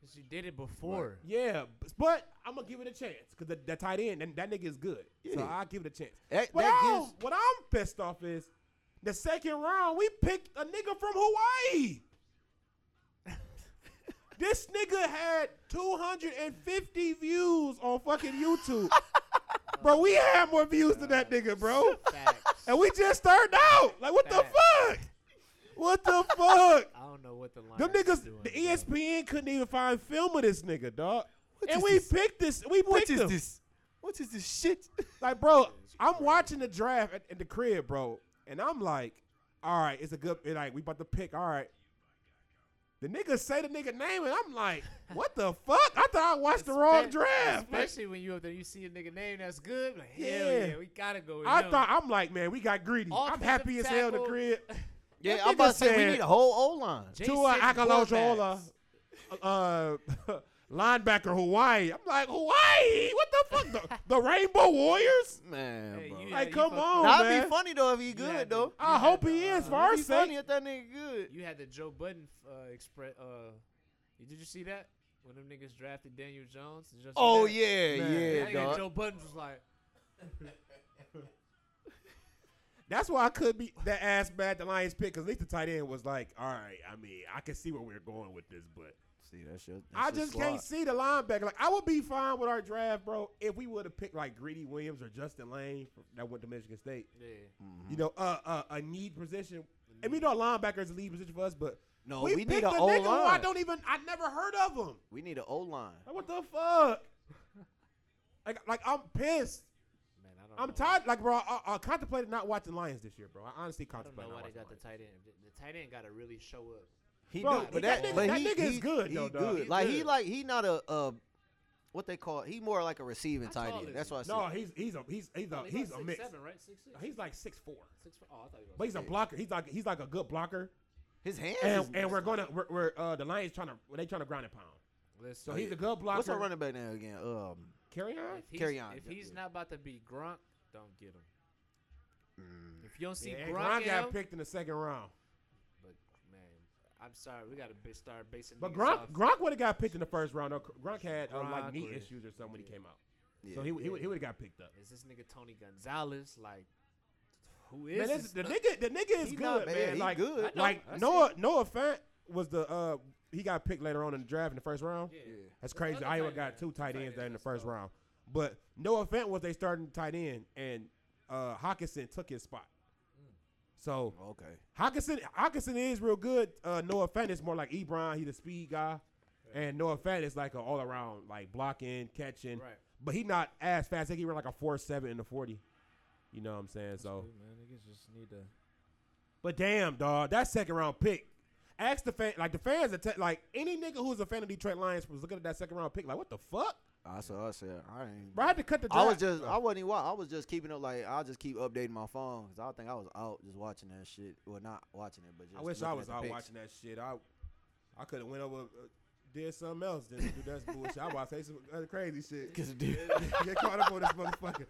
[SPEAKER 5] Cause you did it before.
[SPEAKER 2] Yeah, b- but I'm gonna give it a chance because the, the tight end and that nigga is good, so
[SPEAKER 3] Yeah.
[SPEAKER 2] I'll give it a chance.
[SPEAKER 3] That,
[SPEAKER 2] What,
[SPEAKER 3] that
[SPEAKER 2] I'm,
[SPEAKER 3] gives-
[SPEAKER 2] what I'm pissed off is the second round we picked a nigga from Hawaii. this nigga had 250 views on fucking YouTube. bro, we had more views than that nigga, bro.
[SPEAKER 5] Facts.
[SPEAKER 2] And we just started out. Like what the
[SPEAKER 5] Facts.
[SPEAKER 2] fuck? What the fuck?
[SPEAKER 5] I don't know what the line.
[SPEAKER 2] Them niggas,
[SPEAKER 5] doing,
[SPEAKER 2] the E
[SPEAKER 5] bro.
[SPEAKER 2] ESPN couldn't even find film of this nigga, dog. and
[SPEAKER 3] is
[SPEAKER 2] we
[SPEAKER 3] this?
[SPEAKER 2] picked this. We
[SPEAKER 3] what
[SPEAKER 2] picked
[SPEAKER 3] is
[SPEAKER 2] him.
[SPEAKER 3] this? What is this shit?
[SPEAKER 2] Like, bro, I'm watching the draft at, at the crib, bro, and I'm like, all right, it's a good. and, Like, we about to pick. All right. The niggas say the nigga name, and I'm like, what the fuck? I thought I watched the wrong
[SPEAKER 5] Espe-
[SPEAKER 2] draft. Like,
[SPEAKER 5] Especially when you up there, you see a nigga name that's good. Like, hell
[SPEAKER 2] Yeah.
[SPEAKER 5] yeah, we gotta go. With
[SPEAKER 2] I
[SPEAKER 5] him.
[SPEAKER 2] thought I'm like, man, we got greedy. I'm
[SPEAKER 5] Offensive
[SPEAKER 2] happy as hell in the
[SPEAKER 5] tackle.
[SPEAKER 2] crib.
[SPEAKER 3] yeah,
[SPEAKER 2] That
[SPEAKER 3] I'm about to
[SPEAKER 2] nigga
[SPEAKER 3] say we
[SPEAKER 2] said-
[SPEAKER 3] need a whole O line.
[SPEAKER 2] Tua
[SPEAKER 5] Jason
[SPEAKER 2] Akalojola,
[SPEAKER 5] Wilbacks.
[SPEAKER 2] uh, linebacker Hawaii. I'm like, Hawaii? What the fuck? The, the Rainbow Warriors?
[SPEAKER 3] Man,
[SPEAKER 5] Hey,
[SPEAKER 3] bro.
[SPEAKER 5] you-
[SPEAKER 2] Like,
[SPEAKER 5] you
[SPEAKER 2] come
[SPEAKER 5] fucked
[SPEAKER 2] on,
[SPEAKER 5] up.
[SPEAKER 3] Nah,
[SPEAKER 2] man.
[SPEAKER 3] That'd be funny though if he
[SPEAKER 5] You
[SPEAKER 3] good
[SPEAKER 5] had
[SPEAKER 3] though.
[SPEAKER 5] the-
[SPEAKER 2] I
[SPEAKER 5] you had
[SPEAKER 2] hope
[SPEAKER 5] the,
[SPEAKER 2] he is
[SPEAKER 5] uh,
[SPEAKER 2] for our
[SPEAKER 3] That'd be funny
[SPEAKER 2] sake.
[SPEAKER 3] if that nigga good.
[SPEAKER 5] You had the Joe Budden uh, express. Uh, you- did you see that when them niggas drafted Daniel Jones? Did you see
[SPEAKER 3] Oh
[SPEAKER 5] that?
[SPEAKER 3] yeah,
[SPEAKER 5] That
[SPEAKER 3] yeah,
[SPEAKER 5] nigga
[SPEAKER 3] dog.
[SPEAKER 5] Joe Budden was like,
[SPEAKER 2] That's why I could be that ass bad the Lions pick because at least the tight end was like, all right. I mean, I can see where we're going with this, but
[SPEAKER 3] See that's your.
[SPEAKER 2] I just can't see the linebacker. Like, I would be fine with our draft, bro, if we would have picked like Greedy Williams or Justin Lane from- that went to Michigan State.
[SPEAKER 5] yeah,
[SPEAKER 2] You know, uh, uh, a need position. And we know a linebacker is a lead position for us, but
[SPEAKER 3] No,
[SPEAKER 2] we,
[SPEAKER 3] we
[SPEAKER 2] picked
[SPEAKER 3] need an
[SPEAKER 2] a
[SPEAKER 3] O
[SPEAKER 2] nigga who I
[SPEAKER 3] line.
[SPEAKER 2] don't even, I never heard of him.
[SPEAKER 3] We need an O line.
[SPEAKER 2] Like, what the fuck? like, like I'm pissed.
[SPEAKER 5] man, I don't.
[SPEAKER 2] I'm
[SPEAKER 5] know.
[SPEAKER 2] tired. Like, bro, I, I contemplated not watching Lions this year, bro. I honestly
[SPEAKER 5] I don't know
[SPEAKER 2] contemplated
[SPEAKER 5] why
[SPEAKER 2] not
[SPEAKER 5] they
[SPEAKER 2] watching
[SPEAKER 5] got the
[SPEAKER 2] Lions.
[SPEAKER 5] tight end. The- The tight end got to really show up.
[SPEAKER 3] He
[SPEAKER 2] Bro,
[SPEAKER 3] not, but
[SPEAKER 2] that
[SPEAKER 3] that,
[SPEAKER 2] nigga-
[SPEAKER 3] but
[SPEAKER 2] that
[SPEAKER 3] he,
[SPEAKER 2] nigga is
[SPEAKER 3] he-
[SPEAKER 2] good,
[SPEAKER 3] he
[SPEAKER 2] though, dog.
[SPEAKER 3] good.
[SPEAKER 2] He
[SPEAKER 3] like he
[SPEAKER 2] good.
[SPEAKER 3] like he not a uh, what they call. He more like a receiving
[SPEAKER 5] How
[SPEAKER 3] tight
[SPEAKER 5] tall
[SPEAKER 3] end.
[SPEAKER 5] is
[SPEAKER 3] That's
[SPEAKER 5] he?
[SPEAKER 3] why I said.
[SPEAKER 2] No, he's he's a he's he's a
[SPEAKER 5] Well, he
[SPEAKER 2] he's
[SPEAKER 5] like
[SPEAKER 2] a
[SPEAKER 5] six,
[SPEAKER 2] mix.
[SPEAKER 5] Seven, right? Six, six?
[SPEAKER 2] He's like six four,
[SPEAKER 5] six, four. Oh, I thought he was.
[SPEAKER 2] but he's a blocker. He's like he's like a good blocker.
[SPEAKER 3] His hands.
[SPEAKER 2] And
[SPEAKER 3] is
[SPEAKER 2] and we're
[SPEAKER 3] messed
[SPEAKER 2] gonna
[SPEAKER 3] up.
[SPEAKER 2] we're, we're uh the Lions trying to they trying to ground and pound. So
[SPEAKER 5] Listen,
[SPEAKER 2] he's a good blocker.
[SPEAKER 3] What's our running back now again? Um,
[SPEAKER 2] Carry on.
[SPEAKER 5] If he's,
[SPEAKER 3] Carry on.
[SPEAKER 5] If he's not about to be Gronk, don't get him. If you don't see
[SPEAKER 2] Mm. Yeah,
[SPEAKER 5] Gronk,
[SPEAKER 2] Gronk
[SPEAKER 5] in him,
[SPEAKER 2] got picked in the second round,
[SPEAKER 5] but man, I'm sorry, we gotta ba- start basing.
[SPEAKER 2] but
[SPEAKER 5] niggas
[SPEAKER 2] Gronk
[SPEAKER 5] off-
[SPEAKER 2] Gronk would have got picked in the first round. though. Gronk had uh, like
[SPEAKER 5] Gronk
[SPEAKER 2] knee
[SPEAKER 5] or-
[SPEAKER 2] issues or something when he came out,
[SPEAKER 3] yeah.
[SPEAKER 2] so he he, would- he would have got picked up.
[SPEAKER 5] Is this nigga Tony Gonzalez like? Who is
[SPEAKER 2] Man,
[SPEAKER 5] this?
[SPEAKER 2] this, the nigga the nigga is
[SPEAKER 3] He
[SPEAKER 2] good,
[SPEAKER 3] not bad.
[SPEAKER 2] man.
[SPEAKER 3] He
[SPEAKER 2] Like
[SPEAKER 3] good. I
[SPEAKER 5] know.
[SPEAKER 2] like
[SPEAKER 5] I see
[SPEAKER 2] Noah Noah Fant was the uh he got picked later on in the draft in the first round.
[SPEAKER 5] Yeah.
[SPEAKER 3] Yeah.
[SPEAKER 2] That's
[SPEAKER 5] Well,
[SPEAKER 2] crazy.
[SPEAKER 5] other
[SPEAKER 2] Iowa
[SPEAKER 5] tight
[SPEAKER 2] got
[SPEAKER 5] end-
[SPEAKER 2] two tight ends there in the
[SPEAKER 5] that's
[SPEAKER 2] first
[SPEAKER 5] tough.
[SPEAKER 2] round. But no offense was they starting tight end and uh Hawkinson took his spot.
[SPEAKER 5] Mm.
[SPEAKER 2] So
[SPEAKER 3] Okay.
[SPEAKER 2] Hawkinson Hawkinson is real good. Uh Noah Fant is more like Ebron, he's a speed guy. And Noah Fant is like an all around like blocking, catching.
[SPEAKER 5] Right.
[SPEAKER 2] But he not as fast. I think he ran like a four seven in the forty. You know what I'm saying? So
[SPEAKER 5] man, niggas just need to.
[SPEAKER 2] but damn, dog, that second round pick. Ask the fan, like the fans, atta- like any nigga who's a fan of Detroit Lions was looking at that second round pick, like what the fuck?
[SPEAKER 3] I saw. I said. I ain't.
[SPEAKER 2] Bro, I had to cut the.
[SPEAKER 3] I was
[SPEAKER 2] draft.
[SPEAKER 3] just. I wasn't even. wa- I was just keeping up. Like I just keep updating my phone because I think I was out just watching that shit. Well, not watching it, but just.
[SPEAKER 2] I wish
[SPEAKER 3] looking
[SPEAKER 2] I
[SPEAKER 3] at
[SPEAKER 2] was
[SPEAKER 3] the
[SPEAKER 2] out
[SPEAKER 3] picks.
[SPEAKER 2] watching that shit. I I could have went over, uh, did something else than do that bullshit. I watched some other crazy shit. Get caught up on this motherfucker.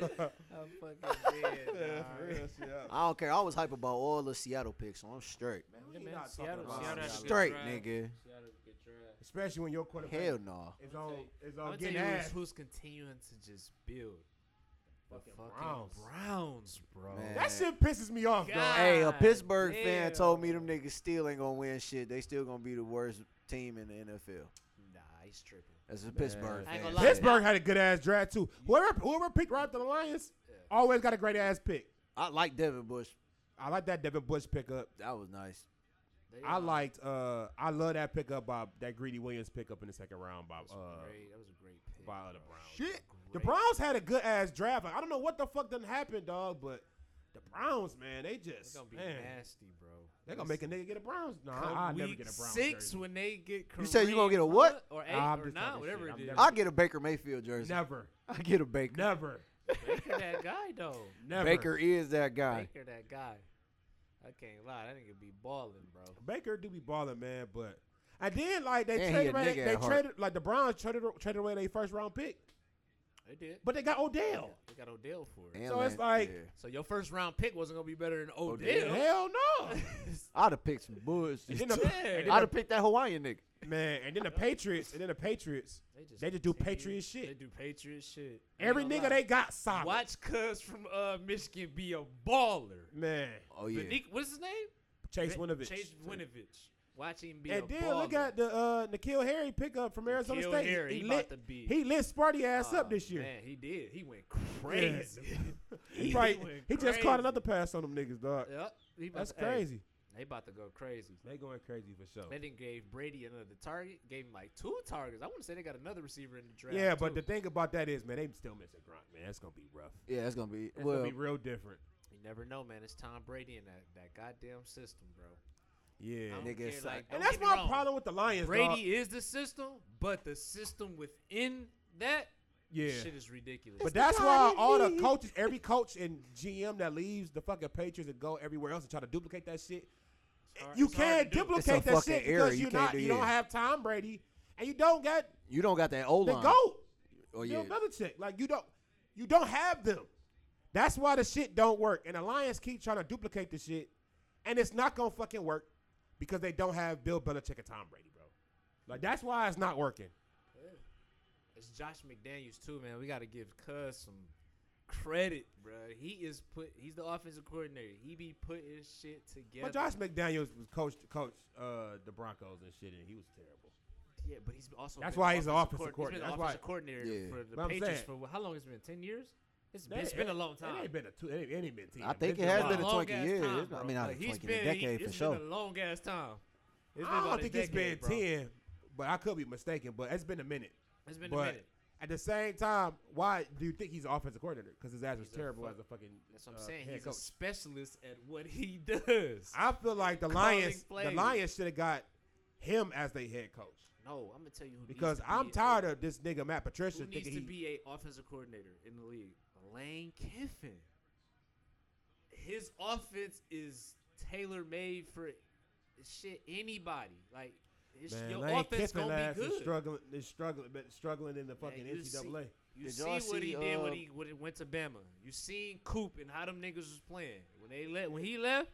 [SPEAKER 5] I'm fucking dead.
[SPEAKER 2] yeah,
[SPEAKER 5] dog.
[SPEAKER 2] for real shit. yeah.
[SPEAKER 3] I don't care. I was hype about all the Seattle picks, so I'm straight.
[SPEAKER 2] Man,
[SPEAKER 5] Yeah,
[SPEAKER 2] we
[SPEAKER 5] man,
[SPEAKER 2] not talking
[SPEAKER 5] Seattle- Seattle
[SPEAKER 2] about
[SPEAKER 5] had a
[SPEAKER 2] Seattle.
[SPEAKER 5] good
[SPEAKER 3] Straight,
[SPEAKER 5] drive.
[SPEAKER 3] nigga.
[SPEAKER 5] Seattle get draft.
[SPEAKER 2] especially when your quarterback
[SPEAKER 3] Hell no.
[SPEAKER 2] is on is
[SPEAKER 5] I'm
[SPEAKER 2] on
[SPEAKER 5] gonna tell
[SPEAKER 2] getting
[SPEAKER 5] you who's,
[SPEAKER 2] ass.
[SPEAKER 5] who's continuing to just build. The
[SPEAKER 2] Fucking
[SPEAKER 5] fucking,
[SPEAKER 2] Browns.
[SPEAKER 5] Browns. bro.
[SPEAKER 3] Man.
[SPEAKER 2] That shit pisses me off, dog.
[SPEAKER 5] God
[SPEAKER 3] Hey, a Pittsburgh fan
[SPEAKER 5] damn.
[SPEAKER 3] told me them niggas still ain't gonna win shit. They still gonna be the worst team in the NFL.
[SPEAKER 5] Nah, he's tripping.
[SPEAKER 3] That's a Pittsburgh
[SPEAKER 5] I
[SPEAKER 3] fan.
[SPEAKER 5] ain't gonna lie.
[SPEAKER 2] Pittsburgh had a good ass draft too. Whoever whoever picked right after the Lions
[SPEAKER 5] Yeah.
[SPEAKER 2] always got a great ass pick.
[SPEAKER 3] I like Devin Bush.
[SPEAKER 2] I like that Devin Bush pickup.
[SPEAKER 3] That was nice.
[SPEAKER 5] They,
[SPEAKER 2] I
[SPEAKER 5] uh,
[SPEAKER 2] liked. Uh, I love that pickup by that Greedy Williams pickup in the second round by
[SPEAKER 5] that was
[SPEAKER 2] uh,
[SPEAKER 5] great. That was a great pick.
[SPEAKER 2] by the Browns.
[SPEAKER 3] Shit.
[SPEAKER 2] The
[SPEAKER 5] Great.
[SPEAKER 2] Browns had a good ass draft. Like, I don't know what the fuck done happened, dog, but the Browns, man, they just
[SPEAKER 5] They're gonna be
[SPEAKER 2] man,
[SPEAKER 5] nasty, bro.
[SPEAKER 2] they're gonna make a nigga get a Browns. No,
[SPEAKER 5] Come
[SPEAKER 2] I, I never
[SPEAKER 5] week
[SPEAKER 2] get a Browns
[SPEAKER 5] six
[SPEAKER 2] jersey.
[SPEAKER 5] when they get.
[SPEAKER 3] You said you gonna
[SPEAKER 5] Kareem
[SPEAKER 3] get a what?
[SPEAKER 5] Hunt Or eight
[SPEAKER 2] Nah, I'm
[SPEAKER 5] or
[SPEAKER 2] just
[SPEAKER 5] nine,
[SPEAKER 2] talking
[SPEAKER 5] whatever
[SPEAKER 2] shit.
[SPEAKER 5] it is.
[SPEAKER 2] I'm
[SPEAKER 3] I get a Baker Mayfield jersey.
[SPEAKER 2] Never,
[SPEAKER 3] I get a Baker.
[SPEAKER 2] never,
[SPEAKER 5] Baker that guy though.
[SPEAKER 2] never.
[SPEAKER 3] Baker is that guy.
[SPEAKER 5] Baker that guy. I can't lie. That nigga be balling, bro.
[SPEAKER 2] Baker do be balling, man. But and then like they
[SPEAKER 3] And he
[SPEAKER 2] traded,
[SPEAKER 3] a
[SPEAKER 2] away,
[SPEAKER 3] nigga
[SPEAKER 2] they
[SPEAKER 3] at heart.
[SPEAKER 2] traded like the Browns traded traded away their first round pick,
[SPEAKER 5] They did.
[SPEAKER 2] but they got Odell.
[SPEAKER 5] Oh, They got Odell for it.
[SPEAKER 3] And
[SPEAKER 2] So it's
[SPEAKER 3] Lance-
[SPEAKER 2] like-
[SPEAKER 3] yeah.
[SPEAKER 5] So your first round pick wasn't gonna be better than Odell.
[SPEAKER 3] Odell.
[SPEAKER 2] Hell no,
[SPEAKER 3] I'd have picked some bullshit.
[SPEAKER 2] And then the-
[SPEAKER 5] Yeah.
[SPEAKER 3] I'd have picked that Hawaiian nigga.
[SPEAKER 2] man. And then the Patriots, and then the Patriots. They just do
[SPEAKER 5] continue-
[SPEAKER 2] Patriot shit.
[SPEAKER 5] They do Patriot shit. I
[SPEAKER 2] Every
[SPEAKER 5] ain't gonna
[SPEAKER 2] nigga
[SPEAKER 5] lie.
[SPEAKER 2] they got solid.
[SPEAKER 5] Watch Cuz from uh, Michigan be a baller.
[SPEAKER 2] Man,
[SPEAKER 3] Oh yeah.
[SPEAKER 5] Vanik- what's his name?
[SPEAKER 2] Chase
[SPEAKER 5] Va-
[SPEAKER 2] Winovich.
[SPEAKER 5] Chase Winovich. Watch him be
[SPEAKER 2] and
[SPEAKER 5] a
[SPEAKER 2] then
[SPEAKER 5] baller.
[SPEAKER 2] look at the uh, Nikhil Harry pickup from Arizona
[SPEAKER 5] N'Keal
[SPEAKER 2] State.
[SPEAKER 5] Harry,
[SPEAKER 2] he,
[SPEAKER 5] he
[SPEAKER 2] lit,
[SPEAKER 5] about to be-
[SPEAKER 2] he lit Sparty ass
[SPEAKER 5] Oh,
[SPEAKER 2] up this year.
[SPEAKER 5] Man, he did. He went crazy.
[SPEAKER 2] He, probably-
[SPEAKER 5] went
[SPEAKER 2] he just caught
[SPEAKER 5] crazy.
[SPEAKER 2] another pass on them niggas, dog.
[SPEAKER 5] Yep. he about
[SPEAKER 2] That's
[SPEAKER 5] to- hey,
[SPEAKER 2] crazy.
[SPEAKER 5] they about to go crazy.
[SPEAKER 2] They going crazy for sure.
[SPEAKER 5] They didn't gave Brady another target. Gave him like two targets. I want to say they got another receiver in the draft.
[SPEAKER 2] Yeah, but the
[SPEAKER 5] too.
[SPEAKER 2] thing about that is, man, they still missing Gronk, man. That's gonna be rough.
[SPEAKER 3] Yeah, that's gonna be
[SPEAKER 2] That's
[SPEAKER 3] well.
[SPEAKER 2] gonna be real different.
[SPEAKER 5] you never know, man. It's Tom Brady and that, that goddamn system, bro.
[SPEAKER 2] Yeah.
[SPEAKER 5] I don't
[SPEAKER 3] Nigga,
[SPEAKER 5] care,
[SPEAKER 3] it's
[SPEAKER 5] like,
[SPEAKER 3] like-
[SPEAKER 5] don't
[SPEAKER 2] And that's
[SPEAKER 5] get me
[SPEAKER 2] my
[SPEAKER 5] wrong.
[SPEAKER 2] problem with the Lions,
[SPEAKER 5] Brady
[SPEAKER 2] dog.
[SPEAKER 5] is the system, but the system within that
[SPEAKER 2] Yeah.
[SPEAKER 5] shit is ridiculous.
[SPEAKER 2] But that's why all the coaches, every coach and GM that leaves the fucking Patriots and go everywhere else and try to duplicate that shit,
[SPEAKER 5] It's hard-
[SPEAKER 2] you
[SPEAKER 5] it's hard
[SPEAKER 2] can't
[SPEAKER 5] to do.
[SPEAKER 2] duplicate
[SPEAKER 3] It's a
[SPEAKER 2] that
[SPEAKER 3] fucking
[SPEAKER 2] shit
[SPEAKER 3] error.
[SPEAKER 2] because
[SPEAKER 3] You
[SPEAKER 2] you're
[SPEAKER 3] can't
[SPEAKER 2] not,
[SPEAKER 3] do
[SPEAKER 2] you
[SPEAKER 3] that.
[SPEAKER 2] don't have Tom Brady, and you don't got
[SPEAKER 3] you don't got that O
[SPEAKER 2] the
[SPEAKER 3] line.
[SPEAKER 2] goat.
[SPEAKER 3] Oh
[SPEAKER 2] Bill
[SPEAKER 3] yeah.
[SPEAKER 2] Belichick. Like you don't you don't have them. That's why the shit don't work. And the Lions keep trying to duplicate the shit. And it's not gonna fucking work because they don't have Bill Belichick and Tom Brady, bro. Like that's why it's not working.
[SPEAKER 5] It's Josh McDaniels too, man. We got to give Cuz some credit, bro. He is put. He's the offensive coordinator. He be putting shit together.
[SPEAKER 2] But Josh McDaniels was coach coach uh the Broncos and shit, and he was terrible.
[SPEAKER 5] yeah, but he's also
[SPEAKER 2] That's
[SPEAKER 5] been
[SPEAKER 2] why he's the offensive
[SPEAKER 5] coord- He's been the
[SPEAKER 2] coordinator.
[SPEAKER 5] offensive coordinator
[SPEAKER 3] Yeah.
[SPEAKER 5] for the
[SPEAKER 2] But I'm
[SPEAKER 5] Patriots
[SPEAKER 2] saying-
[SPEAKER 5] for wh- how long? It's been ten years. It's been,
[SPEAKER 2] They-
[SPEAKER 5] it's been a long
[SPEAKER 2] It
[SPEAKER 5] time.
[SPEAKER 2] ain't been a two. It ain't, it ain't been two.
[SPEAKER 3] I think it
[SPEAKER 5] It's
[SPEAKER 3] has been a
[SPEAKER 5] long
[SPEAKER 3] 20
[SPEAKER 5] ass
[SPEAKER 3] years.
[SPEAKER 5] time,
[SPEAKER 3] It's not- I
[SPEAKER 5] bro.
[SPEAKER 3] mean, not
[SPEAKER 5] Like,
[SPEAKER 3] a
[SPEAKER 5] he's
[SPEAKER 3] 20, a
[SPEAKER 5] been- he-
[SPEAKER 3] decade for
[SPEAKER 5] it's
[SPEAKER 3] sure.
[SPEAKER 5] been a long ass time. It's been
[SPEAKER 2] I
[SPEAKER 5] about
[SPEAKER 2] don't
[SPEAKER 5] a
[SPEAKER 2] think it's been
[SPEAKER 5] decade, bro.
[SPEAKER 2] ten, but I could be mistaken. But it's been a minute.
[SPEAKER 5] It's been
[SPEAKER 2] but
[SPEAKER 5] a minute.
[SPEAKER 2] At the same time, why do you think he's the offensive coordinator? Because his ass was
[SPEAKER 5] He's a
[SPEAKER 2] terrible
[SPEAKER 5] fuck-
[SPEAKER 2] as a fucking.
[SPEAKER 5] That's what I'm
[SPEAKER 2] uh,
[SPEAKER 5] saying.
[SPEAKER 2] head
[SPEAKER 5] He's a
[SPEAKER 2] coach.
[SPEAKER 5] specialist at what he does.
[SPEAKER 2] I feel like the
[SPEAKER 5] Calling
[SPEAKER 2] Lions, the
[SPEAKER 5] plays.
[SPEAKER 2] Lions should have got him as their head coach
[SPEAKER 5] no, I'm gonna tell you who.
[SPEAKER 2] because
[SPEAKER 5] needs to
[SPEAKER 2] I'm
[SPEAKER 5] be
[SPEAKER 2] tired
[SPEAKER 5] a,
[SPEAKER 2] of this nigga Matt Patricia
[SPEAKER 5] who needs
[SPEAKER 2] thinking
[SPEAKER 5] to
[SPEAKER 2] he.
[SPEAKER 5] be a offensive coordinator in the league. Lane Kiffin. His offense is tailor made for shit anybody. Like his,
[SPEAKER 2] man,
[SPEAKER 5] your
[SPEAKER 2] Lane
[SPEAKER 5] offense
[SPEAKER 2] Kiffin
[SPEAKER 5] gonna
[SPEAKER 2] last
[SPEAKER 5] be
[SPEAKER 2] is
[SPEAKER 5] good.
[SPEAKER 2] struggling, is struggling, been struggling in the
[SPEAKER 5] Man,
[SPEAKER 2] fucking
[SPEAKER 5] you
[SPEAKER 2] NCAA.
[SPEAKER 5] see- You
[SPEAKER 3] Did
[SPEAKER 5] see
[SPEAKER 3] y'all
[SPEAKER 5] what he
[SPEAKER 3] see,
[SPEAKER 5] did when
[SPEAKER 3] uh,
[SPEAKER 5] he when he went to Bama. You seen Coop and how them niggas was playing when they left. When he left,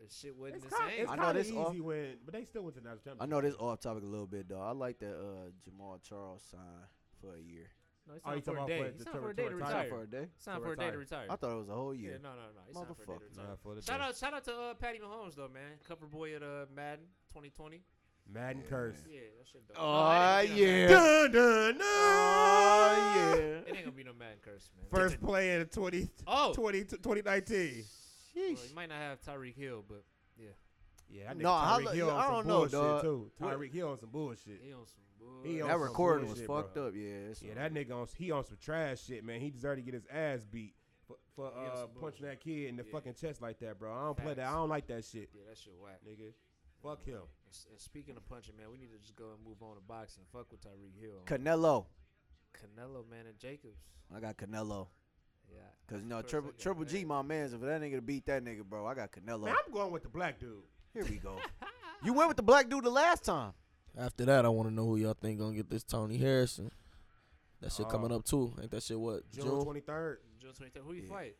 [SPEAKER 5] the shit wasn't
[SPEAKER 2] It's
[SPEAKER 5] the
[SPEAKER 2] kind,
[SPEAKER 5] same.
[SPEAKER 2] it's
[SPEAKER 3] I
[SPEAKER 2] kind
[SPEAKER 3] know
[SPEAKER 2] of
[SPEAKER 3] this
[SPEAKER 2] easy
[SPEAKER 3] off-
[SPEAKER 2] win, but they still went to the national
[SPEAKER 3] I
[SPEAKER 2] championship.
[SPEAKER 3] know this off topic a little bit though. I like that uh, Jamal Charles sign for a year.
[SPEAKER 5] No, it's
[SPEAKER 2] Oh,
[SPEAKER 5] time
[SPEAKER 2] you
[SPEAKER 5] for
[SPEAKER 2] talking
[SPEAKER 5] a
[SPEAKER 2] about
[SPEAKER 5] day.
[SPEAKER 2] for
[SPEAKER 5] It's
[SPEAKER 2] the
[SPEAKER 5] time for
[SPEAKER 2] tour-
[SPEAKER 5] a day to
[SPEAKER 2] tour
[SPEAKER 3] Sign
[SPEAKER 5] retire.
[SPEAKER 3] for a day.
[SPEAKER 5] It's time
[SPEAKER 2] To
[SPEAKER 5] for a day to retire.
[SPEAKER 2] retire.
[SPEAKER 3] I thought it was a whole
[SPEAKER 5] yeah,
[SPEAKER 3] year.
[SPEAKER 5] no, no, no. It's time for a day to
[SPEAKER 3] Motherfucker.
[SPEAKER 5] retire.
[SPEAKER 2] Nah, for the
[SPEAKER 5] Shout
[SPEAKER 2] day.
[SPEAKER 5] out, shout out to uh, Patty Mahomes though, man. Cover boy at uh, Madden 2020.
[SPEAKER 2] Madden
[SPEAKER 3] Yeah.
[SPEAKER 2] curse.
[SPEAKER 5] Yeah, that shit dope. No,
[SPEAKER 3] Oh
[SPEAKER 5] it ain't gonna be no
[SPEAKER 3] yeah.
[SPEAKER 2] Dun, dun, dun.
[SPEAKER 3] Oh
[SPEAKER 5] Madden-
[SPEAKER 3] yeah.
[SPEAKER 5] It ain't gonna be no Madden curse, man.
[SPEAKER 2] First play in 20,
[SPEAKER 5] Oh,
[SPEAKER 2] 20 2019.
[SPEAKER 5] well,
[SPEAKER 3] Sheesh.
[SPEAKER 5] you might not have Tyreek Hill, but
[SPEAKER 2] Yeah, that nigga
[SPEAKER 3] No, how
[SPEAKER 2] Tyreek
[SPEAKER 3] lo-
[SPEAKER 2] Hill
[SPEAKER 3] I
[SPEAKER 2] on
[SPEAKER 3] don't
[SPEAKER 2] some
[SPEAKER 3] know,
[SPEAKER 2] bullshit
[SPEAKER 3] dog.
[SPEAKER 2] too.
[SPEAKER 3] What-
[SPEAKER 2] Tyreek Hill on some bullshit.
[SPEAKER 5] he on some bull.
[SPEAKER 2] He on
[SPEAKER 3] That
[SPEAKER 2] some
[SPEAKER 3] recording was
[SPEAKER 2] bullshit,
[SPEAKER 3] fucked
[SPEAKER 2] bro.
[SPEAKER 3] up. Yeah. it's
[SPEAKER 2] Yeah,
[SPEAKER 3] on.
[SPEAKER 2] that nigga on he on some trash shit, man. He deserved to get his ass beat for, for
[SPEAKER 5] He on
[SPEAKER 2] uh,
[SPEAKER 5] some
[SPEAKER 2] punching
[SPEAKER 5] bullshit.
[SPEAKER 2] that kid in the
[SPEAKER 5] Yeah.
[SPEAKER 2] fucking chest like that, bro. I don't play that.
[SPEAKER 5] Facts.
[SPEAKER 2] I don't like that shit,
[SPEAKER 5] Yeah, that shit whack.
[SPEAKER 2] nigga. Fuck him.
[SPEAKER 5] And s- and speaking of punching, man, we need to just go and move on to boxing. Fuck with Tyreek Hill.
[SPEAKER 3] Canelo.
[SPEAKER 5] Canelo, man, and Jacobs.
[SPEAKER 3] I got Canelo.
[SPEAKER 5] Yeah.
[SPEAKER 3] Cause you
[SPEAKER 5] Of
[SPEAKER 3] know
[SPEAKER 5] course I
[SPEAKER 3] triple
[SPEAKER 5] got
[SPEAKER 3] triple G
[SPEAKER 5] Madden.
[SPEAKER 3] my man's if that nigga to beat that nigga, bro. I got Canelo.
[SPEAKER 2] Man, I'm going with the black dude.
[SPEAKER 3] Here we go. you went with the black dude the last time.
[SPEAKER 1] After that, I want to know who y'all think gonna get this Tony Harrison. That shit
[SPEAKER 2] Oh.
[SPEAKER 1] coming up too. Ain't that shit what
[SPEAKER 2] June
[SPEAKER 1] June?
[SPEAKER 2] twenty third,
[SPEAKER 5] June 23rd. Who you
[SPEAKER 3] Yeah. Oh,
[SPEAKER 5] fight?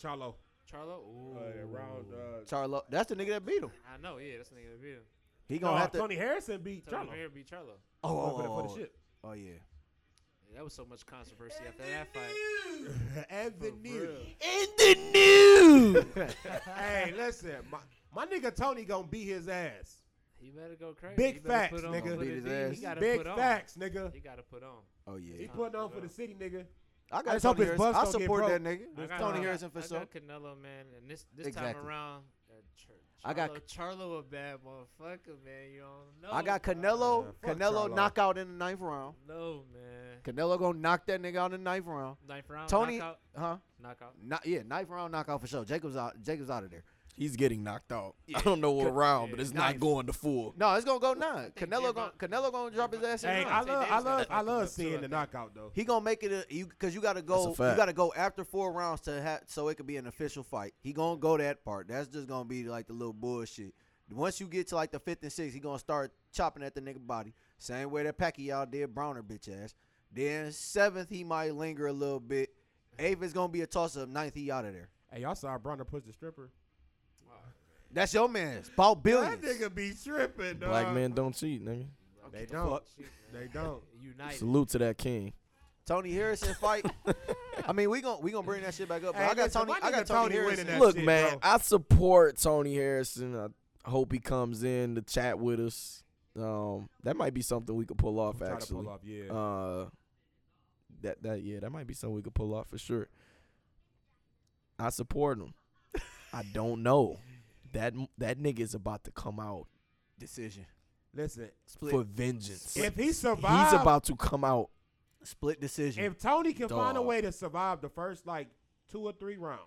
[SPEAKER 2] Charlo.
[SPEAKER 5] Charlo? Ooh.
[SPEAKER 2] Uh, round. Uh,
[SPEAKER 3] Charlo. That's the nigga that beat him.
[SPEAKER 5] I know, yeah, that's the nigga that beat him.
[SPEAKER 3] He
[SPEAKER 2] no,
[SPEAKER 3] gonna have to.
[SPEAKER 2] Tony Harrison beat
[SPEAKER 5] Charlo.
[SPEAKER 2] Charlo.
[SPEAKER 5] Bear beat Charlo.
[SPEAKER 3] Oh,
[SPEAKER 2] For the-
[SPEAKER 3] oh,
[SPEAKER 2] for
[SPEAKER 3] oh,
[SPEAKER 2] the shit.
[SPEAKER 3] oh, yeah.
[SPEAKER 5] Yeah, that was so much controversy after that fight.
[SPEAKER 2] And
[SPEAKER 5] For
[SPEAKER 2] the new.
[SPEAKER 5] real.
[SPEAKER 3] In the news.
[SPEAKER 2] hey, listen, my, my nigga Tony gonna beat his ass.
[SPEAKER 5] He better go crazy.
[SPEAKER 2] Big
[SPEAKER 5] He better
[SPEAKER 2] facts,
[SPEAKER 5] put on-
[SPEAKER 2] nigga.
[SPEAKER 5] put
[SPEAKER 3] Beat
[SPEAKER 5] it
[SPEAKER 3] his
[SPEAKER 5] deep.
[SPEAKER 3] ass.
[SPEAKER 5] He gotta
[SPEAKER 2] Big
[SPEAKER 5] put on.
[SPEAKER 2] facts, nigga.
[SPEAKER 5] He got to put on.
[SPEAKER 3] oh yeah.
[SPEAKER 2] He putting on for the city, nigga.
[SPEAKER 3] I
[SPEAKER 2] I
[SPEAKER 3] got
[SPEAKER 2] just hope
[SPEAKER 3] Tony
[SPEAKER 2] his
[SPEAKER 3] Harrison.
[SPEAKER 2] bus
[SPEAKER 3] I
[SPEAKER 2] don't get
[SPEAKER 3] support that
[SPEAKER 2] broke.
[SPEAKER 3] nigga.
[SPEAKER 5] I got-
[SPEAKER 3] Tony
[SPEAKER 5] I got-
[SPEAKER 3] Harrison for
[SPEAKER 5] I
[SPEAKER 3] sure.
[SPEAKER 5] got Canelo, man. And this, this time
[SPEAKER 3] Exactly.
[SPEAKER 5] around, that church.
[SPEAKER 3] I got
[SPEAKER 5] Charlo a bad motherfucker, man. You don't know.
[SPEAKER 3] I got
[SPEAKER 5] dog.
[SPEAKER 3] Canelo.
[SPEAKER 2] Yeah, fuck
[SPEAKER 3] Canelo
[SPEAKER 2] Charlo.
[SPEAKER 3] knockout in the ninth round.
[SPEAKER 5] No man.
[SPEAKER 3] Canelo gonna knock that nigga out in the ninth round.
[SPEAKER 5] Ninth round.
[SPEAKER 3] Tony-
[SPEAKER 5] Knockout.
[SPEAKER 3] Huh?
[SPEAKER 5] knockout.
[SPEAKER 3] Not yeah, ninth round knockout for sure. Jacob's out. Jacob's out of there.
[SPEAKER 1] He's getting knocked out. I don't know what round, but
[SPEAKER 5] yeah,
[SPEAKER 1] it's
[SPEAKER 5] nice.
[SPEAKER 1] not going to full.
[SPEAKER 3] No, it's gonna go nine.
[SPEAKER 5] think
[SPEAKER 3] Canelo
[SPEAKER 5] Javon-
[SPEAKER 3] gonna Canelo gonna drop his ass in
[SPEAKER 2] Hey,
[SPEAKER 3] nine.
[SPEAKER 2] I
[SPEAKER 5] Tay
[SPEAKER 2] love, I
[SPEAKER 5] Davis got
[SPEAKER 2] love, I
[SPEAKER 5] fucked
[SPEAKER 2] love
[SPEAKER 5] up too, I
[SPEAKER 2] seeing the
[SPEAKER 5] think.
[SPEAKER 2] knockout though.
[SPEAKER 3] He gonna make it a you because you gotta go. You
[SPEAKER 1] fact.
[SPEAKER 3] gotta go after four rounds to have so it could be an official fight. He gonna go that part. That's just gonna be like the little bullshit. Once you get to like the fifth and sixth, he gonna start chopping at the nigga body. Same way that Pacquiao did Browner bitch ass. Then seventh, he might linger a little bit. Eighth is gonna be a toss up. Ninth, he out of there.
[SPEAKER 2] Hey, y'all saw Bronner push the stripper.
[SPEAKER 3] That's your man's. Bought billions.
[SPEAKER 2] be stripping,
[SPEAKER 1] Black men don't cheat, nigga.
[SPEAKER 2] They don't.
[SPEAKER 5] Shit, man.
[SPEAKER 2] They don't.
[SPEAKER 5] United.
[SPEAKER 1] Salute to that king.
[SPEAKER 3] Tony Harrison fight. I mean, we gonna we gonna bring that shit back up. But
[SPEAKER 2] Hey,
[SPEAKER 3] I got
[SPEAKER 2] listen,
[SPEAKER 3] Tony.
[SPEAKER 2] my
[SPEAKER 3] I got
[SPEAKER 2] nigga
[SPEAKER 3] Tony,
[SPEAKER 2] Tony
[SPEAKER 3] Harrison.
[SPEAKER 2] winning that
[SPEAKER 1] Look,
[SPEAKER 2] shit,
[SPEAKER 1] man,
[SPEAKER 2] bro.
[SPEAKER 1] I support Tony Harrison. I hope he comes in to chat with us. Um, that might be something we could pull off.
[SPEAKER 2] Try to
[SPEAKER 1] actually,
[SPEAKER 2] pull off, yeah.
[SPEAKER 1] uh, that that yeah, that might be something we could pull off for sure. I support him. I don't know that that nigga is about to come out
[SPEAKER 3] Decision.
[SPEAKER 2] Listen,
[SPEAKER 3] Split.
[SPEAKER 1] for vengeance.
[SPEAKER 2] if he survives,
[SPEAKER 1] He's about to come out.
[SPEAKER 3] Split decision.
[SPEAKER 2] if Tony can find a
[SPEAKER 1] Dog.
[SPEAKER 2] way to survive the first like two or three rounds,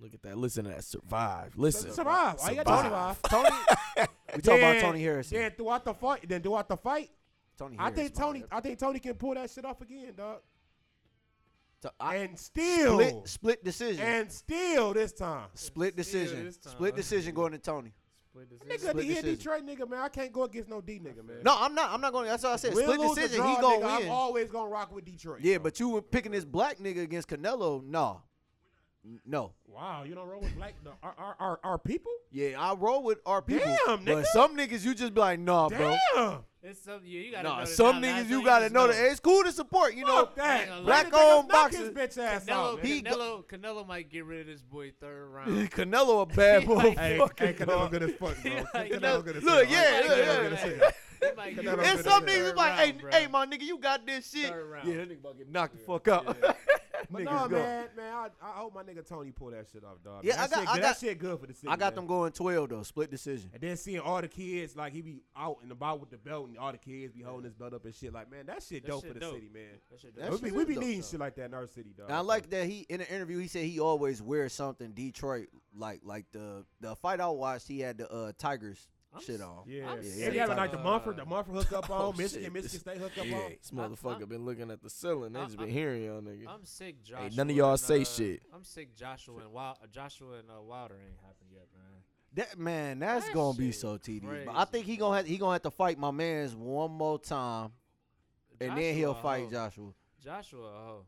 [SPEAKER 1] Look at that. Listen to that. Survive. Listen.
[SPEAKER 2] survive. All you gotta do is survive.
[SPEAKER 3] Tony. we talking about Tony Harrison.
[SPEAKER 2] Then throughout the fight, then throughout the fight,
[SPEAKER 3] Tony.
[SPEAKER 2] I
[SPEAKER 3] Harris,
[SPEAKER 2] think
[SPEAKER 3] my
[SPEAKER 2] Tony,
[SPEAKER 3] bad.
[SPEAKER 2] I think Tony can pull that shit off again, dog.
[SPEAKER 3] So I-
[SPEAKER 2] and still,
[SPEAKER 3] split, split decision.
[SPEAKER 2] and still this time.
[SPEAKER 3] split decision.
[SPEAKER 5] this time.
[SPEAKER 3] Split decision going to Tony.
[SPEAKER 5] Split
[SPEAKER 2] Nigga,
[SPEAKER 5] decision.
[SPEAKER 3] Split
[SPEAKER 2] the here
[SPEAKER 3] decision.
[SPEAKER 2] Detroit nigga, man, I can't go against no D nigga, man.
[SPEAKER 3] No, I'm not. I'm not going. to That's what I said.
[SPEAKER 2] Win,
[SPEAKER 3] split
[SPEAKER 2] lose, or
[SPEAKER 3] decision.
[SPEAKER 2] draw,
[SPEAKER 3] he gonna
[SPEAKER 2] nigga,
[SPEAKER 3] win.
[SPEAKER 2] I'm always gonna rock with Detroit.
[SPEAKER 3] yeah,
[SPEAKER 2] bro.
[SPEAKER 3] but you were picking this black nigga against Canelo. No. No.
[SPEAKER 2] wow, you don't roll with black no, our, our our our people.
[SPEAKER 3] Yeah, I roll with our people.
[SPEAKER 2] Damn, nigga.
[SPEAKER 3] But some niggas, you just be like, nah,
[SPEAKER 2] Damn,
[SPEAKER 3] Uh, bro.
[SPEAKER 5] It's some, yeah, you gotta
[SPEAKER 3] Nah,
[SPEAKER 5] know
[SPEAKER 3] some niggas, you gotta know that. It's cool to support. You know,
[SPEAKER 2] fuck that.
[SPEAKER 5] Nigga,
[SPEAKER 3] black
[SPEAKER 2] Let the nigga
[SPEAKER 3] owned
[SPEAKER 2] knock his
[SPEAKER 3] boxers.
[SPEAKER 2] bitch ass out.
[SPEAKER 5] Canelo,
[SPEAKER 2] man.
[SPEAKER 3] He
[SPEAKER 5] Canelo, Canelo might get rid of this boy third round.
[SPEAKER 3] Canelo a bad
[SPEAKER 5] He like-
[SPEAKER 2] Hey,
[SPEAKER 3] motherfucker.
[SPEAKER 2] hey, Canelo good as fuck, bro.
[SPEAKER 5] He like-
[SPEAKER 2] Canelo good as
[SPEAKER 3] Look,
[SPEAKER 2] fuck.
[SPEAKER 3] yeah,
[SPEAKER 2] Canelo
[SPEAKER 3] look, yeah.
[SPEAKER 2] good as fuck.
[SPEAKER 5] He might get
[SPEAKER 2] Canelo good
[SPEAKER 5] rid of
[SPEAKER 3] And
[SPEAKER 5] this
[SPEAKER 2] as
[SPEAKER 3] some
[SPEAKER 2] fuck.
[SPEAKER 3] niggas
[SPEAKER 5] third
[SPEAKER 3] be like, hey,
[SPEAKER 5] round, bro.
[SPEAKER 3] hey, my nigga, you got this shit.
[SPEAKER 5] Third round.
[SPEAKER 3] Yeah, that nigga about to get knocked the fuck up.
[SPEAKER 2] But
[SPEAKER 3] Niggas
[SPEAKER 2] no,
[SPEAKER 3] go.
[SPEAKER 2] man, man, I, I hope my nigga Tony pull that shit off, dog.
[SPEAKER 3] Yeah,
[SPEAKER 2] that
[SPEAKER 3] I got-
[SPEAKER 2] shit,
[SPEAKER 3] I
[SPEAKER 2] good-
[SPEAKER 3] got-
[SPEAKER 2] that shit good for the city.
[SPEAKER 3] I got
[SPEAKER 2] man.
[SPEAKER 3] them going 12, though. Split decision.
[SPEAKER 2] And then seeing all the kids, like he be out and about with the belt, and all the kids be holding his belt up and shit. Like, man, that shit
[SPEAKER 5] That
[SPEAKER 2] dope
[SPEAKER 5] shit
[SPEAKER 2] for the
[SPEAKER 5] dope.
[SPEAKER 2] city, man.
[SPEAKER 5] That shit
[SPEAKER 3] That
[SPEAKER 2] we
[SPEAKER 5] dope.
[SPEAKER 2] be,
[SPEAKER 3] shit
[SPEAKER 2] we
[SPEAKER 3] is
[SPEAKER 2] be
[SPEAKER 3] dope,
[SPEAKER 2] needing
[SPEAKER 3] though.
[SPEAKER 2] shit like that in our city, dog.
[SPEAKER 3] And I like that he in an interview he said he always wears something Detroit like like the the fight I watched he had the uh Tigers
[SPEAKER 5] I'm
[SPEAKER 3] shit
[SPEAKER 5] s-
[SPEAKER 3] on.
[SPEAKER 2] Yeah,
[SPEAKER 5] I'm
[SPEAKER 2] yeah,
[SPEAKER 5] sick
[SPEAKER 2] yeah.
[SPEAKER 5] of,
[SPEAKER 2] Like the
[SPEAKER 5] uh,
[SPEAKER 2] Mumford, the Mumford hook up
[SPEAKER 1] Oh,
[SPEAKER 2] on Michigan,
[SPEAKER 1] shit.
[SPEAKER 2] Michigan State hook up on.
[SPEAKER 1] This motherfucker been looking at the ceiling. They
[SPEAKER 5] I-
[SPEAKER 1] just been
[SPEAKER 5] I-
[SPEAKER 1] hearing y'all nigga.
[SPEAKER 5] I'm sick, Joshua.
[SPEAKER 1] none of y'all
[SPEAKER 5] and,
[SPEAKER 1] say
[SPEAKER 5] uh,
[SPEAKER 1] shit.
[SPEAKER 5] I'm sick, Joshua and Wild, Joshua and uh, Wilder ain't happened yet, man.
[SPEAKER 3] That man, that's
[SPEAKER 5] That
[SPEAKER 3] gonna be
[SPEAKER 5] shit
[SPEAKER 3] so
[SPEAKER 5] is
[SPEAKER 3] tedious. But I
[SPEAKER 5] crazy,
[SPEAKER 3] think he
[SPEAKER 5] man.
[SPEAKER 3] gonna have, he gonna have to fight my man's one more time, and then he'll
[SPEAKER 5] a
[SPEAKER 3] fight
[SPEAKER 5] hoe.
[SPEAKER 3] Joshua.
[SPEAKER 5] oh, Joshua, oh, a hoe.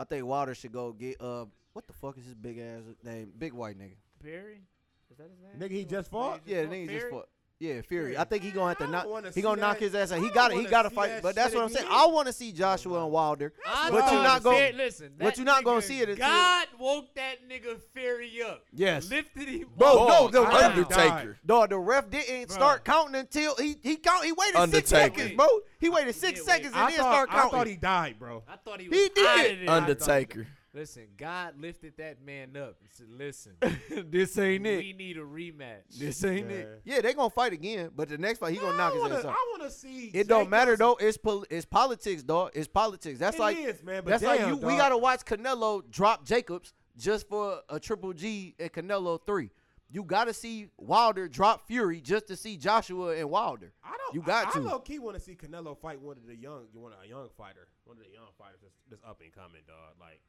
[SPEAKER 3] I think Wilder should go get uh what the fuck is his big ass name? Big white nigga.
[SPEAKER 5] Perry, is that his name?
[SPEAKER 2] Nigga, he just fought?
[SPEAKER 3] Yeah, the
[SPEAKER 5] fought?
[SPEAKER 3] nigga just
[SPEAKER 5] Fury?
[SPEAKER 3] fought. Yeah, Fury. I
[SPEAKER 2] Fury.
[SPEAKER 3] think he gonna have
[SPEAKER 2] I
[SPEAKER 3] to
[SPEAKER 2] don't wanna
[SPEAKER 3] knock. He
[SPEAKER 2] see
[SPEAKER 3] gonna knock
[SPEAKER 2] that.
[SPEAKER 3] his ass
[SPEAKER 2] I
[SPEAKER 3] out. He
[SPEAKER 2] don't
[SPEAKER 3] got it. He
[SPEAKER 2] wanna
[SPEAKER 3] got to
[SPEAKER 2] see
[SPEAKER 3] fight.
[SPEAKER 2] that
[SPEAKER 3] But that's
[SPEAKER 2] shit
[SPEAKER 3] what I'm saying.
[SPEAKER 2] again.
[SPEAKER 3] I want to see Joshua and Wilder.
[SPEAKER 5] I
[SPEAKER 3] But you
[SPEAKER 5] thought
[SPEAKER 3] not
[SPEAKER 5] Fury-
[SPEAKER 3] gonna.
[SPEAKER 5] listen.
[SPEAKER 3] but
[SPEAKER 5] that
[SPEAKER 3] you not gonna
[SPEAKER 5] nigga-
[SPEAKER 3] see it until-
[SPEAKER 5] God woke that nigga Fury up.
[SPEAKER 3] Yes.
[SPEAKER 5] lifted him.
[SPEAKER 3] Bro,
[SPEAKER 5] up.
[SPEAKER 3] no, the
[SPEAKER 5] I
[SPEAKER 3] ref-
[SPEAKER 5] died.
[SPEAKER 1] Undertaker.
[SPEAKER 3] Dog, the ref didn't
[SPEAKER 5] Bruh.
[SPEAKER 3] start counting until he he count. He waited six
[SPEAKER 1] Undertaker.
[SPEAKER 3] seconds, bro. He waited six
[SPEAKER 5] did wait.
[SPEAKER 3] seconds and
[SPEAKER 2] I
[SPEAKER 3] then
[SPEAKER 2] thought,
[SPEAKER 3] start
[SPEAKER 2] I
[SPEAKER 3] counting.
[SPEAKER 2] thought he died, bro.
[SPEAKER 5] I thought he was
[SPEAKER 3] He did.
[SPEAKER 5] outta there. I thought-
[SPEAKER 1] Undertaker.
[SPEAKER 5] Listen, God lifted that man up. He said, "Listen,
[SPEAKER 3] this ain't
[SPEAKER 5] we need a rematch."
[SPEAKER 3] This ain't
[SPEAKER 2] it.
[SPEAKER 3] Yeah, they gonna fight again, but the next fight he gonna knock
[SPEAKER 2] I
[SPEAKER 3] his
[SPEAKER 2] wanna,
[SPEAKER 3] ass out.
[SPEAKER 2] I want to see.
[SPEAKER 3] It don't matter though. It's pol- it's politics, dog. It's politics. That's
[SPEAKER 2] It
[SPEAKER 3] like
[SPEAKER 2] is, man, but
[SPEAKER 3] that's like
[SPEAKER 2] damn,
[SPEAKER 3] you. We
[SPEAKER 2] dog.
[SPEAKER 3] gotta watch Canelo drop Jacobs just for a triple G and Canelo three. You gotta see Wilder drop Fury just to see Joshua and Wilder.
[SPEAKER 2] I don't.
[SPEAKER 3] You got
[SPEAKER 2] I,
[SPEAKER 3] to.
[SPEAKER 2] I low key want to see Canelo fight one of the young, you want a young fighter, one of the young fighters that's, that's up and coming, dog. Like,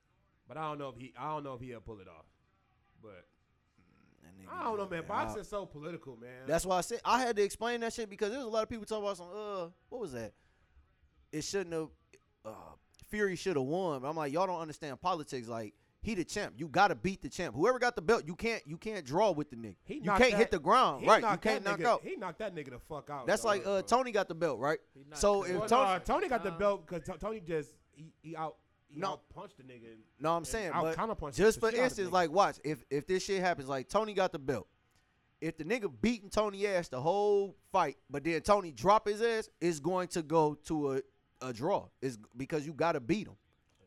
[SPEAKER 2] but I don't know if he, I don't know if he'll pull it off. But I don't know, man. Boxing's so political, man.
[SPEAKER 3] That's why I said I had to explain that shit because there was a lot of people talking about some. Uh, what was that? It shouldn't have. Uh, Fury should have won. But I'm like, y'all don't understand politics. Like he the champ. You gotta beat the champ. Whoever got the belt, you can't. You can't draw with the nigga.
[SPEAKER 2] He
[SPEAKER 3] you
[SPEAKER 2] knocked
[SPEAKER 3] can't hit
[SPEAKER 2] that-
[SPEAKER 3] the ground.
[SPEAKER 2] He
[SPEAKER 3] Right. You
[SPEAKER 2] knocked that
[SPEAKER 3] can't knock
[SPEAKER 2] nigga-
[SPEAKER 3] out.
[SPEAKER 2] He knocked that nigga the fuck out.
[SPEAKER 3] That's
[SPEAKER 2] dog,
[SPEAKER 3] like uh,
[SPEAKER 2] bro.
[SPEAKER 3] Tony got the belt, right?
[SPEAKER 5] He knocked
[SPEAKER 3] So
[SPEAKER 5] Canelo
[SPEAKER 3] if
[SPEAKER 2] Well,
[SPEAKER 3] Tony,
[SPEAKER 2] nah, Tony got the
[SPEAKER 5] down.
[SPEAKER 2] belt because Tony just he, he out he
[SPEAKER 3] No.
[SPEAKER 2] out punched the nigga. and-
[SPEAKER 3] No, I'm
[SPEAKER 2] and
[SPEAKER 3] saying,
[SPEAKER 2] out
[SPEAKER 3] but
[SPEAKER 2] counterpunched the
[SPEAKER 3] just for
[SPEAKER 2] shit out of the
[SPEAKER 3] instance,
[SPEAKER 2] nigga.
[SPEAKER 3] like watch if if this shit happens, like Tony got the belt. If the nigga beating Tony ass the whole fight, but then Tony drop his ass, it's going to go to a, a draw. Is because you got to beat him.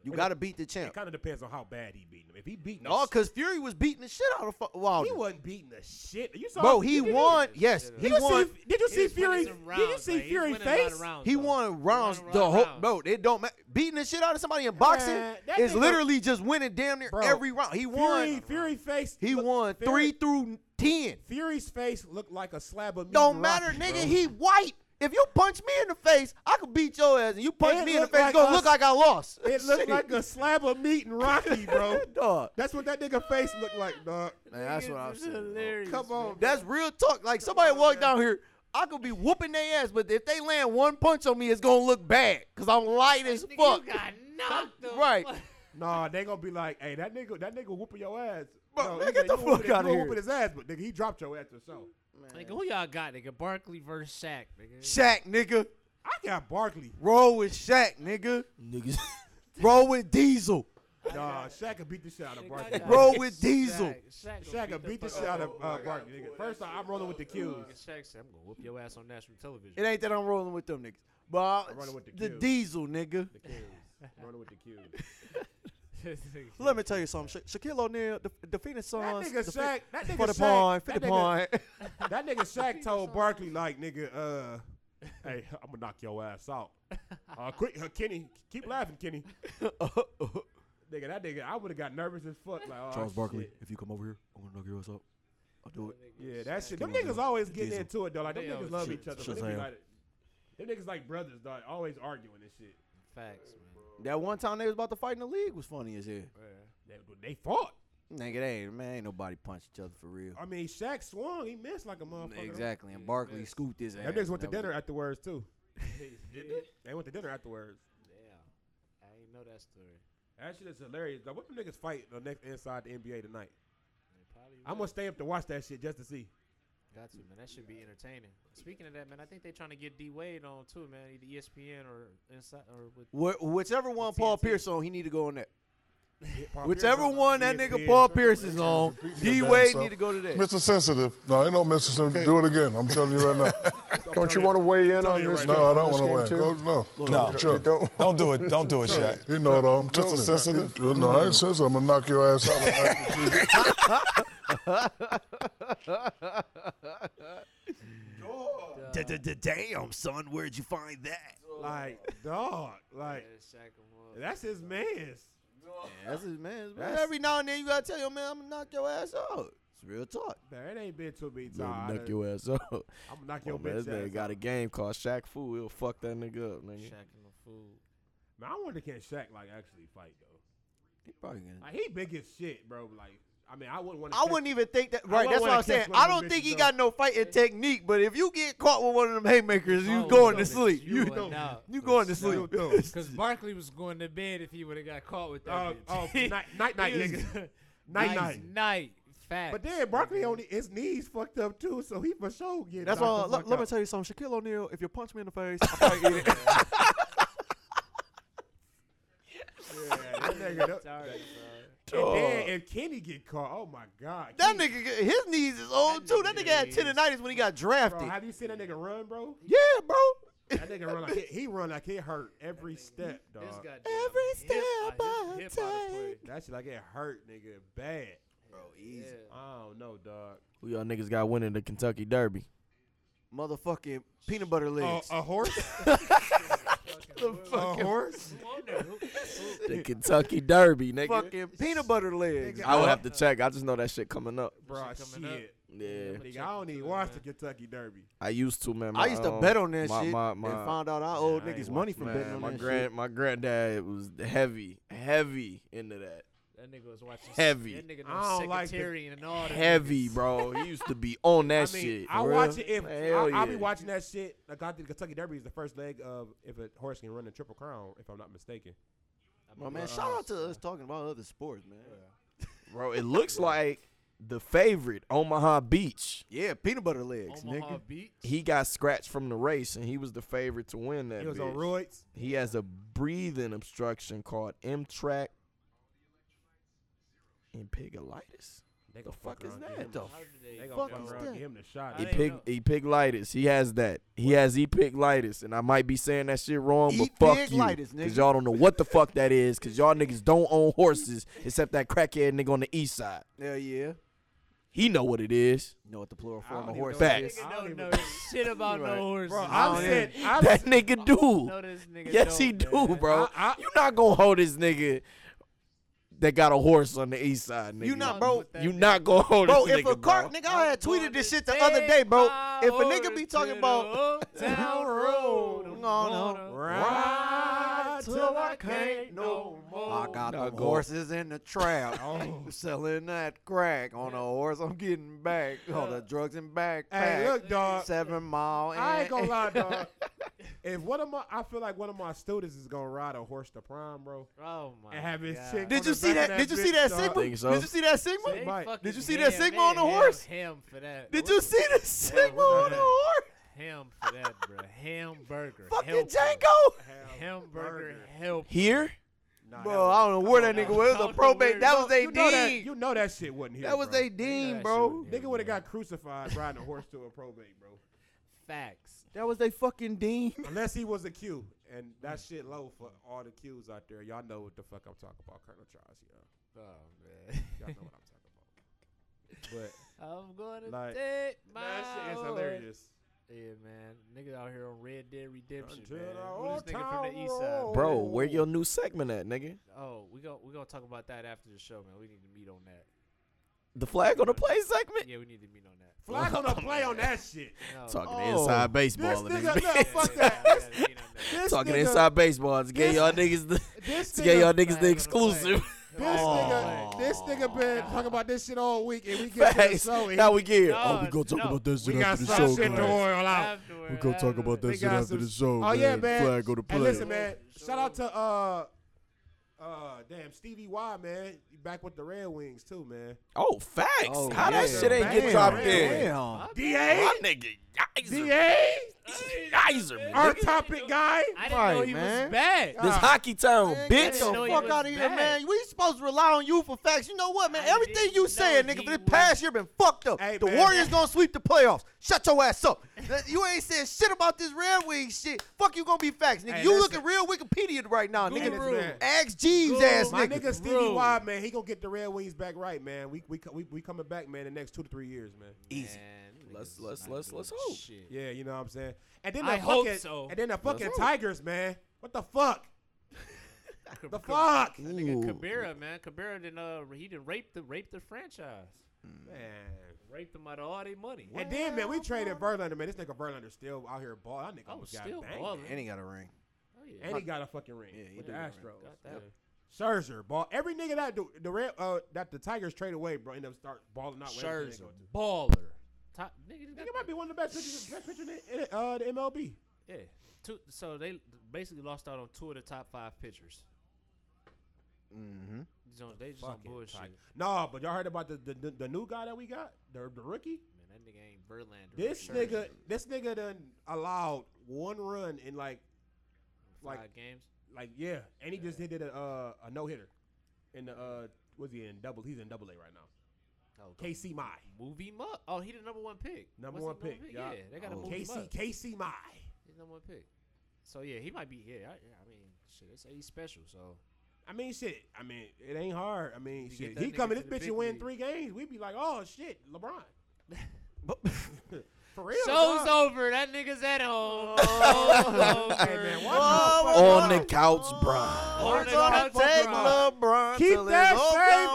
[SPEAKER 3] You got to beat the champ.
[SPEAKER 2] It kind of depends on how bad he beating him. If he beating,
[SPEAKER 3] No,
[SPEAKER 2] the shit,
[SPEAKER 3] because Fury was beating the shit out of fu- Wilder.
[SPEAKER 2] he wasn't beating the shit. You saw,
[SPEAKER 3] Bro, he
[SPEAKER 2] did you-
[SPEAKER 3] won. Yes,
[SPEAKER 5] Did
[SPEAKER 3] he
[SPEAKER 2] Did you
[SPEAKER 3] won.
[SPEAKER 2] see? Did you
[SPEAKER 5] He
[SPEAKER 2] see
[SPEAKER 5] was winning
[SPEAKER 2] Fury?
[SPEAKER 5] some
[SPEAKER 2] Did you
[SPEAKER 5] rounds,
[SPEAKER 2] see
[SPEAKER 5] like, he was
[SPEAKER 2] Fury
[SPEAKER 5] winning a lot of
[SPEAKER 2] face?
[SPEAKER 5] rounds,
[SPEAKER 3] He
[SPEAKER 5] though.
[SPEAKER 3] won
[SPEAKER 5] He won
[SPEAKER 3] rounds
[SPEAKER 5] a
[SPEAKER 3] the
[SPEAKER 5] lot of
[SPEAKER 3] whole
[SPEAKER 5] rounds.
[SPEAKER 3] bro. It don't matter. Beating the shit out of somebody in boxing
[SPEAKER 2] Man, that
[SPEAKER 3] is
[SPEAKER 2] nigga-
[SPEAKER 3] literally just winning damn near
[SPEAKER 2] Bro,
[SPEAKER 3] every round. He won.
[SPEAKER 2] Fury, Fury face.
[SPEAKER 3] he
[SPEAKER 2] look-
[SPEAKER 3] won
[SPEAKER 2] Fury-
[SPEAKER 3] three through ten.
[SPEAKER 2] Fury's face looked like a slab of meat.
[SPEAKER 3] Don't
[SPEAKER 2] and
[SPEAKER 3] matter,
[SPEAKER 2] rock,
[SPEAKER 3] nigga.
[SPEAKER 2] bro.
[SPEAKER 3] He white. If you punch me in the face, I could beat your ass. And you punch
[SPEAKER 2] It
[SPEAKER 3] me in the
[SPEAKER 2] looked
[SPEAKER 3] face,
[SPEAKER 2] like
[SPEAKER 3] it's gonna
[SPEAKER 2] us-
[SPEAKER 3] look like I lost.
[SPEAKER 2] It looked
[SPEAKER 3] Shit.
[SPEAKER 2] like a slab of meat and Rocky, bro.
[SPEAKER 3] dog.
[SPEAKER 2] That's what that nigga face looked like, dog.
[SPEAKER 3] Man, that's what I'm
[SPEAKER 5] Niggas is
[SPEAKER 3] saying, bro.
[SPEAKER 5] hilarious,
[SPEAKER 2] Come
[SPEAKER 5] man.
[SPEAKER 2] on,
[SPEAKER 3] That's real talk. Like somebody
[SPEAKER 2] on,
[SPEAKER 3] walk
[SPEAKER 2] man.
[SPEAKER 3] down here, I could be whooping their ass, but if they land one punch on me, it's gonna look bad because I'm light as
[SPEAKER 5] Nigga,
[SPEAKER 3] fuck.
[SPEAKER 5] You got knocked the
[SPEAKER 3] Right.
[SPEAKER 5] fuck-
[SPEAKER 2] Nah, they gonna be like, hey, that nigga, that nigga whooping your ass.
[SPEAKER 3] Bro,
[SPEAKER 2] No,
[SPEAKER 3] man,
[SPEAKER 2] he
[SPEAKER 3] get
[SPEAKER 2] said
[SPEAKER 3] the
[SPEAKER 2] you whooping-
[SPEAKER 3] fuck
[SPEAKER 2] you
[SPEAKER 3] outta here.
[SPEAKER 2] Whooping his ass, but nigga, he dropped your ass or something.
[SPEAKER 5] Nigga, who y'all got, nigga? Barkley versus Shaq, nigga.
[SPEAKER 3] Shaq, nigga,
[SPEAKER 2] I got Barkley.
[SPEAKER 3] roll with Shaq, nigga,
[SPEAKER 1] Niggas.
[SPEAKER 3] roll with Diesel.
[SPEAKER 2] Nah, Shaq could beat the shit out of
[SPEAKER 5] Nigga,
[SPEAKER 2] Barkley.
[SPEAKER 5] I got
[SPEAKER 3] Roll with Diesel.
[SPEAKER 5] Shaq, Shaq,
[SPEAKER 2] Shaq
[SPEAKER 5] gonna
[SPEAKER 2] could beat the
[SPEAKER 5] fuck
[SPEAKER 2] shit out of
[SPEAKER 5] Oh,
[SPEAKER 2] uh, Barkley. Nigga. First off, I'm rolling with the
[SPEAKER 5] nigga,
[SPEAKER 2] Qs.
[SPEAKER 5] Shaq said, I'm gonna whoop your ass on national television.
[SPEAKER 3] It ain't that I'm rolling with them niggas, but I-
[SPEAKER 2] I'm rolling with the
[SPEAKER 3] the
[SPEAKER 2] Qs.
[SPEAKER 3] Diesel, nigga.
[SPEAKER 2] The Qs. Rolling with the Qs.
[SPEAKER 3] Let me tell you something. Sha- Shaquille O'Neal, the, the Phoenix Suns,
[SPEAKER 2] nigga
[SPEAKER 3] the Phoe-
[SPEAKER 2] Shaq- that nigga
[SPEAKER 3] for the
[SPEAKER 2] Shaq-
[SPEAKER 3] point, for
[SPEAKER 2] that
[SPEAKER 3] the
[SPEAKER 2] nigga-
[SPEAKER 3] point.
[SPEAKER 2] That nigga Shaq told Barkley like, nigga, uh, hey, I'm gonna knock your ass out. Uh, quick, uh, Kenny, keep laughing, Kenny.
[SPEAKER 3] Uh-huh.
[SPEAKER 2] Nigga, that nigga, I would have got nervous as fuck. Like, oh, shit.
[SPEAKER 3] if you come over here, I'm gonna knock your ass up. I'll do it.
[SPEAKER 2] Yeah, that shit.
[SPEAKER 3] Come
[SPEAKER 2] Them
[SPEAKER 3] on,
[SPEAKER 2] niggas
[SPEAKER 3] Diesel.
[SPEAKER 2] always getting
[SPEAKER 3] Diesel.
[SPEAKER 2] into it though. Like them
[SPEAKER 5] They
[SPEAKER 2] niggas
[SPEAKER 5] always-
[SPEAKER 2] love
[SPEAKER 5] Shaz-
[SPEAKER 2] each other. but They be
[SPEAKER 3] Shazam.
[SPEAKER 2] like, them niggas like brothers, dog. Always arguing and shit.
[SPEAKER 5] Facts, man.
[SPEAKER 3] That one time they was about to fight in the league was funny as hell.
[SPEAKER 2] They, they fought.
[SPEAKER 3] Nigga, they ain't man, ain't nobody punch each other for real.
[SPEAKER 2] I mean, Shaq swung. He missed like a motherfucker.
[SPEAKER 3] Exactly, and
[SPEAKER 5] Yeah,
[SPEAKER 3] Barkley
[SPEAKER 5] yes.
[SPEAKER 3] scooped his ass.
[SPEAKER 2] Them niggas went to
[SPEAKER 3] That was-
[SPEAKER 2] dinner afterwards too.
[SPEAKER 5] Did it?
[SPEAKER 2] They went to dinner afterwards.
[SPEAKER 5] Yeah. I ain't know that story.
[SPEAKER 2] That shit is hilarious. Though. What them niggas fight the next inside the NBA tonight?
[SPEAKER 5] They probably
[SPEAKER 2] I'm
[SPEAKER 5] will.
[SPEAKER 2] gonna stay up to watch that shit just to see.
[SPEAKER 5] Got to, man. That should be entertaining. Speaking of that, man, I think they're trying to get D Wade on too, man. Either E ESPN or inside or with
[SPEAKER 3] Wh- whichever one
[SPEAKER 5] With
[SPEAKER 3] Paul
[SPEAKER 5] TNT.
[SPEAKER 3] Pierce on, he need to go on that.
[SPEAKER 2] Paul
[SPEAKER 3] Whichever
[SPEAKER 2] Pierce- E
[SPEAKER 3] one that nigga
[SPEAKER 2] ESPN.
[SPEAKER 3] Paul Pierce is
[SPEAKER 2] E
[SPEAKER 3] on, D Wade
[SPEAKER 4] so.
[SPEAKER 3] need to go to that.
[SPEAKER 4] Mr. Sensitive. No, ain't no Mr. Sensitive. Do it again. I'm telling you right now. don't you want to weigh in on this? No, I don't want to weigh in. Go- No,
[SPEAKER 6] No, don't, do it. Don't do it, Shaq.
[SPEAKER 4] You know it all. I'm telling you. Sensitive. No, I ain't sensitive. I'm gonna knock your ass out.
[SPEAKER 3] Damn, son, where'd you find that?
[SPEAKER 2] Like, dog. Like,
[SPEAKER 5] Yeah, Shaq and Will.
[SPEAKER 2] that's his man's.
[SPEAKER 3] That's his man.
[SPEAKER 2] That's-
[SPEAKER 3] Every now and then you gotta tell your man, I'm gonna knock your ass out. It's real talk.
[SPEAKER 2] Man, it ain't been too many times.
[SPEAKER 1] knock your ass up.
[SPEAKER 2] I'm gonna knock
[SPEAKER 1] Yo,
[SPEAKER 2] your
[SPEAKER 1] man, this
[SPEAKER 2] bitch
[SPEAKER 1] nigga
[SPEAKER 2] ass.
[SPEAKER 1] got a game called Shaq Fu. He'll fuck that nigga up, nigga.
[SPEAKER 5] Shaq and the food.
[SPEAKER 2] Man, I wonder can Shaq like actually fight though.
[SPEAKER 3] He probably gonna.
[SPEAKER 2] Like he big as shit, bro. Like I mean, I wouldn't want.
[SPEAKER 3] I wouldn't even think that.
[SPEAKER 2] I
[SPEAKER 3] Right,
[SPEAKER 2] wouldn't
[SPEAKER 3] that's what
[SPEAKER 2] wanna
[SPEAKER 3] I'm saying.
[SPEAKER 2] catch one
[SPEAKER 3] I
[SPEAKER 2] of them
[SPEAKER 3] don't think
[SPEAKER 2] bitches
[SPEAKER 3] he
[SPEAKER 2] though.
[SPEAKER 3] got no fighting technique, but if you get caught with one of them haymakers, you
[SPEAKER 5] Oh,
[SPEAKER 3] going to
[SPEAKER 5] no,
[SPEAKER 3] sleep. You,
[SPEAKER 5] are not.
[SPEAKER 3] you going to
[SPEAKER 5] No.
[SPEAKER 3] sleep.
[SPEAKER 2] No.
[SPEAKER 5] Cause Barkley was going to bed if he would have got caught with that.
[SPEAKER 2] Oh, oh,
[SPEAKER 5] bitch.
[SPEAKER 2] night, night, night,
[SPEAKER 5] He was-
[SPEAKER 2] nigga. Night, night.
[SPEAKER 5] night. Fact.
[SPEAKER 2] But then Barkley on his knees fucked up too, so he for sure get.
[SPEAKER 3] That's
[SPEAKER 2] knocked
[SPEAKER 3] why.
[SPEAKER 2] the
[SPEAKER 3] Let,
[SPEAKER 2] fuck
[SPEAKER 3] let me
[SPEAKER 2] out.
[SPEAKER 3] tell you something. Shaquille O'Neal, if you punch me in the face, I probably get it.
[SPEAKER 2] Yeah, that nigga, that-
[SPEAKER 5] Sorry, bro.
[SPEAKER 2] and then if Kenny get caught, oh my god.
[SPEAKER 3] That
[SPEAKER 2] Kenny-
[SPEAKER 3] nigga, his knees is old too. That nigga had tendonitis when he got
[SPEAKER 2] Bro,
[SPEAKER 3] drafted.
[SPEAKER 2] have you seen that nigga run, bro?
[SPEAKER 3] Yeah, bro.
[SPEAKER 2] That nigga run like he, he run like it hurt every step, dog.
[SPEAKER 5] This goddamn
[SPEAKER 3] Every
[SPEAKER 5] hip-
[SPEAKER 3] step
[SPEAKER 5] uh,
[SPEAKER 3] I
[SPEAKER 5] hip- hip out of play.
[SPEAKER 2] That shit like it hurt, nigga, bad.
[SPEAKER 5] Yeah.
[SPEAKER 2] I don't know, dog.
[SPEAKER 1] Who y'all niggas got winning the Kentucky Derby?
[SPEAKER 3] Motherfucking peanut butter legs.
[SPEAKER 2] a horse? a horse?
[SPEAKER 5] Who on there? Who- who-
[SPEAKER 1] The Kentucky Derby, nigga.
[SPEAKER 3] fucking peanut butter legs.
[SPEAKER 2] Nigga,
[SPEAKER 1] I would
[SPEAKER 2] Oh.
[SPEAKER 1] have to check. I just know that shit coming up.
[SPEAKER 2] Bro,
[SPEAKER 5] Shit coming up.
[SPEAKER 2] shit.
[SPEAKER 1] Yeah,
[SPEAKER 2] Nigga, I don't even watch the Kentucky Derby.
[SPEAKER 1] I used to, man. My,
[SPEAKER 3] I used to
[SPEAKER 1] um,
[SPEAKER 3] bet on that
[SPEAKER 1] my,
[SPEAKER 3] shit
[SPEAKER 1] My, my,
[SPEAKER 3] and found out I owed
[SPEAKER 2] I ain't
[SPEAKER 3] niggas money
[SPEAKER 2] watch-
[SPEAKER 3] for
[SPEAKER 1] man,
[SPEAKER 3] betting on
[SPEAKER 1] my
[SPEAKER 3] that
[SPEAKER 1] grand,
[SPEAKER 3] shit.
[SPEAKER 1] my granddad was heavy, heavy into that.
[SPEAKER 5] That nigga was watching
[SPEAKER 1] Heavy.
[SPEAKER 5] That nigga
[SPEAKER 2] I
[SPEAKER 5] knows
[SPEAKER 2] don't like the-
[SPEAKER 5] secretarian and all that.
[SPEAKER 1] Heavy, bro. He used to be on that
[SPEAKER 2] I mean,
[SPEAKER 1] shit.
[SPEAKER 2] I
[SPEAKER 1] for
[SPEAKER 2] watch
[SPEAKER 1] real.
[SPEAKER 2] it if
[SPEAKER 1] Hell
[SPEAKER 2] I, I'll be
[SPEAKER 1] yeah.
[SPEAKER 2] watching that shit. Like I think Kentucky Derby is the first leg of if a horse can run the triple crown, if I'm not mistaken. Oh,
[SPEAKER 3] My
[SPEAKER 5] uh,
[SPEAKER 3] man, shout out to us talking about other sports, man.
[SPEAKER 1] bro. It looks like the favorite, Omaha Beach.
[SPEAKER 3] Yeah, peanut butter legs,
[SPEAKER 5] Omaha
[SPEAKER 3] nigga.
[SPEAKER 5] Beach.
[SPEAKER 1] He got scratched from the race, and he was the favorite to win that.
[SPEAKER 2] He was on
[SPEAKER 1] bitch.
[SPEAKER 2] roids.
[SPEAKER 1] He has a breathing obstruction called M track and pigolitis.
[SPEAKER 2] They
[SPEAKER 1] The
[SPEAKER 2] gonna
[SPEAKER 1] fuck is
[SPEAKER 2] around,
[SPEAKER 1] that?
[SPEAKER 2] give him-
[SPEAKER 3] The
[SPEAKER 5] How did they
[SPEAKER 2] They
[SPEAKER 5] do
[SPEAKER 2] gonna
[SPEAKER 3] fuck
[SPEAKER 2] fuck
[SPEAKER 3] is
[SPEAKER 2] around,
[SPEAKER 3] that?
[SPEAKER 2] give him the shot.
[SPEAKER 5] I didn't
[SPEAKER 1] Epig,
[SPEAKER 5] know.
[SPEAKER 1] epiglitis. He has that. He has epiglitis, and I might be saying that shit wrong, but fuck you,
[SPEAKER 3] Epiglitis, nigga.
[SPEAKER 1] because y'all don't know what the fuck that is, because y'all niggas don't own horses except that crackhead nigga on the east side.
[SPEAKER 3] Hell yeah.
[SPEAKER 1] He know what it is.
[SPEAKER 3] You know what the plural
[SPEAKER 2] I
[SPEAKER 3] form
[SPEAKER 2] don't
[SPEAKER 3] of
[SPEAKER 2] even
[SPEAKER 3] horse
[SPEAKER 2] know what
[SPEAKER 1] Facts.
[SPEAKER 2] that is.
[SPEAKER 5] Nigga
[SPEAKER 2] I don't
[SPEAKER 5] don't
[SPEAKER 2] even-
[SPEAKER 5] know shit about
[SPEAKER 3] Right.
[SPEAKER 5] no horses.
[SPEAKER 2] Bro,
[SPEAKER 3] I
[SPEAKER 2] I've
[SPEAKER 3] don't
[SPEAKER 2] said, I've
[SPEAKER 1] That nigga do.
[SPEAKER 5] know this nigga.
[SPEAKER 1] Yes, he
[SPEAKER 5] don't,
[SPEAKER 1] do,
[SPEAKER 5] man.
[SPEAKER 1] bro.
[SPEAKER 2] I- I-
[SPEAKER 1] you not gonna hold this nigga that got a horse on the east side, nigga.
[SPEAKER 3] You not, bro.
[SPEAKER 5] that
[SPEAKER 1] You
[SPEAKER 5] nigga.
[SPEAKER 1] not gonna hold
[SPEAKER 3] Bro,
[SPEAKER 1] this
[SPEAKER 3] if
[SPEAKER 1] nigga,
[SPEAKER 3] a car,
[SPEAKER 1] bro.
[SPEAKER 3] nigga, I had tweeted this shit the other day, bro. If a nigga be talking about,
[SPEAKER 5] town road, I'm
[SPEAKER 3] No, no.
[SPEAKER 5] gonna
[SPEAKER 2] Ride till I can't no more.
[SPEAKER 5] Oh,
[SPEAKER 3] I got
[SPEAKER 1] Nah,
[SPEAKER 3] the
[SPEAKER 1] go.
[SPEAKER 3] horses in the trap.
[SPEAKER 2] Oh.
[SPEAKER 3] Selling that crack on the horse I'm getting back. All the drugs and backpack.
[SPEAKER 2] Hey, look, dog.
[SPEAKER 3] Seven mile.
[SPEAKER 2] I ain't
[SPEAKER 3] and-
[SPEAKER 2] gonna lie, dog. If one of my, I feel like one of my students is gonna ride a horse to prom, bro,
[SPEAKER 5] Oh my.
[SPEAKER 2] and have his
[SPEAKER 5] God.
[SPEAKER 2] chick. on
[SPEAKER 3] Did you
[SPEAKER 2] the back
[SPEAKER 3] see that?
[SPEAKER 2] of
[SPEAKER 3] Did you
[SPEAKER 2] bitch,
[SPEAKER 3] see that
[SPEAKER 2] dog.
[SPEAKER 3] Sigma?
[SPEAKER 1] Think so.
[SPEAKER 3] Did you see that Sigma?
[SPEAKER 5] They
[SPEAKER 2] Mike,
[SPEAKER 5] fucking
[SPEAKER 3] did you see
[SPEAKER 5] ham-
[SPEAKER 3] that Sigma on the
[SPEAKER 5] they ham-
[SPEAKER 3] horse?
[SPEAKER 5] Ham for that.
[SPEAKER 3] Did
[SPEAKER 5] What
[SPEAKER 3] you see the Sigma on the
[SPEAKER 5] that?
[SPEAKER 3] horse?
[SPEAKER 5] the Ham for that, bro. Hamburger.
[SPEAKER 3] Fucking
[SPEAKER 5] helper.
[SPEAKER 3] Django.
[SPEAKER 5] Hamburger helper.
[SPEAKER 1] here,
[SPEAKER 2] Nah,
[SPEAKER 3] Bro, I don't know where that nigga
[SPEAKER 5] now.
[SPEAKER 3] was. It was
[SPEAKER 5] Don't
[SPEAKER 3] a
[SPEAKER 5] know
[SPEAKER 3] probate.
[SPEAKER 5] where-
[SPEAKER 3] That was a
[SPEAKER 2] you know that,
[SPEAKER 3] dean.
[SPEAKER 2] you know that shit wasn't here.
[SPEAKER 3] That was
[SPEAKER 2] bro.
[SPEAKER 3] a
[SPEAKER 5] Nigga,
[SPEAKER 3] dean,
[SPEAKER 5] that
[SPEAKER 3] bro.
[SPEAKER 5] shit was-
[SPEAKER 2] Nigga would have got crucified riding a horse to a probate, bro.
[SPEAKER 5] Facts.
[SPEAKER 3] That was a fucking dean.
[SPEAKER 2] Unless he was a Q, and that shit low for all the Qs out there. Y'all know what the fuck I'm talking about, Colonel Charles. Y'all,
[SPEAKER 5] Oh man.
[SPEAKER 2] y'all know what I'm talking about.
[SPEAKER 5] I'm gonna
[SPEAKER 2] Like,
[SPEAKER 5] take
[SPEAKER 2] But
[SPEAKER 5] my.
[SPEAKER 2] that shit is
[SPEAKER 5] horse.
[SPEAKER 2] hilarious.
[SPEAKER 5] Yeah, man. Nigga out here on Red Dead Redemption,
[SPEAKER 2] Until
[SPEAKER 5] man.
[SPEAKER 2] the
[SPEAKER 5] Who
[SPEAKER 2] old
[SPEAKER 5] this nigga from
[SPEAKER 2] town
[SPEAKER 5] the east side?
[SPEAKER 2] roll.
[SPEAKER 1] bro. Where your new segment at, nigga?
[SPEAKER 5] Oh, we go. We gonna talk about that after the show, man. We need to meet on that.
[SPEAKER 1] The flag on the play segment.
[SPEAKER 5] Yeah, we need to meet on that.
[SPEAKER 2] Flag on the play on that shit.
[SPEAKER 5] No.
[SPEAKER 1] Talking
[SPEAKER 3] Oh.
[SPEAKER 1] inside
[SPEAKER 2] This
[SPEAKER 1] baseball, in this
[SPEAKER 2] nigga,
[SPEAKER 1] bitch.
[SPEAKER 2] look, fuck that.
[SPEAKER 5] we gotta meet on that.
[SPEAKER 2] This
[SPEAKER 1] Talking
[SPEAKER 2] nigga,
[SPEAKER 1] inside baseball. To get
[SPEAKER 2] this-
[SPEAKER 1] y'all niggas the,
[SPEAKER 2] This
[SPEAKER 1] to get y'all
[SPEAKER 2] nigga,
[SPEAKER 1] niggas the
[SPEAKER 5] Flag on the play.
[SPEAKER 1] exclusive.
[SPEAKER 2] this
[SPEAKER 1] Oh.
[SPEAKER 2] nigga, this nigga been talking about this shit all week, and we get to the
[SPEAKER 1] Facts.
[SPEAKER 2] show. and
[SPEAKER 1] Now we get here.
[SPEAKER 5] No,
[SPEAKER 1] oh, we gonna talk
[SPEAKER 5] no.
[SPEAKER 1] about that
[SPEAKER 2] we
[SPEAKER 1] shit
[SPEAKER 2] got
[SPEAKER 1] after the
[SPEAKER 2] some
[SPEAKER 1] show.
[SPEAKER 2] shit to
[SPEAKER 1] man.
[SPEAKER 2] oil out.
[SPEAKER 5] Afterward,
[SPEAKER 1] We gonna talk about
[SPEAKER 5] afterward.
[SPEAKER 1] that
[SPEAKER 2] We
[SPEAKER 1] shit
[SPEAKER 2] got
[SPEAKER 1] after
[SPEAKER 2] some-
[SPEAKER 1] the show.
[SPEAKER 2] Oh yeah, man.
[SPEAKER 1] Flag on the play.
[SPEAKER 2] And listen, man.
[SPEAKER 5] Sure.
[SPEAKER 2] Shout out to uh, uh, damn Stevie Y, man. Back with the Red Wings too, man.
[SPEAKER 1] Oh, facts.
[SPEAKER 3] Oh,
[SPEAKER 1] How that
[SPEAKER 3] yeah.
[SPEAKER 1] shit ain't get
[SPEAKER 2] Damn,
[SPEAKER 1] dropped
[SPEAKER 2] man.
[SPEAKER 1] in?
[SPEAKER 3] Damn.
[SPEAKER 2] Da,
[SPEAKER 1] My nigga, Yizer.
[SPEAKER 2] da,
[SPEAKER 1] Yizer, man.
[SPEAKER 2] our topic guy.
[SPEAKER 5] I didn't know
[SPEAKER 3] Right,
[SPEAKER 5] he
[SPEAKER 3] man.
[SPEAKER 5] was back.
[SPEAKER 1] This hockey town,
[SPEAKER 3] Man, Get
[SPEAKER 1] bitch.
[SPEAKER 5] I didn't
[SPEAKER 3] the
[SPEAKER 5] know he
[SPEAKER 3] fuck
[SPEAKER 5] was
[SPEAKER 3] out of here,
[SPEAKER 5] back.
[SPEAKER 3] man. We supposed to rely on you for facts. You know what, man?
[SPEAKER 5] I
[SPEAKER 3] Everything
[SPEAKER 5] didn't
[SPEAKER 3] you
[SPEAKER 5] know
[SPEAKER 3] saying, nigga,
[SPEAKER 5] he
[SPEAKER 3] for this
[SPEAKER 5] was-
[SPEAKER 3] past year been fucked up.
[SPEAKER 2] Hey,
[SPEAKER 3] the
[SPEAKER 2] man.
[SPEAKER 3] Warriors gonna sweep the playoffs. Shut your ass up. That- you ain't saying shit about this Red Wings shit. Fuck you gonna be facts, nigga.
[SPEAKER 2] Hey,
[SPEAKER 3] you
[SPEAKER 2] listen.
[SPEAKER 3] looking real Wikipedia right now,
[SPEAKER 2] Hey,
[SPEAKER 3] nigga.
[SPEAKER 2] listen, man.
[SPEAKER 3] Ask Jeeves
[SPEAKER 5] Guru.
[SPEAKER 3] ass
[SPEAKER 2] My
[SPEAKER 3] nigga.
[SPEAKER 2] nigga Stevie
[SPEAKER 5] Rude.
[SPEAKER 2] Y, man, he gonna get the Red Wings back right, man. We we co- we, we coming back, man, in the next two to three years, man.
[SPEAKER 3] Easy.
[SPEAKER 5] Man,
[SPEAKER 1] Let's-
[SPEAKER 5] niggas
[SPEAKER 1] let's-
[SPEAKER 5] not
[SPEAKER 1] let's-
[SPEAKER 5] doing
[SPEAKER 1] let's hope.
[SPEAKER 5] shit.
[SPEAKER 2] Yeah, you know what I'm saying. And then the
[SPEAKER 5] I hope
[SPEAKER 2] fucking
[SPEAKER 5] so.
[SPEAKER 2] and then the fucking
[SPEAKER 1] hope.
[SPEAKER 2] Tigers, man. What the fuck?
[SPEAKER 5] Ka-
[SPEAKER 2] The
[SPEAKER 5] Ka-
[SPEAKER 2] fuck?
[SPEAKER 5] That nigga
[SPEAKER 1] Ooh.
[SPEAKER 5] Kabira, man. Kabira didn't uh he didn't rape the rape the franchise.
[SPEAKER 2] Man.
[SPEAKER 5] Raped them out of all their money.
[SPEAKER 2] And then, man, we traded Verlander, man. This nigga Verlander still out here ball. That nigga
[SPEAKER 5] Oh,
[SPEAKER 2] was
[SPEAKER 5] still
[SPEAKER 2] got banged.
[SPEAKER 5] balling.
[SPEAKER 3] And he got a ring.
[SPEAKER 5] Oh, yeah.
[SPEAKER 2] And he got a fucking ring
[SPEAKER 3] Yeah, he
[SPEAKER 2] with the
[SPEAKER 3] did
[SPEAKER 2] Astros.
[SPEAKER 3] got a
[SPEAKER 5] Got that.
[SPEAKER 2] Scherzer ball. Every nigga that do, the red, uh, that the Tigers trade away, bro, end up start balling out. wherever they
[SPEAKER 5] Scherzer,
[SPEAKER 2] go to.
[SPEAKER 5] baller. Top nigga, he got
[SPEAKER 2] Nigga might be one of the best pitchers, best pitcher in in, uh, the MLB.
[SPEAKER 5] Yeah. Two, so they basically lost out on two of the top five pitchers.
[SPEAKER 3] Mm-hmm.
[SPEAKER 5] So They just on
[SPEAKER 2] Fucking
[SPEAKER 5] bullshit.
[SPEAKER 2] Tiger. Nah, but y'all heard about the the, the, the new guy that we got, the, the rookie.
[SPEAKER 5] Man, that nigga ain't Verlander.
[SPEAKER 2] This
[SPEAKER 5] Scherzer.
[SPEAKER 2] nigga, this nigga done allowed one run in like,
[SPEAKER 5] Five
[SPEAKER 2] like-
[SPEAKER 5] games.
[SPEAKER 2] like yeah, and he just hit it a uh, a no hitter, in the uh, was he in double? He's in double A right now.
[SPEAKER 5] Oh,
[SPEAKER 2] KC My,
[SPEAKER 5] move him up. Oh, he the number one pick.
[SPEAKER 2] number
[SPEAKER 5] Was he
[SPEAKER 2] one pick.
[SPEAKER 5] Yeah,
[SPEAKER 2] y'all.
[SPEAKER 5] they got to
[SPEAKER 2] Oh.
[SPEAKER 5] move him
[SPEAKER 2] KC
[SPEAKER 5] up.
[SPEAKER 2] KC My.
[SPEAKER 5] He's number one pick. So yeah, he might be. Yeah, I, yeah, I mean, shit, they say he's special. So
[SPEAKER 2] I mean, shit. I mean, it ain't hard. I mean,
[SPEAKER 5] You
[SPEAKER 2] shit.
[SPEAKER 5] get that
[SPEAKER 2] He
[SPEAKER 5] nigga
[SPEAKER 2] come in
[SPEAKER 5] to
[SPEAKER 2] this
[SPEAKER 5] the
[SPEAKER 2] bitch
[SPEAKER 5] big
[SPEAKER 2] and win
[SPEAKER 5] league.
[SPEAKER 2] three games. We'd be like, oh shit, LeBron. For real.
[SPEAKER 5] show's
[SPEAKER 2] dog.
[SPEAKER 5] over. That nigga's at home. Show's
[SPEAKER 2] Hey,
[SPEAKER 5] over.
[SPEAKER 2] man,
[SPEAKER 5] Whoa.
[SPEAKER 2] watch
[SPEAKER 3] Oh,
[SPEAKER 1] On the couch, Brian.
[SPEAKER 5] On
[SPEAKER 3] We're
[SPEAKER 5] the
[SPEAKER 3] gonna
[SPEAKER 5] couch,
[SPEAKER 3] take
[SPEAKER 5] LeBron.
[SPEAKER 3] LeBron.
[SPEAKER 2] Keep
[SPEAKER 3] till his old
[SPEAKER 2] that
[SPEAKER 3] couch.
[SPEAKER 2] same